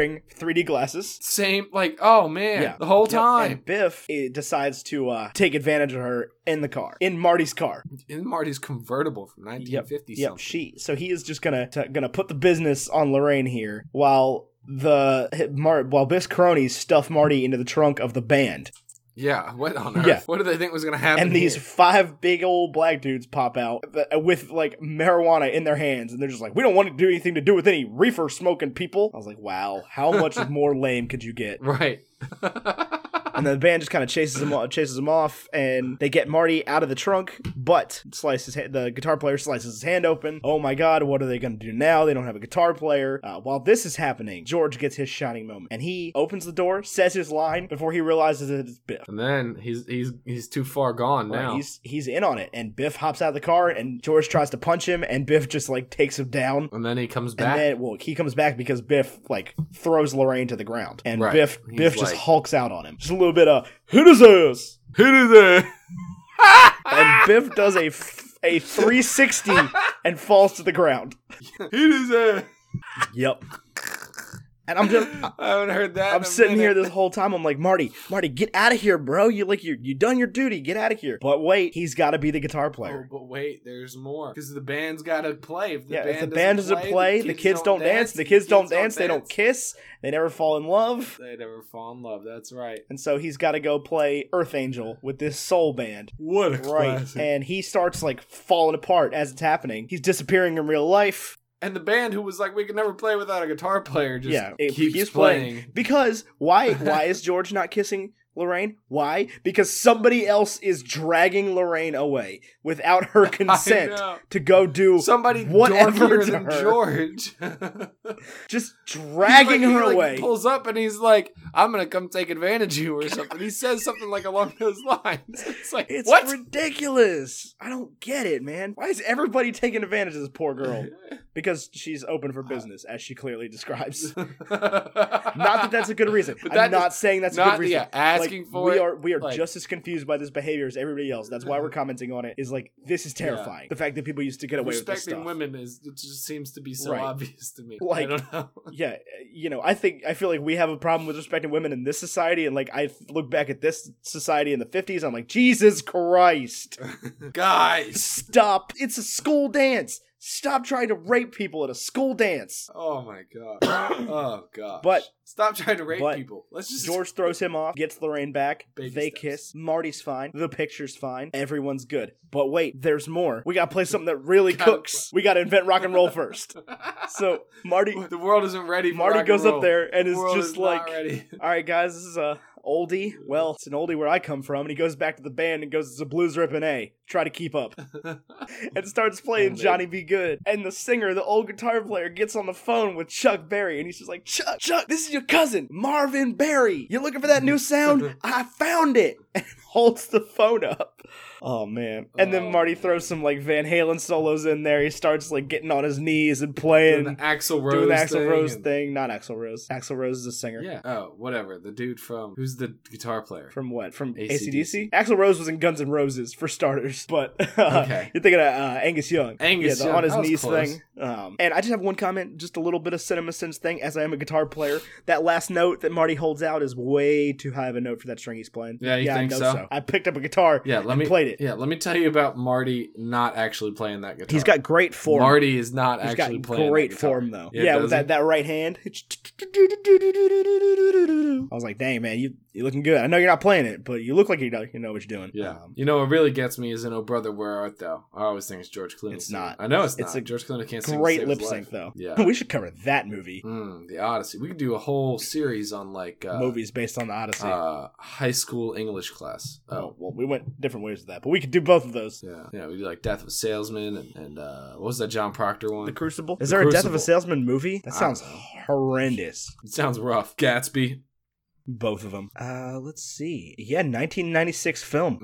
[SPEAKER 2] 3D glasses.
[SPEAKER 1] same like oh man the whole
[SPEAKER 2] Yep,
[SPEAKER 1] time
[SPEAKER 2] and Biff eh, decides to uh, take advantage of her in the car, in Marty's car.
[SPEAKER 1] in Marty's convertible from 1950
[SPEAKER 2] Yep,
[SPEAKER 1] something.
[SPEAKER 2] she. So he is just gonna t- gonna put the business on Lorraine here, while the Mar- while Biff's cronies stuff Marty into the trunk of the band,
[SPEAKER 1] Yeah, what on earth?
[SPEAKER 2] Yeah.
[SPEAKER 1] What did they think was going to happen?
[SPEAKER 2] and these
[SPEAKER 1] here? [laughs]
[SPEAKER 2] five big old black dudes pop out uh, with like marijuana in their hands, and they're just like, "We don't want to do anything to do with any reefer smoking people." I was like, "Wow, how much more lame could you get?"
[SPEAKER 1] right. [laughs]
[SPEAKER 2] And then the band just kind of chases him chases him off, and they get Marty out of the trunk, but slices ha- the guitar player slices his hand open. Oh my God, what are they going to do now? They don't have a guitar player. Uh, while this is happening, George gets his shining moment, and he opens the door, says his line before he realizes that it's Biff.
[SPEAKER 1] and then he's he's he's too far gone now.
[SPEAKER 2] He's he's in on it, and Biff hops out of the car, and George tries to punch him, and Biff just like takes him down.
[SPEAKER 1] and then he comes
[SPEAKER 2] And
[SPEAKER 1] back.
[SPEAKER 2] then, well, he comes back because Biff like throws Lorraine to the ground, and
[SPEAKER 1] Right.
[SPEAKER 2] Biff
[SPEAKER 1] He's
[SPEAKER 2] Biff just
[SPEAKER 1] like-
[SPEAKER 2] hulks out on him. Just a little bit of who does this?
[SPEAKER 1] Who did that? Ah!
[SPEAKER 2] and Biff does a f- a
[SPEAKER 1] [laughs]
[SPEAKER 2] 360 and falls to the ground.
[SPEAKER 1] Hit his ass.
[SPEAKER 2] Yep. And I'm just
[SPEAKER 1] [laughs] I haven't heard that.
[SPEAKER 2] I'm sitting here
[SPEAKER 1] This-
[SPEAKER 2] this whole time. I'm like, Marty, Marty, get out of here, bro. You like you you done your duty. Get out of here. But wait, he's got to be the guitar
[SPEAKER 1] oh,
[SPEAKER 2] player.
[SPEAKER 1] but wait, there's more because the band's got to play. If the
[SPEAKER 2] yeah,
[SPEAKER 1] band
[SPEAKER 2] if the band doesn't play, the kids don't dance. The kids don't dance. They don't kiss. They never fall in love.
[SPEAKER 1] They never fall in love. That's right.
[SPEAKER 2] And so he's got to go play Earth Angel with this soul band.
[SPEAKER 1] What a
[SPEAKER 2] Right.
[SPEAKER 1] classic.
[SPEAKER 2] And he starts like falling apart as it's happening. He's disappearing in real life.
[SPEAKER 1] And the band who was like, we could never play without a guitar player, just
[SPEAKER 2] Yeah, it-
[SPEAKER 1] keeps
[SPEAKER 2] he's playing.
[SPEAKER 1] playing.
[SPEAKER 2] Because
[SPEAKER 1] [laughs]
[SPEAKER 2] why why is George not kissing Lorraine? Why? Because somebody else is dragging Lorraine away without
[SPEAKER 1] [laughs]
[SPEAKER 2] her consent
[SPEAKER 1] know.
[SPEAKER 2] to go do
[SPEAKER 1] Somebody
[SPEAKER 2] Whatever
[SPEAKER 1] dorkier
[SPEAKER 2] to
[SPEAKER 1] than
[SPEAKER 2] her.
[SPEAKER 1] George. [laughs]
[SPEAKER 2] just dragging
[SPEAKER 1] He, like- he,
[SPEAKER 2] her
[SPEAKER 1] like,
[SPEAKER 2] away.
[SPEAKER 1] pulls up and he's like, I'm going to come take advantage of you or something. He says something like along those lines. [laughs] It's like,
[SPEAKER 2] It's
[SPEAKER 1] what?
[SPEAKER 2] ridiculous. I don't get it, man. Why is everybody taking advantage of this poor
[SPEAKER 1] [laughs]
[SPEAKER 2] girl? Because she's open
[SPEAKER 1] Uh,
[SPEAKER 2] for business, as she
[SPEAKER 1] [laughs]
[SPEAKER 2] clearly describes. Not that that's a good reason.
[SPEAKER 1] But that
[SPEAKER 2] I'm not saying that's a
[SPEAKER 1] Not
[SPEAKER 2] good reason.
[SPEAKER 1] yeah, asking
[SPEAKER 2] Like,
[SPEAKER 1] for
[SPEAKER 2] we
[SPEAKER 1] it.
[SPEAKER 2] are we are
[SPEAKER 1] like-
[SPEAKER 2] just as confused by this behavior as everybody else. That's why
[SPEAKER 1] [laughs]
[SPEAKER 2] we're commenting on it. Is like this is terrifying. The fact that people used to get away with this
[SPEAKER 1] Respecting
[SPEAKER 2] stuff.
[SPEAKER 1] women is it just seems to be so
[SPEAKER 2] Right.
[SPEAKER 1] obvious to me. I
[SPEAKER 2] Like-
[SPEAKER 1] don't know. [laughs]
[SPEAKER 2] Yeah, you know, I think I feel like we have a problem with respecting women in this society, and like I look back at this society in the '50s, I'm like, Jesus Christ,
[SPEAKER 1] Guys.
[SPEAKER 2] stop! It's a school dance. Stop trying to rape people at a school dance.
[SPEAKER 1] Oh my
[SPEAKER 2] [coughs]
[SPEAKER 1] god. Oh god.
[SPEAKER 2] But-
[SPEAKER 1] stop trying to rape
[SPEAKER 2] but
[SPEAKER 1] people. Let's just
[SPEAKER 2] George throws him off, gets Lorraine back.
[SPEAKER 1] Baby
[SPEAKER 2] they
[SPEAKER 1] steps.
[SPEAKER 2] kiss. Marty's fine. The picture's fine. Everyone's good. But wait, there's more. We gotta play something that really
[SPEAKER 1] Gotta
[SPEAKER 2] cooks. We gotta invent rock and roll first. So
[SPEAKER 1] [laughs]
[SPEAKER 2] Marty,
[SPEAKER 1] [laughs] the world isn't ready. For rock
[SPEAKER 2] Marty
[SPEAKER 1] and
[SPEAKER 2] goes
[SPEAKER 1] roll.
[SPEAKER 2] up there and
[SPEAKER 1] The
[SPEAKER 2] is
[SPEAKER 1] world
[SPEAKER 2] just
[SPEAKER 1] not
[SPEAKER 2] like,
[SPEAKER 1] ready. [laughs]
[SPEAKER 2] "All right, guys, this is a oldie. Well, it's an oldie where I come from." And he goes back to the band and goes, "It's a blues rip and A. Try to
[SPEAKER 1] [laughs]
[SPEAKER 2] keep up." and starts playing
[SPEAKER 1] And they-
[SPEAKER 2] Johnny Be Good. And the singer, the old guitar player, gets on the phone with Chuck Berry and he's just like, Chuck, Chuck, this is your cousin, Marvin Berry. You looking for that
[SPEAKER 1] [laughs]
[SPEAKER 2] new sound? I found it. [laughs] And holds the phone up. Oh man. And
[SPEAKER 1] Oh,
[SPEAKER 2] then Marty
[SPEAKER 1] man.
[SPEAKER 2] throws some like Van Halen solos in there. He starts like getting on his knees and
[SPEAKER 1] doing
[SPEAKER 2] playing.
[SPEAKER 1] the Axl Rose
[SPEAKER 2] Doing the Axl
[SPEAKER 1] thing
[SPEAKER 2] Rose
[SPEAKER 1] and-
[SPEAKER 2] thing, not Axl Rose. Axl Rose is a singer.
[SPEAKER 1] Yeah. Oh, whatever. The dude from who's the guitar player?
[SPEAKER 2] From what? From
[SPEAKER 1] AC/DC?
[SPEAKER 2] ACDC? Axl Rose was in Guns N' Roses for starters, [laughs] but
[SPEAKER 1] Okay.
[SPEAKER 2] you're thinking of uh, Angus Young.
[SPEAKER 1] Angus
[SPEAKER 2] yeah, the
[SPEAKER 1] Young.
[SPEAKER 2] on his
[SPEAKER 1] That was
[SPEAKER 2] knees
[SPEAKER 1] close.
[SPEAKER 2] thing. Um, and I just have one comment, just a little bit of cinema sense thing. As I am a guitar player, that last note that Marty holds out is way too high of a note for that string he's playing.
[SPEAKER 1] Yeah, you
[SPEAKER 2] yeah,
[SPEAKER 1] think
[SPEAKER 2] I know
[SPEAKER 1] so?
[SPEAKER 2] I picked up a guitar.
[SPEAKER 1] Yeah. Let
[SPEAKER 2] and
[SPEAKER 1] me
[SPEAKER 2] played it.
[SPEAKER 1] Yeah. Let me tell you about Marty not actually playing that guitar.
[SPEAKER 2] He's got great form.
[SPEAKER 1] Marty is not
[SPEAKER 2] He's
[SPEAKER 1] actually
[SPEAKER 2] got
[SPEAKER 1] playing.
[SPEAKER 2] great
[SPEAKER 1] that guitar.
[SPEAKER 2] form though.
[SPEAKER 1] Yeah,
[SPEAKER 2] Yeah, with
[SPEAKER 1] does
[SPEAKER 2] that,
[SPEAKER 1] he?
[SPEAKER 2] that right hand. I was like, dang man, you you looking good. I know you're not playing it, but you look like you know you know what you're doing.
[SPEAKER 1] Yeah,
[SPEAKER 2] Um,
[SPEAKER 1] you know what really gets me is in "Oh Brother Where Art Thou." I always think it's George Clooney.
[SPEAKER 2] It's not.
[SPEAKER 1] I know it's,
[SPEAKER 2] It's
[SPEAKER 1] not.
[SPEAKER 2] a
[SPEAKER 1] George Clooney can't sing to
[SPEAKER 2] great
[SPEAKER 1] save his
[SPEAKER 2] lip sync
[SPEAKER 1] life.
[SPEAKER 2] though.
[SPEAKER 1] Yeah.
[SPEAKER 2] [laughs] we should cover that movie.
[SPEAKER 1] Mm, the Odyssey. We could do a whole series on like uh,
[SPEAKER 2] Movies based on the Odyssey.
[SPEAKER 1] uh, high school English class.
[SPEAKER 2] oh
[SPEAKER 1] Oh,
[SPEAKER 2] well, we went different ways with that, but we could do both of those.
[SPEAKER 1] yeah, yeah. We do like Death of a Salesman and, and uh, what was that John Proctor one?
[SPEAKER 2] The Crucible. Is
[SPEAKER 1] The
[SPEAKER 2] there a Death of a
[SPEAKER 1] Crucible.
[SPEAKER 2] Salesman movie? That
[SPEAKER 1] I
[SPEAKER 2] sounds
[SPEAKER 1] don't know.
[SPEAKER 2] horrendous.
[SPEAKER 1] it sounds rough. Gatsby.
[SPEAKER 2] Both of them. Uh, let's see. Yeah, 1996 film.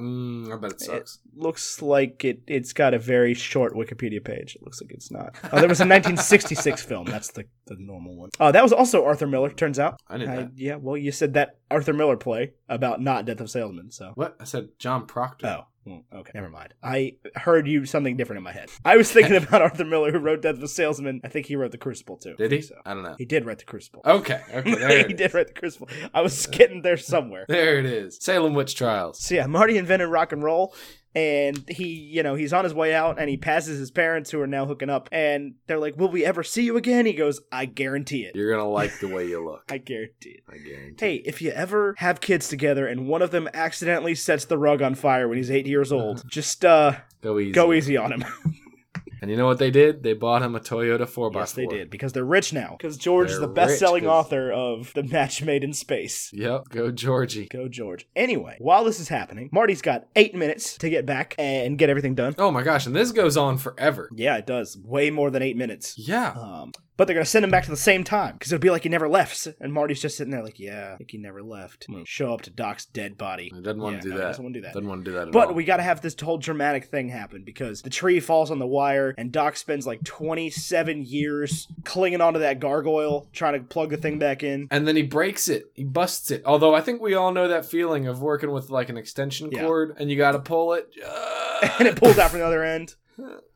[SPEAKER 1] Mm, I bet it sucks.
[SPEAKER 2] Looks like it. It's got a very short Wikipedia page. It looks like it's not. Oh, there was a [laughs] 1966 film. That's the the normal one. Oh, that was also Arthur Miller. Turns out.
[SPEAKER 1] I didn't.
[SPEAKER 2] I, yeah. Well, you said that Arthur Miller play about not Death of Salesman. So.
[SPEAKER 1] What I said, John Proctor.
[SPEAKER 2] Oh, well,
[SPEAKER 1] mm,
[SPEAKER 2] okay. Never mind. I heard you something different in my head. I
[SPEAKER 1] [laughs]
[SPEAKER 2] was thinking about Arthur Miller, who wrote Death of a Salesman. I think he wrote The Crucible too.
[SPEAKER 1] Did he?
[SPEAKER 2] So.
[SPEAKER 1] I don't know.
[SPEAKER 2] He did write The Crucible. [laughs]
[SPEAKER 1] Okay, okay. There
[SPEAKER 2] he
[SPEAKER 1] it,
[SPEAKER 2] did write The Crucible. I was getting there somewhere.
[SPEAKER 1] there it is. Salem witch trials.
[SPEAKER 2] So yeah, Marty invented rock and roll, and he, you know, he's on his way out, and he passes his parents who are now hooking up, and they're like, "Will we ever see you again?" He goes, "I guarantee it.
[SPEAKER 1] You're gonna like the way you look.
[SPEAKER 2] [laughs] I guarantee it."
[SPEAKER 1] I guarantee.
[SPEAKER 2] Hey, if you ever have kids together and one of them accidentally sets the rug on fire when he's eight years old, just uh,
[SPEAKER 1] Go Uh-huh. easy.
[SPEAKER 2] go easy on him.
[SPEAKER 1] And you know what they did? They bought him a Toyota 4x4.
[SPEAKER 2] Yes, they did because they're rich now. Because George is
[SPEAKER 1] They're
[SPEAKER 2] the best-selling
[SPEAKER 1] rich 'cause-
[SPEAKER 2] author of *The Match Made in Space*.
[SPEAKER 1] Yep, go Georgie.
[SPEAKER 2] Go George. Anyway, while this is happening, Marty's got eight minutes to get back and get everything done.
[SPEAKER 1] Oh my gosh, and this goes on forever.
[SPEAKER 2] Yeah, it does. Way more than eight minutes.
[SPEAKER 1] Yeah.
[SPEAKER 2] Um, but they're gonna send him back to the same time because it'll be like he never left. And Marty's just sitting there like, yeah, like he never left. I'm gonna show up to Doc's dead body.
[SPEAKER 1] He doesn't want
[SPEAKER 2] Yeah,
[SPEAKER 1] to do
[SPEAKER 2] no, he
[SPEAKER 1] that.
[SPEAKER 2] doesn't wanna do that.
[SPEAKER 1] Doesn't want to do that at
[SPEAKER 2] But
[SPEAKER 1] all.
[SPEAKER 2] we got to have this whole dramatic thing happen because the tree falls on the wire, and Doc spends like 27 years clinging onto that gargoyle, trying to plug the thing back in.
[SPEAKER 1] and then he breaks it. He busts it. Although I think we all know that feeling of working with like an extension
[SPEAKER 2] Yeah.
[SPEAKER 1] cord and you got to pull it. Uh,
[SPEAKER 2] [laughs] And it pulls out from the other end.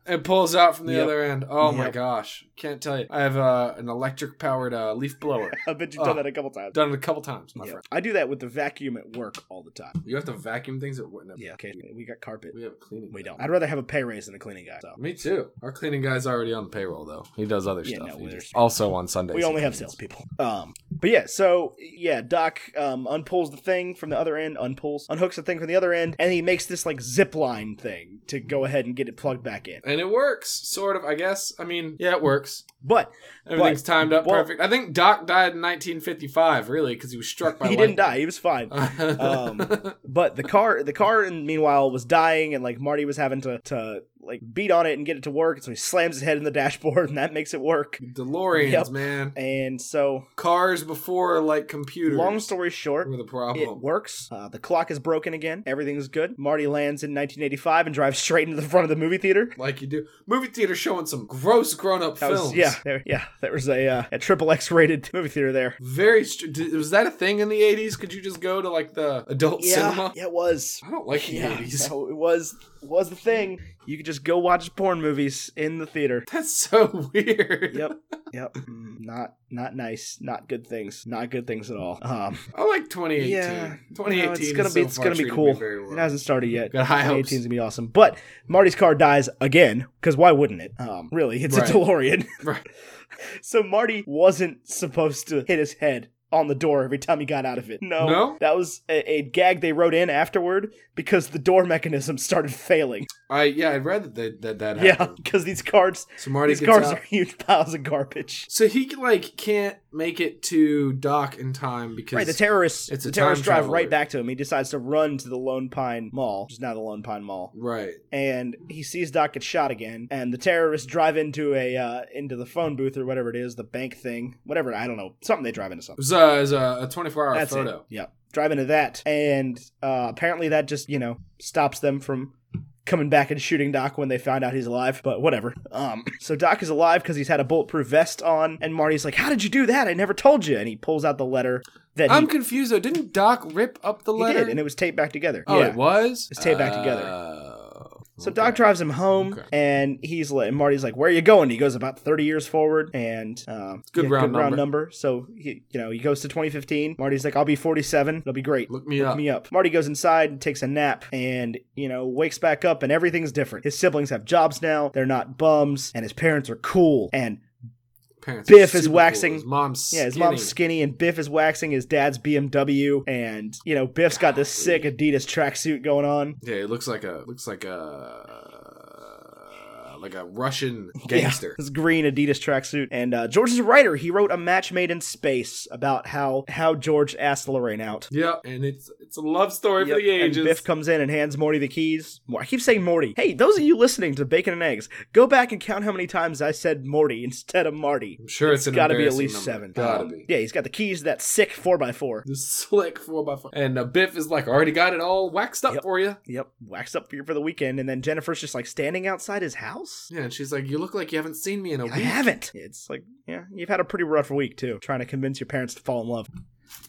[SPEAKER 1] It pulls out from the
[SPEAKER 2] Yep.
[SPEAKER 1] other end. Oh my
[SPEAKER 2] Yep.
[SPEAKER 1] gosh. Can't tell you. I have uh, an electric powered uh, leaf
[SPEAKER 2] [laughs]
[SPEAKER 1] blower.
[SPEAKER 2] I bet you've done
[SPEAKER 1] Oh.
[SPEAKER 2] that a couple times.
[SPEAKER 1] Done it a couple times, my
[SPEAKER 2] Yeah.
[SPEAKER 1] friend.
[SPEAKER 2] I do that with the vacuum at work all the time.
[SPEAKER 1] You have to vacuum things at what?
[SPEAKER 2] Yeah. Okay. We got carpet.
[SPEAKER 1] We have a cleaning.
[SPEAKER 2] We
[SPEAKER 1] guy.
[SPEAKER 2] don't. I'd rather have a pay raise than a cleaning guy. So.
[SPEAKER 1] Me too. Our cleaning guy's already on the payroll though. He does other
[SPEAKER 2] Yeah,
[SPEAKER 1] stuff.
[SPEAKER 2] no,
[SPEAKER 1] He
[SPEAKER 2] we're-
[SPEAKER 1] just- also on Sundays.
[SPEAKER 2] We
[SPEAKER 1] he
[SPEAKER 2] only have
[SPEAKER 1] cleans.
[SPEAKER 2] salespeople. Um, but yeah, so yeah, Doc um, unpulls the thing from the other end, unpulls, unhooks the thing from the other end, and he makes this like zip line thing to go ahead and get it plugged back in.
[SPEAKER 1] And it works, sort of, I guess. I mean, yeah, it works.
[SPEAKER 2] But
[SPEAKER 1] Everything's timed up
[SPEAKER 2] well-
[SPEAKER 1] perfect. I think Doc died in 1955, really, because he was struck by
[SPEAKER 2] [laughs] he didn't die. He
[SPEAKER 1] [laughs]
[SPEAKER 2] was fine.
[SPEAKER 1] didn't
[SPEAKER 2] Um, But the car, the car, and meanwhile was dying, and like Marty was having to to like beat on it and get it to work. So he slams his head in the [laughs] dashboard, and that makes it work.
[SPEAKER 1] DeLoreans,
[SPEAKER 2] Yep.
[SPEAKER 1] man.
[SPEAKER 2] And so,
[SPEAKER 1] Cars before, like, computers
[SPEAKER 2] long story short,
[SPEAKER 1] were the
[SPEAKER 2] it
[SPEAKER 1] problem.
[SPEAKER 2] works. Uh, the clock is broken again. Everything's good. Marty lands in 1985 and drives straight into the front of the movie theater.
[SPEAKER 1] Like you do. Movie theater showing some gross grown up
[SPEAKER 2] That
[SPEAKER 1] films.
[SPEAKER 2] was, yeah, there, yeah, there was a uh, a triple X rated [laughs] movie theater there.
[SPEAKER 1] Very. Str- did- was that a thing in the 80s? Could you just go to, like, the adult cinema?
[SPEAKER 2] yeah, it was.
[SPEAKER 1] I don't like the
[SPEAKER 2] Yeah,
[SPEAKER 1] 80s.
[SPEAKER 2] so it was was the thing. You could just go watch porn movies in the theater.
[SPEAKER 1] [laughs] That's so weird.
[SPEAKER 2] yep yep Mm, not not nice not good things not good things at all
[SPEAKER 1] [laughs]
[SPEAKER 2] um
[SPEAKER 1] I like 2018.
[SPEAKER 2] Yeah.
[SPEAKER 1] 2018
[SPEAKER 2] no, it's
[SPEAKER 1] is
[SPEAKER 2] gonna
[SPEAKER 1] so
[SPEAKER 2] be it's
[SPEAKER 1] far
[SPEAKER 2] gonna be
[SPEAKER 1] treated me
[SPEAKER 2] cool
[SPEAKER 1] very well.
[SPEAKER 2] it hasn't started yet
[SPEAKER 1] Got high hopes.
[SPEAKER 2] 2018 is gonna be awesome but marty's car dies again because why wouldn't it um really it's
[SPEAKER 1] Right.
[SPEAKER 2] a delorean
[SPEAKER 1] [laughs] Right.
[SPEAKER 2] [laughs] so marty wasn't supposed to hit his head on the door every time he got out of it no,
[SPEAKER 1] No?
[SPEAKER 2] that was a, a gag they wrote in afterward because the door mechanism [laughs] started failing
[SPEAKER 1] I yeah, I read that they, that that
[SPEAKER 2] yeah
[SPEAKER 1] happened.
[SPEAKER 2] because these cards
[SPEAKER 1] So Marty
[SPEAKER 2] these
[SPEAKER 1] gets
[SPEAKER 2] cards
[SPEAKER 1] out.
[SPEAKER 2] are huge piles of garbage
[SPEAKER 1] So he like can't make it to Doc in time because
[SPEAKER 2] Right, the terrorists.
[SPEAKER 1] it's a
[SPEAKER 2] the terrorists
[SPEAKER 1] time
[SPEAKER 2] drive
[SPEAKER 1] traveler.
[SPEAKER 2] right back to him. He decides to run to the Lone Pine Mall, which is now the Lone Pine Mall,
[SPEAKER 1] right.
[SPEAKER 2] and he sees Doc get shot again. And the terrorists drive into a uh, into the phone booth or whatever it is, the bank thing, whatever I don't know, something they drive into
[SPEAKER 1] It
[SPEAKER 2] something.
[SPEAKER 1] was, uh, it was a, a 24 hour
[SPEAKER 2] That's
[SPEAKER 1] photo.
[SPEAKER 2] it. Yep, drive into that, and uh, apparently that just you know stops them from coming back and shooting Doc when they find out he's alive. But whatever. Um, [laughs] so Doc is alive because he's had a bulletproof vest on, and Marty's like, "How did you do that? I never told you." And he pulls out the letter that he
[SPEAKER 1] I'm confused though. Didn't Doc rip up the letter?
[SPEAKER 2] He did, and it was taped back together.
[SPEAKER 1] oh,
[SPEAKER 2] yeah.
[SPEAKER 1] it was.
[SPEAKER 2] It's taped back together.
[SPEAKER 1] Oh,
[SPEAKER 2] So
[SPEAKER 1] okay.
[SPEAKER 2] Doc drives him home,
[SPEAKER 1] Okay.
[SPEAKER 2] and he's like, and Marty's like, "Where are you going?" He goes about thirty years forward, and uh,
[SPEAKER 1] good round number.
[SPEAKER 2] So he, you know, he goes to 2015. Marty's like, "I'll be 47. It'll be great."
[SPEAKER 1] Look me
[SPEAKER 2] Look
[SPEAKER 1] up.
[SPEAKER 2] me up. Marty goes inside and takes a nap, and you know, wakes back up, and everything's different. His siblings have jobs now; they're not bums, and his parents are cool. And
[SPEAKER 1] Parents
[SPEAKER 2] Biff
[SPEAKER 1] are super
[SPEAKER 2] is
[SPEAKER 1] cool.
[SPEAKER 2] waxing-
[SPEAKER 1] His mom's
[SPEAKER 2] yeah, his
[SPEAKER 1] skinny.
[SPEAKER 2] mom's skinny, and Biff is waxing his dad's BMW, and you know, Biff's got this sick Adidas tracksuit going on.
[SPEAKER 1] Yeah, it looks like a looks like a like a Russian
[SPEAKER 2] [laughs] Yeah,
[SPEAKER 1] gangster.
[SPEAKER 2] this green Adidas tracksuit. And uh, George is a writer. He wrote A Match Made in Space about how how George asked Lorraine out.
[SPEAKER 1] Yep, and it's it's a love story for the
[SPEAKER 2] Yep,
[SPEAKER 1] ages.
[SPEAKER 2] And Biff comes in and hands Morty the keys. Mor- I keep saying Morty. Hey, those of you listening to Bacon and Eggs, go back and count how many times I said Morty [laughs] instead of Marty.
[SPEAKER 1] I'm sure it's, an
[SPEAKER 2] Got to be at
[SPEAKER 1] embarrassing
[SPEAKER 2] least
[SPEAKER 1] number.
[SPEAKER 2] seven.
[SPEAKER 1] Gotta
[SPEAKER 2] Um,
[SPEAKER 1] be.
[SPEAKER 2] Yeah, he's got the keys to that sick 4x4.
[SPEAKER 1] The slick four by four, and uh, Biff is like already got it all waxed up
[SPEAKER 2] Yep.
[SPEAKER 1] for you.
[SPEAKER 2] Yep, waxed up for you for the weekend. And then Jennifer's just like standing outside his house.
[SPEAKER 1] Yeah, and she's like, "You look like you haven't seen me in a
[SPEAKER 2] I
[SPEAKER 1] week."
[SPEAKER 2] haven't. It's like, yeah, you've had a pretty rough week too, trying to convince your parents to fall in love.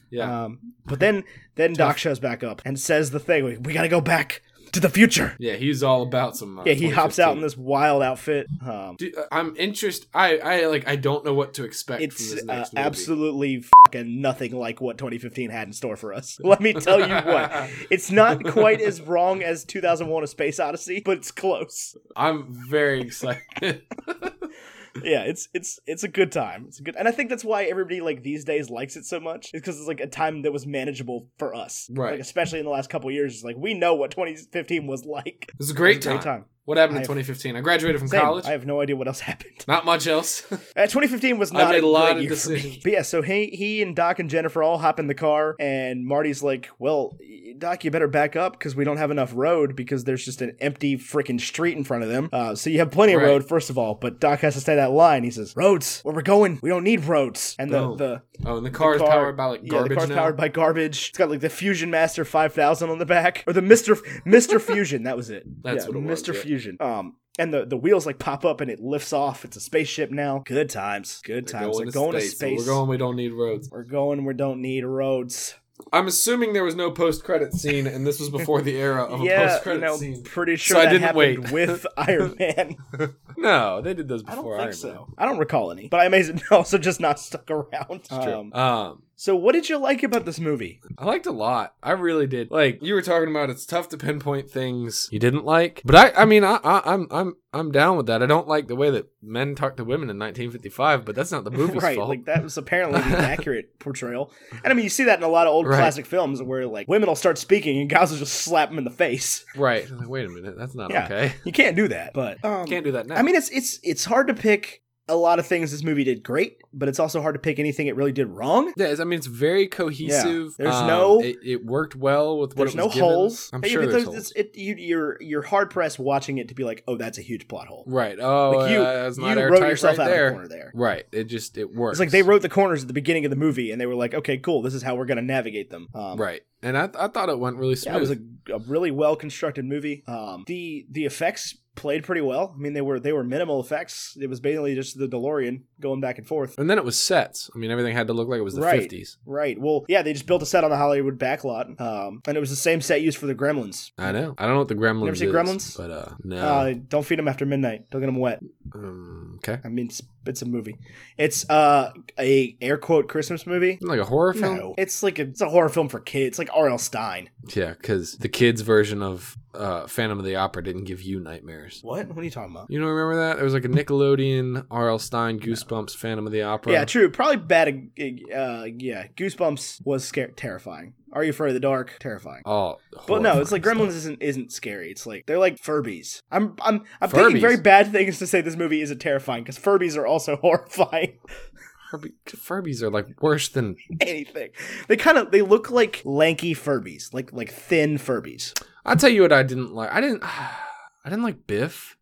[SPEAKER 1] Yeah,
[SPEAKER 2] Um, but then then Doc
[SPEAKER 1] Tough.
[SPEAKER 2] shows back up and says the thing. We, we got to go back to the future.
[SPEAKER 1] yeah, he's all about some. Uh,
[SPEAKER 2] Yeah, he hops out in
[SPEAKER 1] 2015.
[SPEAKER 2] this wild outfit. Um,
[SPEAKER 1] Dude, uh, I'm interest. I I like. I don't know what to expect. from
[SPEAKER 2] it's
[SPEAKER 1] this
[SPEAKER 2] uh,
[SPEAKER 1] next movie.
[SPEAKER 2] absolutely fucking nothing like what 2015 had in store for us. [laughs] Let me tell you
[SPEAKER 1] [laughs]
[SPEAKER 2] what. It's not quite as wrong as 2001: A Space Odyssey, but it's close.
[SPEAKER 1] I'm very excited. [laughs]
[SPEAKER 2] Yeah, it's it's it's a good time. It's a good, and I think that's why everybody like these days likes it so much. It's because it's like a time that was manageable for us,
[SPEAKER 1] Right.
[SPEAKER 2] Like especially in the last couple of years, it's like we know what 2015 was like.
[SPEAKER 1] It was a
[SPEAKER 2] It
[SPEAKER 1] great
[SPEAKER 2] was a
[SPEAKER 1] time.
[SPEAKER 2] Great time.
[SPEAKER 1] What happened in
[SPEAKER 2] I've-
[SPEAKER 1] 2015? I graduated from
[SPEAKER 2] Same.
[SPEAKER 1] college.
[SPEAKER 2] I have no idea what else [laughs] happened.
[SPEAKER 1] Not much else. [laughs]
[SPEAKER 2] Uh, 2015 was
[SPEAKER 1] I
[SPEAKER 2] not
[SPEAKER 1] made a
[SPEAKER 2] a,
[SPEAKER 1] lot
[SPEAKER 2] great
[SPEAKER 1] of
[SPEAKER 2] year for me.
[SPEAKER 1] decisions.
[SPEAKER 2] But yeah, so he he and Doc and Jennifer all hop in the car, and Marty's like, "Well, Doc, you better back up because we don't have enough road because there's just an empty freaking street in front of them. Uh, so you have plenty of
[SPEAKER 1] Right.
[SPEAKER 2] road, first of all. But Doc has to say that line. He says, "Roads, where we're going, we don't need roads." And the
[SPEAKER 1] Boom.
[SPEAKER 2] the
[SPEAKER 1] Oh, and the car is
[SPEAKER 2] car-
[SPEAKER 1] powered by like
[SPEAKER 2] yeah, the
[SPEAKER 1] garbage
[SPEAKER 2] car's
[SPEAKER 1] now.
[SPEAKER 2] powered by garbage. It's got like the Fusion Master 5000 on the back, or the Mister Mister Fusion. That was it.
[SPEAKER 1] [laughs] That's what it was,
[SPEAKER 2] Mister
[SPEAKER 1] yeah.
[SPEAKER 2] Fusion. Um. And the, the wheels like pop up and it lifts off. It's a spaceship now. Good times. Good
[SPEAKER 1] They're
[SPEAKER 2] times.
[SPEAKER 1] going
[SPEAKER 2] Like going to
[SPEAKER 1] space.
[SPEAKER 2] space.
[SPEAKER 1] We're going. We don't need roads.
[SPEAKER 2] We're going. We don't need roads.
[SPEAKER 1] I'm assuming there was no post-credit scene, and
[SPEAKER 2] [laughs]
[SPEAKER 1] this was before the era of a
[SPEAKER 2] yeah, you
[SPEAKER 1] post-credit
[SPEAKER 2] know,
[SPEAKER 1] scene.
[SPEAKER 2] pretty sure
[SPEAKER 1] So I
[SPEAKER 2] that
[SPEAKER 1] didn't
[SPEAKER 2] happened
[SPEAKER 1] wait. [laughs]
[SPEAKER 2] with Iron Man.
[SPEAKER 1] No, they did those
[SPEAKER 2] I
[SPEAKER 1] before
[SPEAKER 2] don't think
[SPEAKER 1] Iron
[SPEAKER 2] so. I don't recall any, [laughs] but I may also just not stuck around.
[SPEAKER 1] Man. It's true.
[SPEAKER 2] Um,
[SPEAKER 1] um,
[SPEAKER 2] so, what did you like about this movie?
[SPEAKER 1] I liked a lot. I really did. Like you were talking about, it's tough to pinpoint things you didn't like. But I, I mean, I, I, I'm, I'm, I'm down with that. I don't like the way that men talk to women in 1955, but that's
[SPEAKER 2] [laughs]
[SPEAKER 1] not the movie's
[SPEAKER 2] right,
[SPEAKER 1] fault.
[SPEAKER 2] like that was apparently
[SPEAKER 1] [laughs]
[SPEAKER 2] an accurate portrayal, and I mean, you see that in a lot of old
[SPEAKER 1] Right.
[SPEAKER 2] classic films where like women will start speaking and guys will just slap them in the face. [laughs]
[SPEAKER 1] right? Like, wait a minute, that's not
[SPEAKER 2] Yeah.
[SPEAKER 1] okay.
[SPEAKER 2] You can't do that, but um,
[SPEAKER 1] Can't do that now.
[SPEAKER 2] I mean, it's it's it's hard to pick a lot of things this movie did great, but it's also hard to pick anything it really did wrong.
[SPEAKER 1] Yeah, it's- I mean it's very cohesive. Um,
[SPEAKER 2] There's no-
[SPEAKER 1] It, it worked well with what
[SPEAKER 2] There's
[SPEAKER 1] it was
[SPEAKER 2] no
[SPEAKER 1] given.
[SPEAKER 2] holes.
[SPEAKER 1] I'm
[SPEAKER 2] Hey,
[SPEAKER 1] sure
[SPEAKER 2] but
[SPEAKER 1] there's
[SPEAKER 2] there's-
[SPEAKER 1] holes.
[SPEAKER 2] it's- It, you, you're you're hard pressed watching it to be like, oh, that's a huge plot hole.
[SPEAKER 1] Right. Oh,
[SPEAKER 2] Like you,
[SPEAKER 1] uh, that's not
[SPEAKER 2] you
[SPEAKER 1] airtight
[SPEAKER 2] wrote yourself
[SPEAKER 1] right
[SPEAKER 2] out
[SPEAKER 1] there.
[SPEAKER 2] of the corner there.
[SPEAKER 1] Right. It just it works.
[SPEAKER 2] It's like they wrote the corners at the beginning of the movie, and they were like, "Okay, cool. This is how we're going to navigate them." Um,
[SPEAKER 1] Right. And I, I thought it went really smooth.
[SPEAKER 2] Yeah, it was a, a really well constructed movie. Um, the the effects played pretty well. I mean, they were they were minimal effects. It was basically just the DeLorean going back and forth.
[SPEAKER 1] and then it was sets. I mean, everything had to look like it was the
[SPEAKER 2] Right.
[SPEAKER 1] 50s.
[SPEAKER 2] Right. Well, yeah, they just built a set on the Hollywood backlot, um, and it was the same set used for the Gremlins.
[SPEAKER 1] I know. I don't know what the Gremlins
[SPEAKER 2] Never seen
[SPEAKER 1] is,
[SPEAKER 2] Gremlins?
[SPEAKER 1] but uh, no.
[SPEAKER 2] Uh, don't feed them after midnight. Don't get them wet.
[SPEAKER 1] um, okay.
[SPEAKER 2] I mean, it's, it's a movie. It's uh, a air quote Christmas movie.
[SPEAKER 1] Like a horror film?
[SPEAKER 2] No, it's like a, it's a horror film for kids, like R.L. Stein.
[SPEAKER 1] Yeah, because the kids' version of uh, Phantom of the Opera didn't give you nightmares.
[SPEAKER 2] What? What are you talking about?
[SPEAKER 1] You don't remember that? It was like a Nickelodeon, R.L. Stein, Goosebumps, Phantom of the Opera.
[SPEAKER 2] Yeah, true. Probably bad. Uh, yeah, Goosebumps was scare- terrifying. Are you afraid of the dark? Terrifying.
[SPEAKER 1] Oh,
[SPEAKER 2] But no, it's like
[SPEAKER 1] horrifying
[SPEAKER 2] Gremlins isn't isn't scary. It's like they're like Furbies. I'm I'm I'm
[SPEAKER 1] Furbies?
[SPEAKER 2] picking very bad [laughs] things to say this movie isn't terrifying because Furbies are also [laughs] horrifying.
[SPEAKER 1] stuff. Furby, Furbies are like worse than.
[SPEAKER 2] Anything they kind of they look like lanky Furbies, like like thin Furbies.
[SPEAKER 1] I'll tell you what I didn't like. I didn't. [sighs] I didn't like Biff.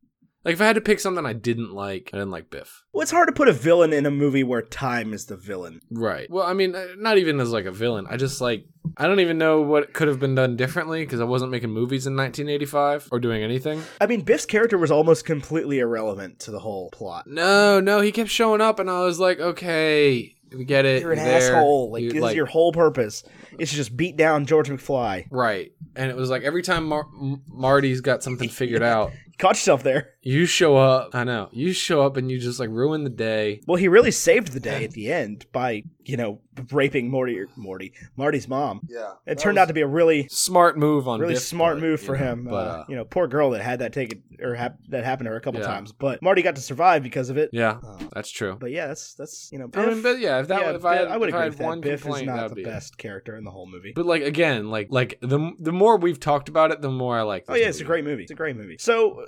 [SPEAKER 1] Like if I had to pick something I didn't like, I didn't like Biff.
[SPEAKER 2] Well, it's hard to put a villain in a movie where time is the villain.
[SPEAKER 1] Right. Well, I mean, uh, not even as like a villain. I just like I don't even know what could have been done differently because I wasn't making movies in 1985 or doing anything.
[SPEAKER 2] I mean, Biff's character was almost completely irrelevant to the whole plot.
[SPEAKER 1] No, no, he kept showing up, and I was like, okay, we get it.
[SPEAKER 2] You're an
[SPEAKER 1] there.
[SPEAKER 2] asshole. Like
[SPEAKER 1] You're,
[SPEAKER 2] this is your whole purpose. It's just beat down George McFly.
[SPEAKER 1] right. And it was like every time Mar- M- Marty's got something
[SPEAKER 2] [laughs]
[SPEAKER 1] figured out,
[SPEAKER 2] Caught yourself there.
[SPEAKER 1] you show up. I know you show up, and you just like ruin the day.
[SPEAKER 2] Well, he really saved the day at the end by, you know, raping Morty or Morty, Marty's mom.
[SPEAKER 1] Yeah,
[SPEAKER 2] It turned out to be a really
[SPEAKER 1] smart move on
[SPEAKER 2] really
[SPEAKER 1] Biff's
[SPEAKER 2] smart
[SPEAKER 1] part,
[SPEAKER 2] move
[SPEAKER 1] you
[SPEAKER 2] for
[SPEAKER 1] know,
[SPEAKER 2] him.
[SPEAKER 1] But
[SPEAKER 2] uh,
[SPEAKER 1] uh,
[SPEAKER 2] you know, poor girl that had that taken or hap- that happened to her a couple
[SPEAKER 1] Yeah.
[SPEAKER 2] times, but Marty got to survive because of it.
[SPEAKER 1] yeah,
[SPEAKER 2] Uh,
[SPEAKER 1] that's true.
[SPEAKER 2] but yeah, that's that's you know,
[SPEAKER 1] I mean,
[SPEAKER 2] Biff-
[SPEAKER 1] but yeah, if that
[SPEAKER 2] yeah,
[SPEAKER 1] would- if I,
[SPEAKER 2] Biff-
[SPEAKER 1] had,
[SPEAKER 2] I would
[SPEAKER 1] if
[SPEAKER 2] agree
[SPEAKER 1] I had
[SPEAKER 2] with that.
[SPEAKER 1] one
[SPEAKER 2] Biff is
[SPEAKER 1] complaint, that
[SPEAKER 2] not
[SPEAKER 1] would
[SPEAKER 2] the
[SPEAKER 1] be it.
[SPEAKER 2] best character in the whole movie.
[SPEAKER 1] But like again, like like the the more we've talked about it, the more I like.
[SPEAKER 2] oh
[SPEAKER 1] this
[SPEAKER 2] yeah, it's a
[SPEAKER 1] movie.
[SPEAKER 2] great movie. It's a great movie. So, uh,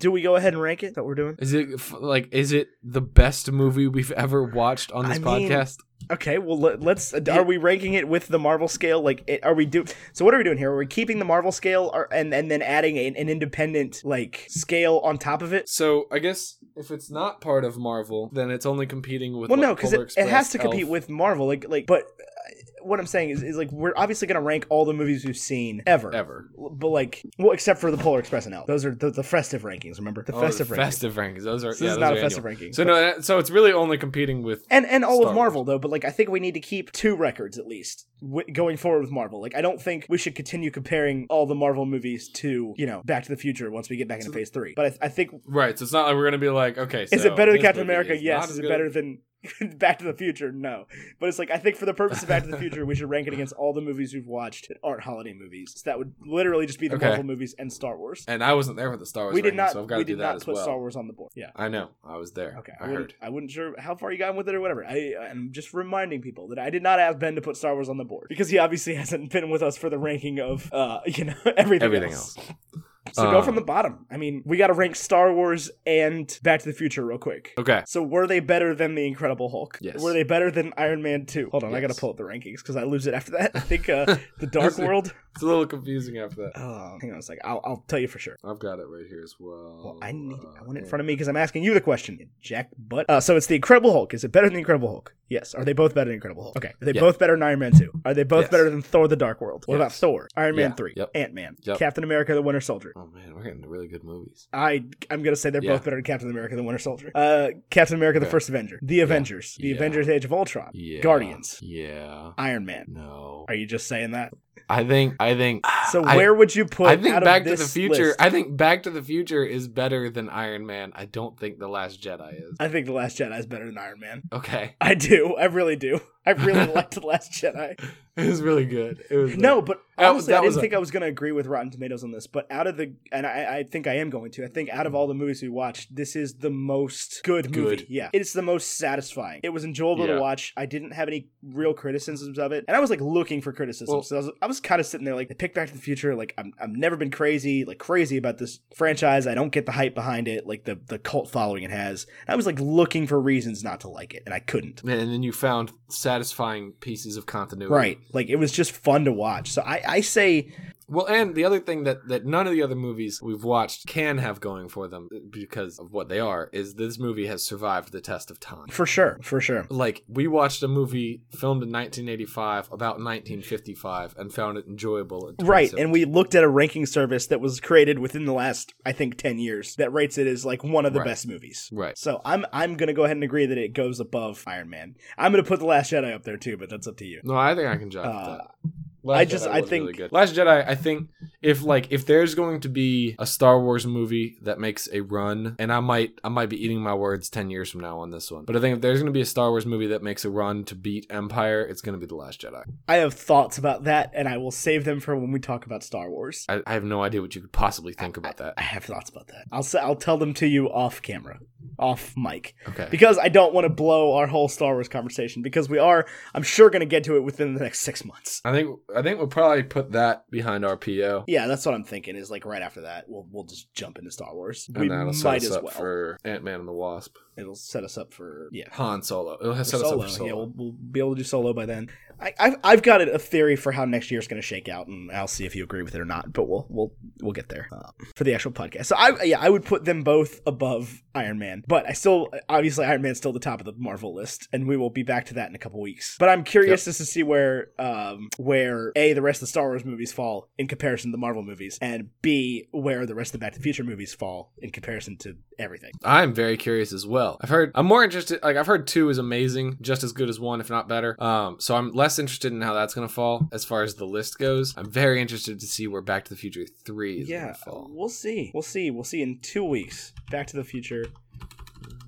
[SPEAKER 2] do we go ahead and rank it? Is That what we're doing?
[SPEAKER 1] Is it f- like is it the best movie we've ever watched on this
[SPEAKER 2] I mean-
[SPEAKER 1] podcast?
[SPEAKER 2] Okay, well let,
[SPEAKER 1] Uh,
[SPEAKER 2] let's. Are we ranking it with the Marvel scale? Like, it, are we do? So what are we doing here? Are we keeping the Marvel scale, or, and and then adding an, an independent like scale on top of it?
[SPEAKER 1] So I guess if it's not part of Marvel, then it's only competing with.
[SPEAKER 2] Well,
[SPEAKER 1] like,
[SPEAKER 2] no, because
[SPEAKER 1] Polar
[SPEAKER 2] it, it has
[SPEAKER 1] Express,
[SPEAKER 2] to compete
[SPEAKER 1] Elf.
[SPEAKER 2] with Marvel. Like, like, but uh, what I'm saying is, is like we're obviously gonna rank all the movies we've seen ever,
[SPEAKER 1] ever.
[SPEAKER 2] But like, well, except for the Polar Express and L. Those are the, the festive rankings. Remember the
[SPEAKER 1] Oh,
[SPEAKER 2] festive
[SPEAKER 1] the
[SPEAKER 2] rankings.
[SPEAKER 1] festive rankings. Those are
[SPEAKER 2] This
[SPEAKER 1] yeah,
[SPEAKER 2] is
[SPEAKER 1] those
[SPEAKER 2] not
[SPEAKER 1] are
[SPEAKER 2] a festive
[SPEAKER 1] annual.
[SPEAKER 2] ranking.
[SPEAKER 1] So
[SPEAKER 2] but-
[SPEAKER 1] no, that, so it's really only competing with.
[SPEAKER 2] and and all
[SPEAKER 1] Star
[SPEAKER 2] of Marvel though, but like I think we need to keep two records at least w- going forward with Marvel. Like I don't think we should continue comparing all the Marvel movies to you know Back to the Future once we get back into Phase Three. But I, I think
[SPEAKER 1] Right, so it's not like we're gonna be like, okay,
[SPEAKER 2] is
[SPEAKER 1] so
[SPEAKER 2] it better than
[SPEAKER 1] this
[SPEAKER 2] Captain
[SPEAKER 1] movie
[SPEAKER 2] America?
[SPEAKER 1] is not
[SPEAKER 2] yes.
[SPEAKER 1] as
[SPEAKER 2] Is it
[SPEAKER 1] good-
[SPEAKER 2] better than [laughs] Back to the Future? No. But it's like I think for the purpose of Back to the Future, we should rank it against all the movies we've watched that aren't holiday movies. So that would literally just be the
[SPEAKER 1] Okay.
[SPEAKER 2] Marvel movies and Star Wars.
[SPEAKER 1] And I wasn't there for the Star Wars.
[SPEAKER 2] we did
[SPEAKER 1] ranking,
[SPEAKER 2] not.
[SPEAKER 1] So I've got
[SPEAKER 2] we
[SPEAKER 1] to do
[SPEAKER 2] did
[SPEAKER 1] that
[SPEAKER 2] not
[SPEAKER 1] as
[SPEAKER 2] put
[SPEAKER 1] well.
[SPEAKER 2] Star Wars on the board. Yeah.
[SPEAKER 1] I know. I was there.
[SPEAKER 2] Okay, I,
[SPEAKER 1] I
[SPEAKER 2] wouldn't,
[SPEAKER 1] heard.
[SPEAKER 2] I wasn't sure how far you got with it or whatever. I am just reminding people that I did not ask Ben to put Star Wars [laughs] on the board because he obviously hasn't been with us for the ranking of uh, you know [laughs] everything,
[SPEAKER 1] Everything
[SPEAKER 2] else. So go
[SPEAKER 1] Um,
[SPEAKER 2] from the bottom. I mean, we got to rank Star Wars and Back to the Future real quick.
[SPEAKER 1] Okay.
[SPEAKER 2] So were they better than the Incredible Hulk?
[SPEAKER 1] Yes.
[SPEAKER 2] Were they better than Iron Man Two? Hold on, I gotta
[SPEAKER 1] Yes.
[SPEAKER 2] pull up the rankings because I lose it after that. I think uh,
[SPEAKER 1] [laughs]
[SPEAKER 2] the Dark World.
[SPEAKER 1] It's a little confusing after that.
[SPEAKER 2] Oh, hang on a sec. I'll I'll tell you for sure.
[SPEAKER 1] I've got it right here as well.
[SPEAKER 2] Well, Oh, I need I
[SPEAKER 1] Uh,
[SPEAKER 2] want it in front of me because I'm asking you the question, Jack. But uh, so it's the Incredible Hulk. Is it better than the Incredible Hulk? Yes. Are they both better than Incredible Hulk? Okay. Are they
[SPEAKER 1] Yeah.
[SPEAKER 2] both better than Iron Man Two? Are they both
[SPEAKER 1] Yes.
[SPEAKER 2] better than Thor: The Dark World? What about
[SPEAKER 1] Yes.
[SPEAKER 2] Thor? Iron Man
[SPEAKER 1] Yeah.
[SPEAKER 2] Three,
[SPEAKER 1] Yep.
[SPEAKER 2] Ant Man,
[SPEAKER 1] Yep.
[SPEAKER 2] Captain America: The Winter Soldier.
[SPEAKER 1] Oh man, we're getting really good movies.
[SPEAKER 2] I I'm gonna say they're
[SPEAKER 1] Yeah.
[SPEAKER 2] both better than Captain America: The Winter Soldier. Uh, Captain America: The
[SPEAKER 1] Okay.
[SPEAKER 2] First Avenger, The Avengers, The
[SPEAKER 1] Yeah.
[SPEAKER 2] Avengers: Age of Ultron,
[SPEAKER 1] Yeah.
[SPEAKER 2] Guardians,
[SPEAKER 1] Yeah.
[SPEAKER 2] Iron Man.
[SPEAKER 1] No.
[SPEAKER 2] Are you just saying that?
[SPEAKER 1] I think I think
[SPEAKER 2] So
[SPEAKER 1] I-
[SPEAKER 2] where would you put?
[SPEAKER 1] I think
[SPEAKER 2] out of
[SPEAKER 1] Back to the
[SPEAKER 2] this
[SPEAKER 1] Future.
[SPEAKER 2] list-
[SPEAKER 1] I think Back to the Future is better than Iron Man. I don't think The Last Jedi is.
[SPEAKER 2] I think The Last Jedi is better than Iron Man.
[SPEAKER 1] Okay,
[SPEAKER 2] I do. I really do.
[SPEAKER 1] [laughs]
[SPEAKER 2] I really liked The Last Jedi.
[SPEAKER 1] it was really good. It was
[SPEAKER 2] No, but
[SPEAKER 1] That-
[SPEAKER 2] honestly,
[SPEAKER 1] that
[SPEAKER 2] I didn't
[SPEAKER 1] was a-
[SPEAKER 2] think I was going to agree with Rotten Tomatoes on this. But out of the, and I, I think I am going to. I think out of all the movies we watched, this is the most good movie.
[SPEAKER 1] Hmm. Good.
[SPEAKER 2] Yeah, it's the most satisfying. It was enjoyable
[SPEAKER 1] Yeah.
[SPEAKER 2] to watch. I didn't have any real criticisms of it, and I was like looking for criticisms.
[SPEAKER 1] Well-
[SPEAKER 2] so I was, I was kind of sitting there like, they picked Back to the Future. Like I'm, I've never been crazy, like crazy about this franchise. I don't get the hype behind it, like the the cult following it has. I was like looking for reasons not to like it, and I couldn't.
[SPEAKER 1] Man, and then you found satisfying pieces of continuity.
[SPEAKER 2] Right. Like it was just fun to watch. So I, I say
[SPEAKER 1] Well, and the other thing that that none of the other movies we've watched can have going for them because of what they are is this movie has survived the test of time.
[SPEAKER 2] for sure, for sure.
[SPEAKER 1] Like we watched a movie filmed in 1985 about 1955 and found it enjoyable. in
[SPEAKER 2] Right.
[SPEAKER 1] 2017.
[SPEAKER 2] And we looked at a ranking service that was created within the last, I think, ten years that rates it as like one of the
[SPEAKER 1] Right.
[SPEAKER 2] best movies.
[SPEAKER 1] right.
[SPEAKER 2] So I'm I'm gonna go ahead and agree that it goes above Iron Man. I'm gonna put the Last Jedi up there too, but that's up to you.
[SPEAKER 1] No, I think I can jive
[SPEAKER 2] Uh,
[SPEAKER 1] with that. Last
[SPEAKER 2] I just-
[SPEAKER 1] Jedi
[SPEAKER 2] I
[SPEAKER 1] was really
[SPEAKER 2] think-
[SPEAKER 1] good. Last Jedi. I think if like if there's going to be a Star Wars movie that makes a run, and I might I might be eating my words ten years from now on this one, but I think if there's going to be a Star Wars movie that makes a run to beat Empire, it's going to be the Last Jedi.
[SPEAKER 2] I have thoughts about that, and I will save them for when we talk about Star Wars.
[SPEAKER 1] I, I have no idea what you could possibly think about that.
[SPEAKER 2] I have thoughts about that. I'll say, I'll tell them to you off camera, off mic.
[SPEAKER 1] Okay.
[SPEAKER 2] because I don't want to blow our whole Star Wars conversation because we are, I'm sure, going to get to it within the next six months.
[SPEAKER 1] I think I think we'll probably put that behind RPO.
[SPEAKER 2] Yeah, that's what I'm thinking. Is like right after that, we'll we'll just jump into Star Wars.
[SPEAKER 1] And
[SPEAKER 2] we
[SPEAKER 1] that'll set
[SPEAKER 2] might
[SPEAKER 1] us
[SPEAKER 2] as
[SPEAKER 1] up
[SPEAKER 2] well.
[SPEAKER 1] for Ant Man and the Wasp.
[SPEAKER 2] It'll set us up for yeah.
[SPEAKER 1] Han Solo. It'll
[SPEAKER 2] for
[SPEAKER 1] set us
[SPEAKER 2] solo.
[SPEAKER 1] up for Solo.
[SPEAKER 2] yeah, we'll, we'll be able to do solo by then. I, I've I've got a theory for how next year's going to shake out, and I'll see if you agree with it or not. But we'll we'll we'll get there uh, for the actual podcast. So I yeah, I would put them both above Iron Man, but I still obviously Iron Man's still the top of the Marvel list, and we will be back to that in a couple weeks. But I'm curious just to see where um where a the rest of the Star Wars movies fall in comparison to the Marvel movies, and b where the rest of the Back to the Future movies fall in comparison to everything.
[SPEAKER 1] I'm very curious as well. I've heard I'm more interested like I've heard two is amazing, just as good as one, if not better. Um, so I'm less interested in how that's gonna fall as far as the list goes. I'm very interested to see where Back to the Future three is
[SPEAKER 2] yeah
[SPEAKER 1] gonna fall.
[SPEAKER 2] we'll see we'll see we'll see in two weeks back to the future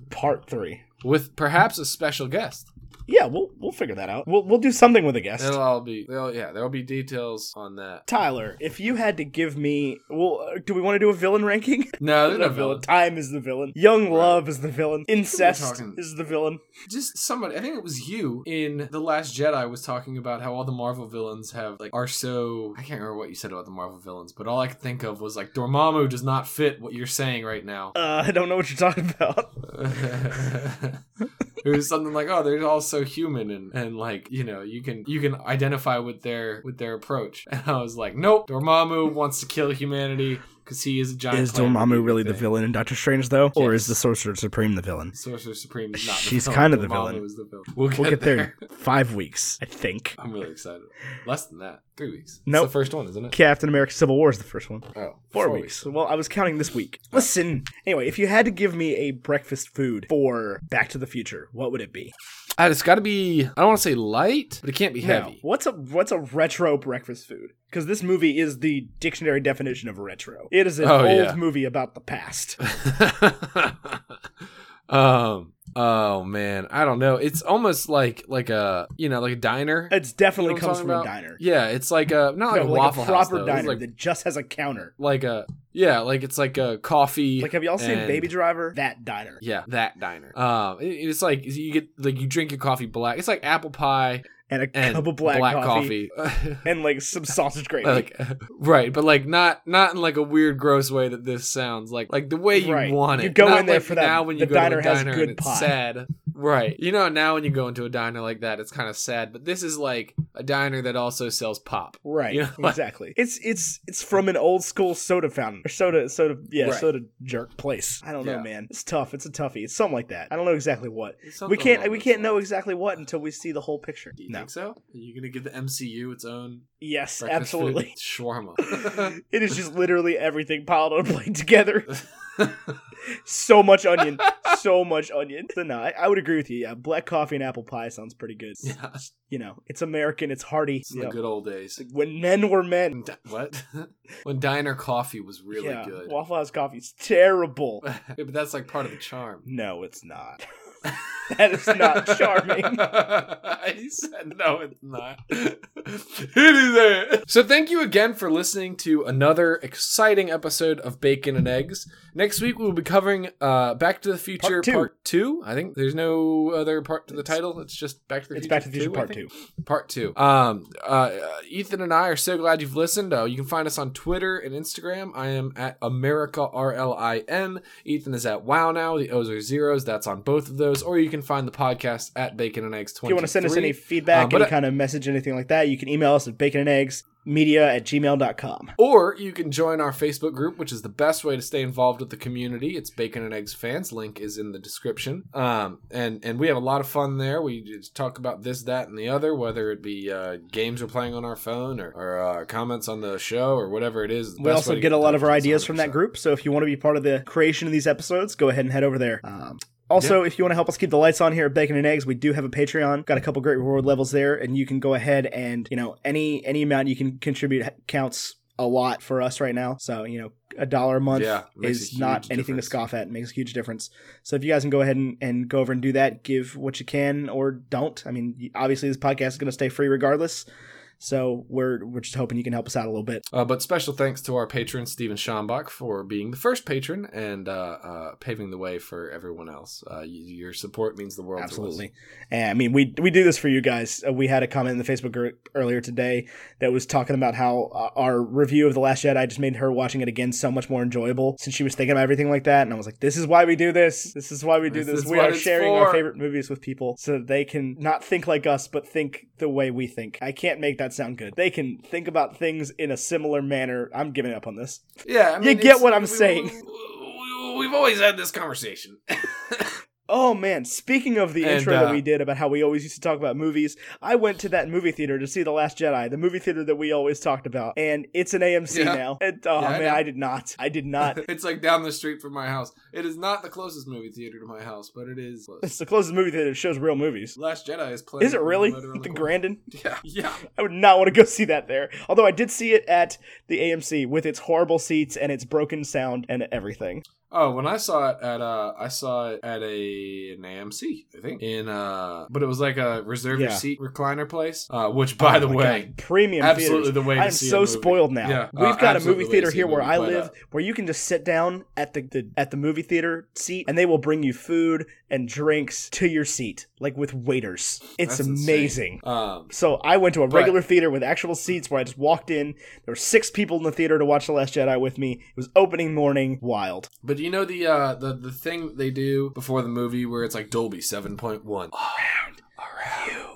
[SPEAKER 2] part three
[SPEAKER 1] With perhaps a special guest.
[SPEAKER 2] yeah we'll we'll figure that out we'll, we'll do something with a guest
[SPEAKER 1] It'll all be well, yeah, there'll be details on that.
[SPEAKER 2] tyler if you had to give me well uh, do we want to do a villain ranking
[SPEAKER 1] No,
[SPEAKER 2] [laughs]
[SPEAKER 1] there's
[SPEAKER 2] The
[SPEAKER 1] no villain.
[SPEAKER 2] time is the villain young
[SPEAKER 1] Right.
[SPEAKER 2] love is the villain incest
[SPEAKER 1] talking-
[SPEAKER 2] is the villain
[SPEAKER 1] Just somebody I think it was you in The Last Jedi was talking about how all the Marvel villains have like are so I can't remember what you said about the Marvel villains, but all I could think of was like Dormammu does not fit what you're saying right now.
[SPEAKER 2] uh, i don't know what you're talking about [laughs]
[SPEAKER 1] [laughs] it was something like oh they're all so human and, and like you know you can you can identify with their with their approach [laughs] and i was like nope dormammu wants to kill humanity because he is a giant clan leader thing.
[SPEAKER 2] villain in doctor strange though
[SPEAKER 1] Or is the
[SPEAKER 2] sorcerer supreme the villain
[SPEAKER 1] sorcerer supreme is not the
[SPEAKER 2] She's
[SPEAKER 1] villain.
[SPEAKER 2] kind of the
[SPEAKER 1] Dormammu
[SPEAKER 2] villain.
[SPEAKER 1] is the villain. We'll, get there
[SPEAKER 2] [laughs] five weeks i think
[SPEAKER 1] i'm really excited less than that three weeks no
[SPEAKER 2] Nope.
[SPEAKER 1] the first one isn't it
[SPEAKER 2] captain america civil war is the first one
[SPEAKER 1] oh
[SPEAKER 2] Four, weeks. Well, I was counting this week. Listen. Anyway, if you had to give me a breakfast food for Back to the Future, what would it be?
[SPEAKER 1] Uh, it's got to be i don't want to say light but it can't be
[SPEAKER 2] Now,
[SPEAKER 1] heavy
[SPEAKER 2] what's a what's a retro breakfast food? Because this movie is the dictionary definition of retro. It is an
[SPEAKER 1] Oh,
[SPEAKER 2] old
[SPEAKER 1] yeah.
[SPEAKER 2] movie about the past.
[SPEAKER 1] [laughs] um oh man i don't know it's almost like like a you know like a diner
[SPEAKER 2] It's definitely
[SPEAKER 1] You know what
[SPEAKER 2] comes
[SPEAKER 1] I'm
[SPEAKER 2] from a
[SPEAKER 1] talking
[SPEAKER 2] diner.
[SPEAKER 1] yeah it's like a not like
[SPEAKER 2] No,
[SPEAKER 1] a waffle
[SPEAKER 2] like a proper
[SPEAKER 1] house, though. It's
[SPEAKER 2] diner
[SPEAKER 1] like,
[SPEAKER 2] that just has a counter.
[SPEAKER 1] like a yeah like it's like a coffee
[SPEAKER 2] Like, have y'all seen
[SPEAKER 1] and-
[SPEAKER 2] Baby Driver? That diner.
[SPEAKER 1] yeah that diner um it- it's like you get like you drink your coffee black it's like apple pie
[SPEAKER 2] and a cup of black,
[SPEAKER 1] coffee.
[SPEAKER 2] coffee,
[SPEAKER 1] [laughs] Oh,
[SPEAKER 2] and like some sausage gravy.
[SPEAKER 1] like [laughs] right but like not not in like a weird gross way that this sounds like like the way you
[SPEAKER 2] Right.
[SPEAKER 1] want it
[SPEAKER 2] You go
[SPEAKER 1] Not
[SPEAKER 2] in there
[SPEAKER 1] like
[SPEAKER 2] for that-
[SPEAKER 1] now when you
[SPEAKER 2] the
[SPEAKER 1] go
[SPEAKER 2] diner
[SPEAKER 1] to a
[SPEAKER 2] has
[SPEAKER 1] diner
[SPEAKER 2] good
[SPEAKER 1] and it's
[SPEAKER 2] pie.
[SPEAKER 1] sad right you know now when you go into a diner like that it's kind of sad but this is like a diner that also sells pop
[SPEAKER 2] Right.
[SPEAKER 1] You
[SPEAKER 2] [laughs]
[SPEAKER 1] know, like-
[SPEAKER 2] exactly. It's it's it's from an old school soda fountain or soda soda yeah
[SPEAKER 1] Right.
[SPEAKER 2] soda jerk place. I don't know,
[SPEAKER 1] Yeah.
[SPEAKER 2] man. It's tough. It's a toughie. It's something like that. I don't know exactly what.
[SPEAKER 1] There's
[SPEAKER 2] we
[SPEAKER 1] something
[SPEAKER 2] can't
[SPEAKER 1] wrong
[SPEAKER 2] we
[SPEAKER 1] with
[SPEAKER 2] can't
[SPEAKER 1] that.
[SPEAKER 2] know exactly what until we see the whole picture.
[SPEAKER 1] do you
[SPEAKER 2] No.
[SPEAKER 1] think so are you gonna give the mcu its own
[SPEAKER 2] Yes,
[SPEAKER 1] breakfast
[SPEAKER 2] absolutely.
[SPEAKER 1] [laughs] food?
[SPEAKER 2] [laughs]
[SPEAKER 1] shawarma [laughs]
[SPEAKER 2] it is just literally everything piled on [laughs] a plate together. so much onion. so much onion. So, no, I, I would agree with you. Yeah, black coffee and apple pie sounds pretty good.
[SPEAKER 1] yeah
[SPEAKER 2] You know, it's American. It's hearty.
[SPEAKER 1] it's
[SPEAKER 2] you
[SPEAKER 1] the
[SPEAKER 2] know.
[SPEAKER 1] good old days
[SPEAKER 2] When men were men.
[SPEAKER 1] Di- what [laughs] when diner coffee was really
[SPEAKER 2] yeah,
[SPEAKER 1] good
[SPEAKER 2] Waffle House coffee's terrible.
[SPEAKER 1] [laughs] Yeah, but that's like part of the charm
[SPEAKER 2] No, it's not. [laughs] that
[SPEAKER 1] [laughs]
[SPEAKER 2] is [laughs] not charming.
[SPEAKER 1] he said, no, it's
[SPEAKER 2] [laughs]
[SPEAKER 1] not. it is it. So, thank you again for listening to another exciting episode of Bacon and Eggs. Next week, we'll be covering uh, Back to the Future
[SPEAKER 2] Part two.
[SPEAKER 1] Two. I think there's no other part to the
[SPEAKER 2] It's-
[SPEAKER 1] title. It's just Back to the
[SPEAKER 2] It's
[SPEAKER 1] Future.
[SPEAKER 2] Back to the Future
[SPEAKER 1] I
[SPEAKER 2] Part
[SPEAKER 1] think.
[SPEAKER 2] 2.
[SPEAKER 1] Part two. Um, uh, uh, Ethan and I are so glad you've listened. Uh, you can find us on Twitter and Instagram. I am at America R L I N. Ethan is at Wow Now. The O's are zeros. That's on both of those. Or you can find the podcast at Bacon and Eggs.
[SPEAKER 2] If
[SPEAKER 1] 23.
[SPEAKER 2] you want to send us any
[SPEAKER 1] Uh,
[SPEAKER 2] feedback,
[SPEAKER 1] but
[SPEAKER 2] any
[SPEAKER 1] I-
[SPEAKER 2] kind of message, anything like that, you can email us at baconandeggsmedia at gmail.com.
[SPEAKER 1] Or you can join our Facebook group, which is the best way to stay involved with the community. It's Bacon and Eggs Fans. Link is in the description. Um, and and we have a lot of fun there. We just talk about this, that, and the other, whether it be uh, games we're playing on our phone or, or uh, comments on the show or whatever it is.
[SPEAKER 2] We also get a lot of our ideas from that group, so if you want to be part of the creation of these episodes, go ahead and head over there. Um, also, if you want to help us keep the lights on here at Bacon and Eggs, we do have a Patreon. Got a couple great reward levels there, and you can go ahead and you know any any amount you can contribute counts a lot for us right now. So you know a dollar a month
[SPEAKER 1] Yeah, makes a
[SPEAKER 2] is
[SPEAKER 1] huge
[SPEAKER 2] not anything
[SPEAKER 1] difference.
[SPEAKER 2] to scoff at. It makes a huge difference. So if you guys can go ahead and, and go over and do that, give what you can or don't. I mean, y- obviously this podcast is going to stay free regardless. So we're we're just hoping you can help us out a little bit.
[SPEAKER 1] Uh, but special thanks to our patron, Steven Schombach, for being the first patron and uh, uh, paving the way for everyone else. Uh, y- your support means the world to us.
[SPEAKER 2] Absolutely. And, I mean, we we do this for you guys. Uh, we had a comment in the Facebook group earlier today that was talking about how uh, our review of The Last Jedi just made her watching it again so much more enjoyable since she was thinking about everything like that. And I was like, this is why we do this. This is why we do
[SPEAKER 1] This
[SPEAKER 2] this.
[SPEAKER 1] is
[SPEAKER 2] We
[SPEAKER 1] what
[SPEAKER 2] are
[SPEAKER 1] it's
[SPEAKER 2] sharing our
[SPEAKER 1] for."
[SPEAKER 2] favorite movies with people so that they can not think like us, but think the way we think. I can't make that sound good. They can think about things in a similar manner. I'm giving up on this.
[SPEAKER 1] Yeah, I
[SPEAKER 2] You
[SPEAKER 1] mean,
[SPEAKER 2] get
[SPEAKER 1] it's-
[SPEAKER 2] what I'm
[SPEAKER 1] we-
[SPEAKER 2] saying.
[SPEAKER 1] we- we- we've always had this conversation. [laughs]
[SPEAKER 2] Oh man, speaking of the
[SPEAKER 1] And,
[SPEAKER 2] intro
[SPEAKER 1] uh,
[SPEAKER 2] that we did about how we always used to talk about movies, I went to that movie theater to see The Last Jedi, the movie theater that we always talked about, and it's an AMC
[SPEAKER 1] Yeah.
[SPEAKER 2] now. And, oh
[SPEAKER 1] Yeah, I
[SPEAKER 2] man,
[SPEAKER 1] know.
[SPEAKER 2] I, did not. I
[SPEAKER 1] [laughs]
[SPEAKER 2] did not.
[SPEAKER 1] it's like down the street from my house. It is not the closest movie theater to my house, but it is. Close.
[SPEAKER 2] [laughs] it's the closest movie theater that shows real movies.
[SPEAKER 1] Last Jedi is playing.
[SPEAKER 2] Is it really?
[SPEAKER 1] literally-
[SPEAKER 2] The Grandin?
[SPEAKER 1] [laughs] Yeah, yeah.
[SPEAKER 2] I would not want to go see that there. Although I did see it at the AMC with its horrible seats and its broken sound and everything.
[SPEAKER 1] Oh, when I saw it at uh, I saw it at a an AMC, I think in uh, but it was like a reserve your
[SPEAKER 2] Yeah.
[SPEAKER 1] seat recliner place. Uh, which, by
[SPEAKER 2] Oh
[SPEAKER 1] the
[SPEAKER 2] my
[SPEAKER 1] way,
[SPEAKER 2] God, premium
[SPEAKER 1] absolutely
[SPEAKER 2] theaters.
[SPEAKER 1] the way. to
[SPEAKER 2] I'm
[SPEAKER 1] see a
[SPEAKER 2] so
[SPEAKER 1] movie.
[SPEAKER 2] spoiled now.
[SPEAKER 1] Yeah.
[SPEAKER 2] We've
[SPEAKER 1] Uh,
[SPEAKER 2] got a
[SPEAKER 1] absolutely
[SPEAKER 2] movie
[SPEAKER 1] the way
[SPEAKER 2] theater
[SPEAKER 1] to see a
[SPEAKER 2] here where
[SPEAKER 1] movie,
[SPEAKER 2] I
[SPEAKER 1] but,
[SPEAKER 2] live
[SPEAKER 1] uh,
[SPEAKER 2] where you can just sit down at the, the at the movie theater seat and they will bring you food and drinks to your seat like with waiters. It's
[SPEAKER 1] That's insane.
[SPEAKER 2] amazing.
[SPEAKER 1] Um,
[SPEAKER 2] So I went to a
[SPEAKER 1] But-
[SPEAKER 2] regular theater with actual seats where I just walked in. There were six people in the theater to watch The Last Jedi with me. It was opening morning, wild.
[SPEAKER 1] But you know the uh the, the thing that they do before the movie where it's like Dolby seven point one. Around around you.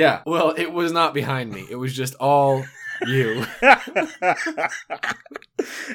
[SPEAKER 1] Yeah. Well, it was not behind me. It was just
[SPEAKER 2] [laughs]
[SPEAKER 1] all you.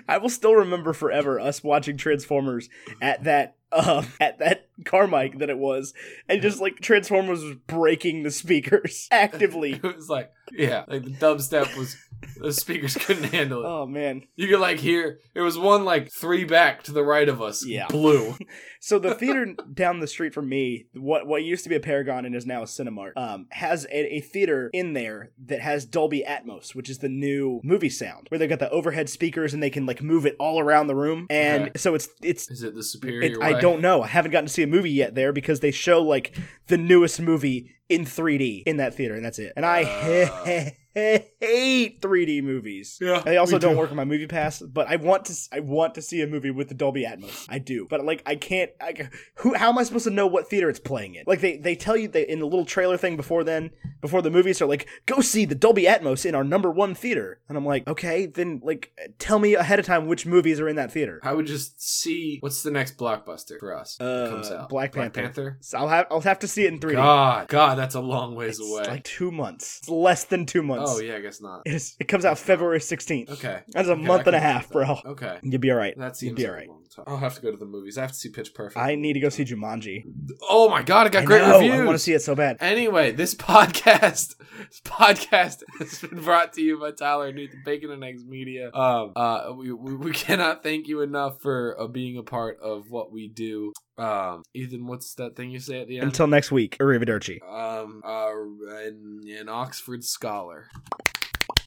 [SPEAKER 2] I will still remember forever us watching Transformers at that uh, at that car mic that it was, and just like Transformers was breaking the speakers [laughs] actively.
[SPEAKER 1] It was like yeah, like the dubstep was the speakers couldn't handle it.
[SPEAKER 2] Oh man!
[SPEAKER 1] You could like hear it was one like three back to the right of us.
[SPEAKER 2] Yeah. [laughs]
[SPEAKER 1] Blue.
[SPEAKER 2] So the theater down the street from me, what what used to be a Paragon and is now a Cinemark, um, has a, a theater in there that has Dolby Atmos, which is the new movie sound, where they've got the overhead speakers and they can like move it all around the room, and
[SPEAKER 1] Okay.
[SPEAKER 2] so it's it's
[SPEAKER 1] Is it the superior
[SPEAKER 2] It,
[SPEAKER 1] way?
[SPEAKER 2] I don't know. I haven't gotten to see a movie yet there because they show like the newest movie in 3D in that theater, and that's it. And I
[SPEAKER 1] Uh.
[SPEAKER 2] [laughs] hate 3D movies.
[SPEAKER 1] Yeah,
[SPEAKER 2] They also
[SPEAKER 1] me
[SPEAKER 2] don't
[SPEAKER 1] too.
[SPEAKER 2] work on my movie pass, but I want to I want to see a movie with the Dolby Atmos. I do. But like I can't I, who how am I supposed to know what theater it's playing in? Like they they tell you they in the little trailer thing before then, before the movie start like go see the Dolby Atmos in our number 1 theater. And I'm like, "Okay, then like tell me ahead of time which movies are in that theater."
[SPEAKER 1] I would just see what's the next blockbuster for us that
[SPEAKER 2] Uh,
[SPEAKER 1] comes out.
[SPEAKER 2] Black Panther.
[SPEAKER 1] Panther.
[SPEAKER 2] So I'll have I'll have to see it in 3D.
[SPEAKER 1] God, God, that's a long ways
[SPEAKER 2] it's
[SPEAKER 1] away.
[SPEAKER 2] like 2 months. It's less than 2 months.
[SPEAKER 1] oh yeah, I guess not.
[SPEAKER 2] It, is, it comes out February 16th.
[SPEAKER 1] Okay,
[SPEAKER 2] That's a
[SPEAKER 1] Okay, I
[SPEAKER 2] month and a
[SPEAKER 1] can live
[SPEAKER 2] half,
[SPEAKER 1] with
[SPEAKER 2] bro.
[SPEAKER 1] that. Okay,
[SPEAKER 2] You'll be all right.
[SPEAKER 1] that seems
[SPEAKER 2] You'll be
[SPEAKER 1] like
[SPEAKER 2] all
[SPEAKER 1] a
[SPEAKER 2] right.
[SPEAKER 1] long time. I'll have to go to the movies. I have to see Pitch Perfect.
[SPEAKER 2] I need to go see Jumanji.
[SPEAKER 1] Oh my God, it got
[SPEAKER 2] I
[SPEAKER 1] great
[SPEAKER 2] know,
[SPEAKER 1] reviews.
[SPEAKER 2] I want to see it so bad.
[SPEAKER 1] Anyway, this [laughs] podcast, this podcast has been brought to you by Tyler and Nathan Bacon and Eggs Media. Um, uh, we, we we [laughs] cannot thank you enough for uh, being a part of what we do. Um, Ethan, what's that thing you say at the end?
[SPEAKER 2] Until next week, Arrivederci.
[SPEAKER 1] um, uh, an, an Oxford scholar.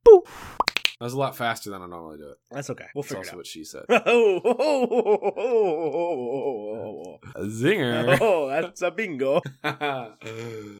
[SPEAKER 2] Boop.
[SPEAKER 1] That was a lot faster than I normally do it.
[SPEAKER 2] That's okay. We'll
[SPEAKER 1] That's
[SPEAKER 2] figure it
[SPEAKER 1] also
[SPEAKER 2] out.
[SPEAKER 1] what she said.
[SPEAKER 2] Oh, oh, oh, oh, oh, oh, oh, oh, [laughs]
[SPEAKER 1] A zinger.
[SPEAKER 2] oh, that's a bingo.
[SPEAKER 1] Uh,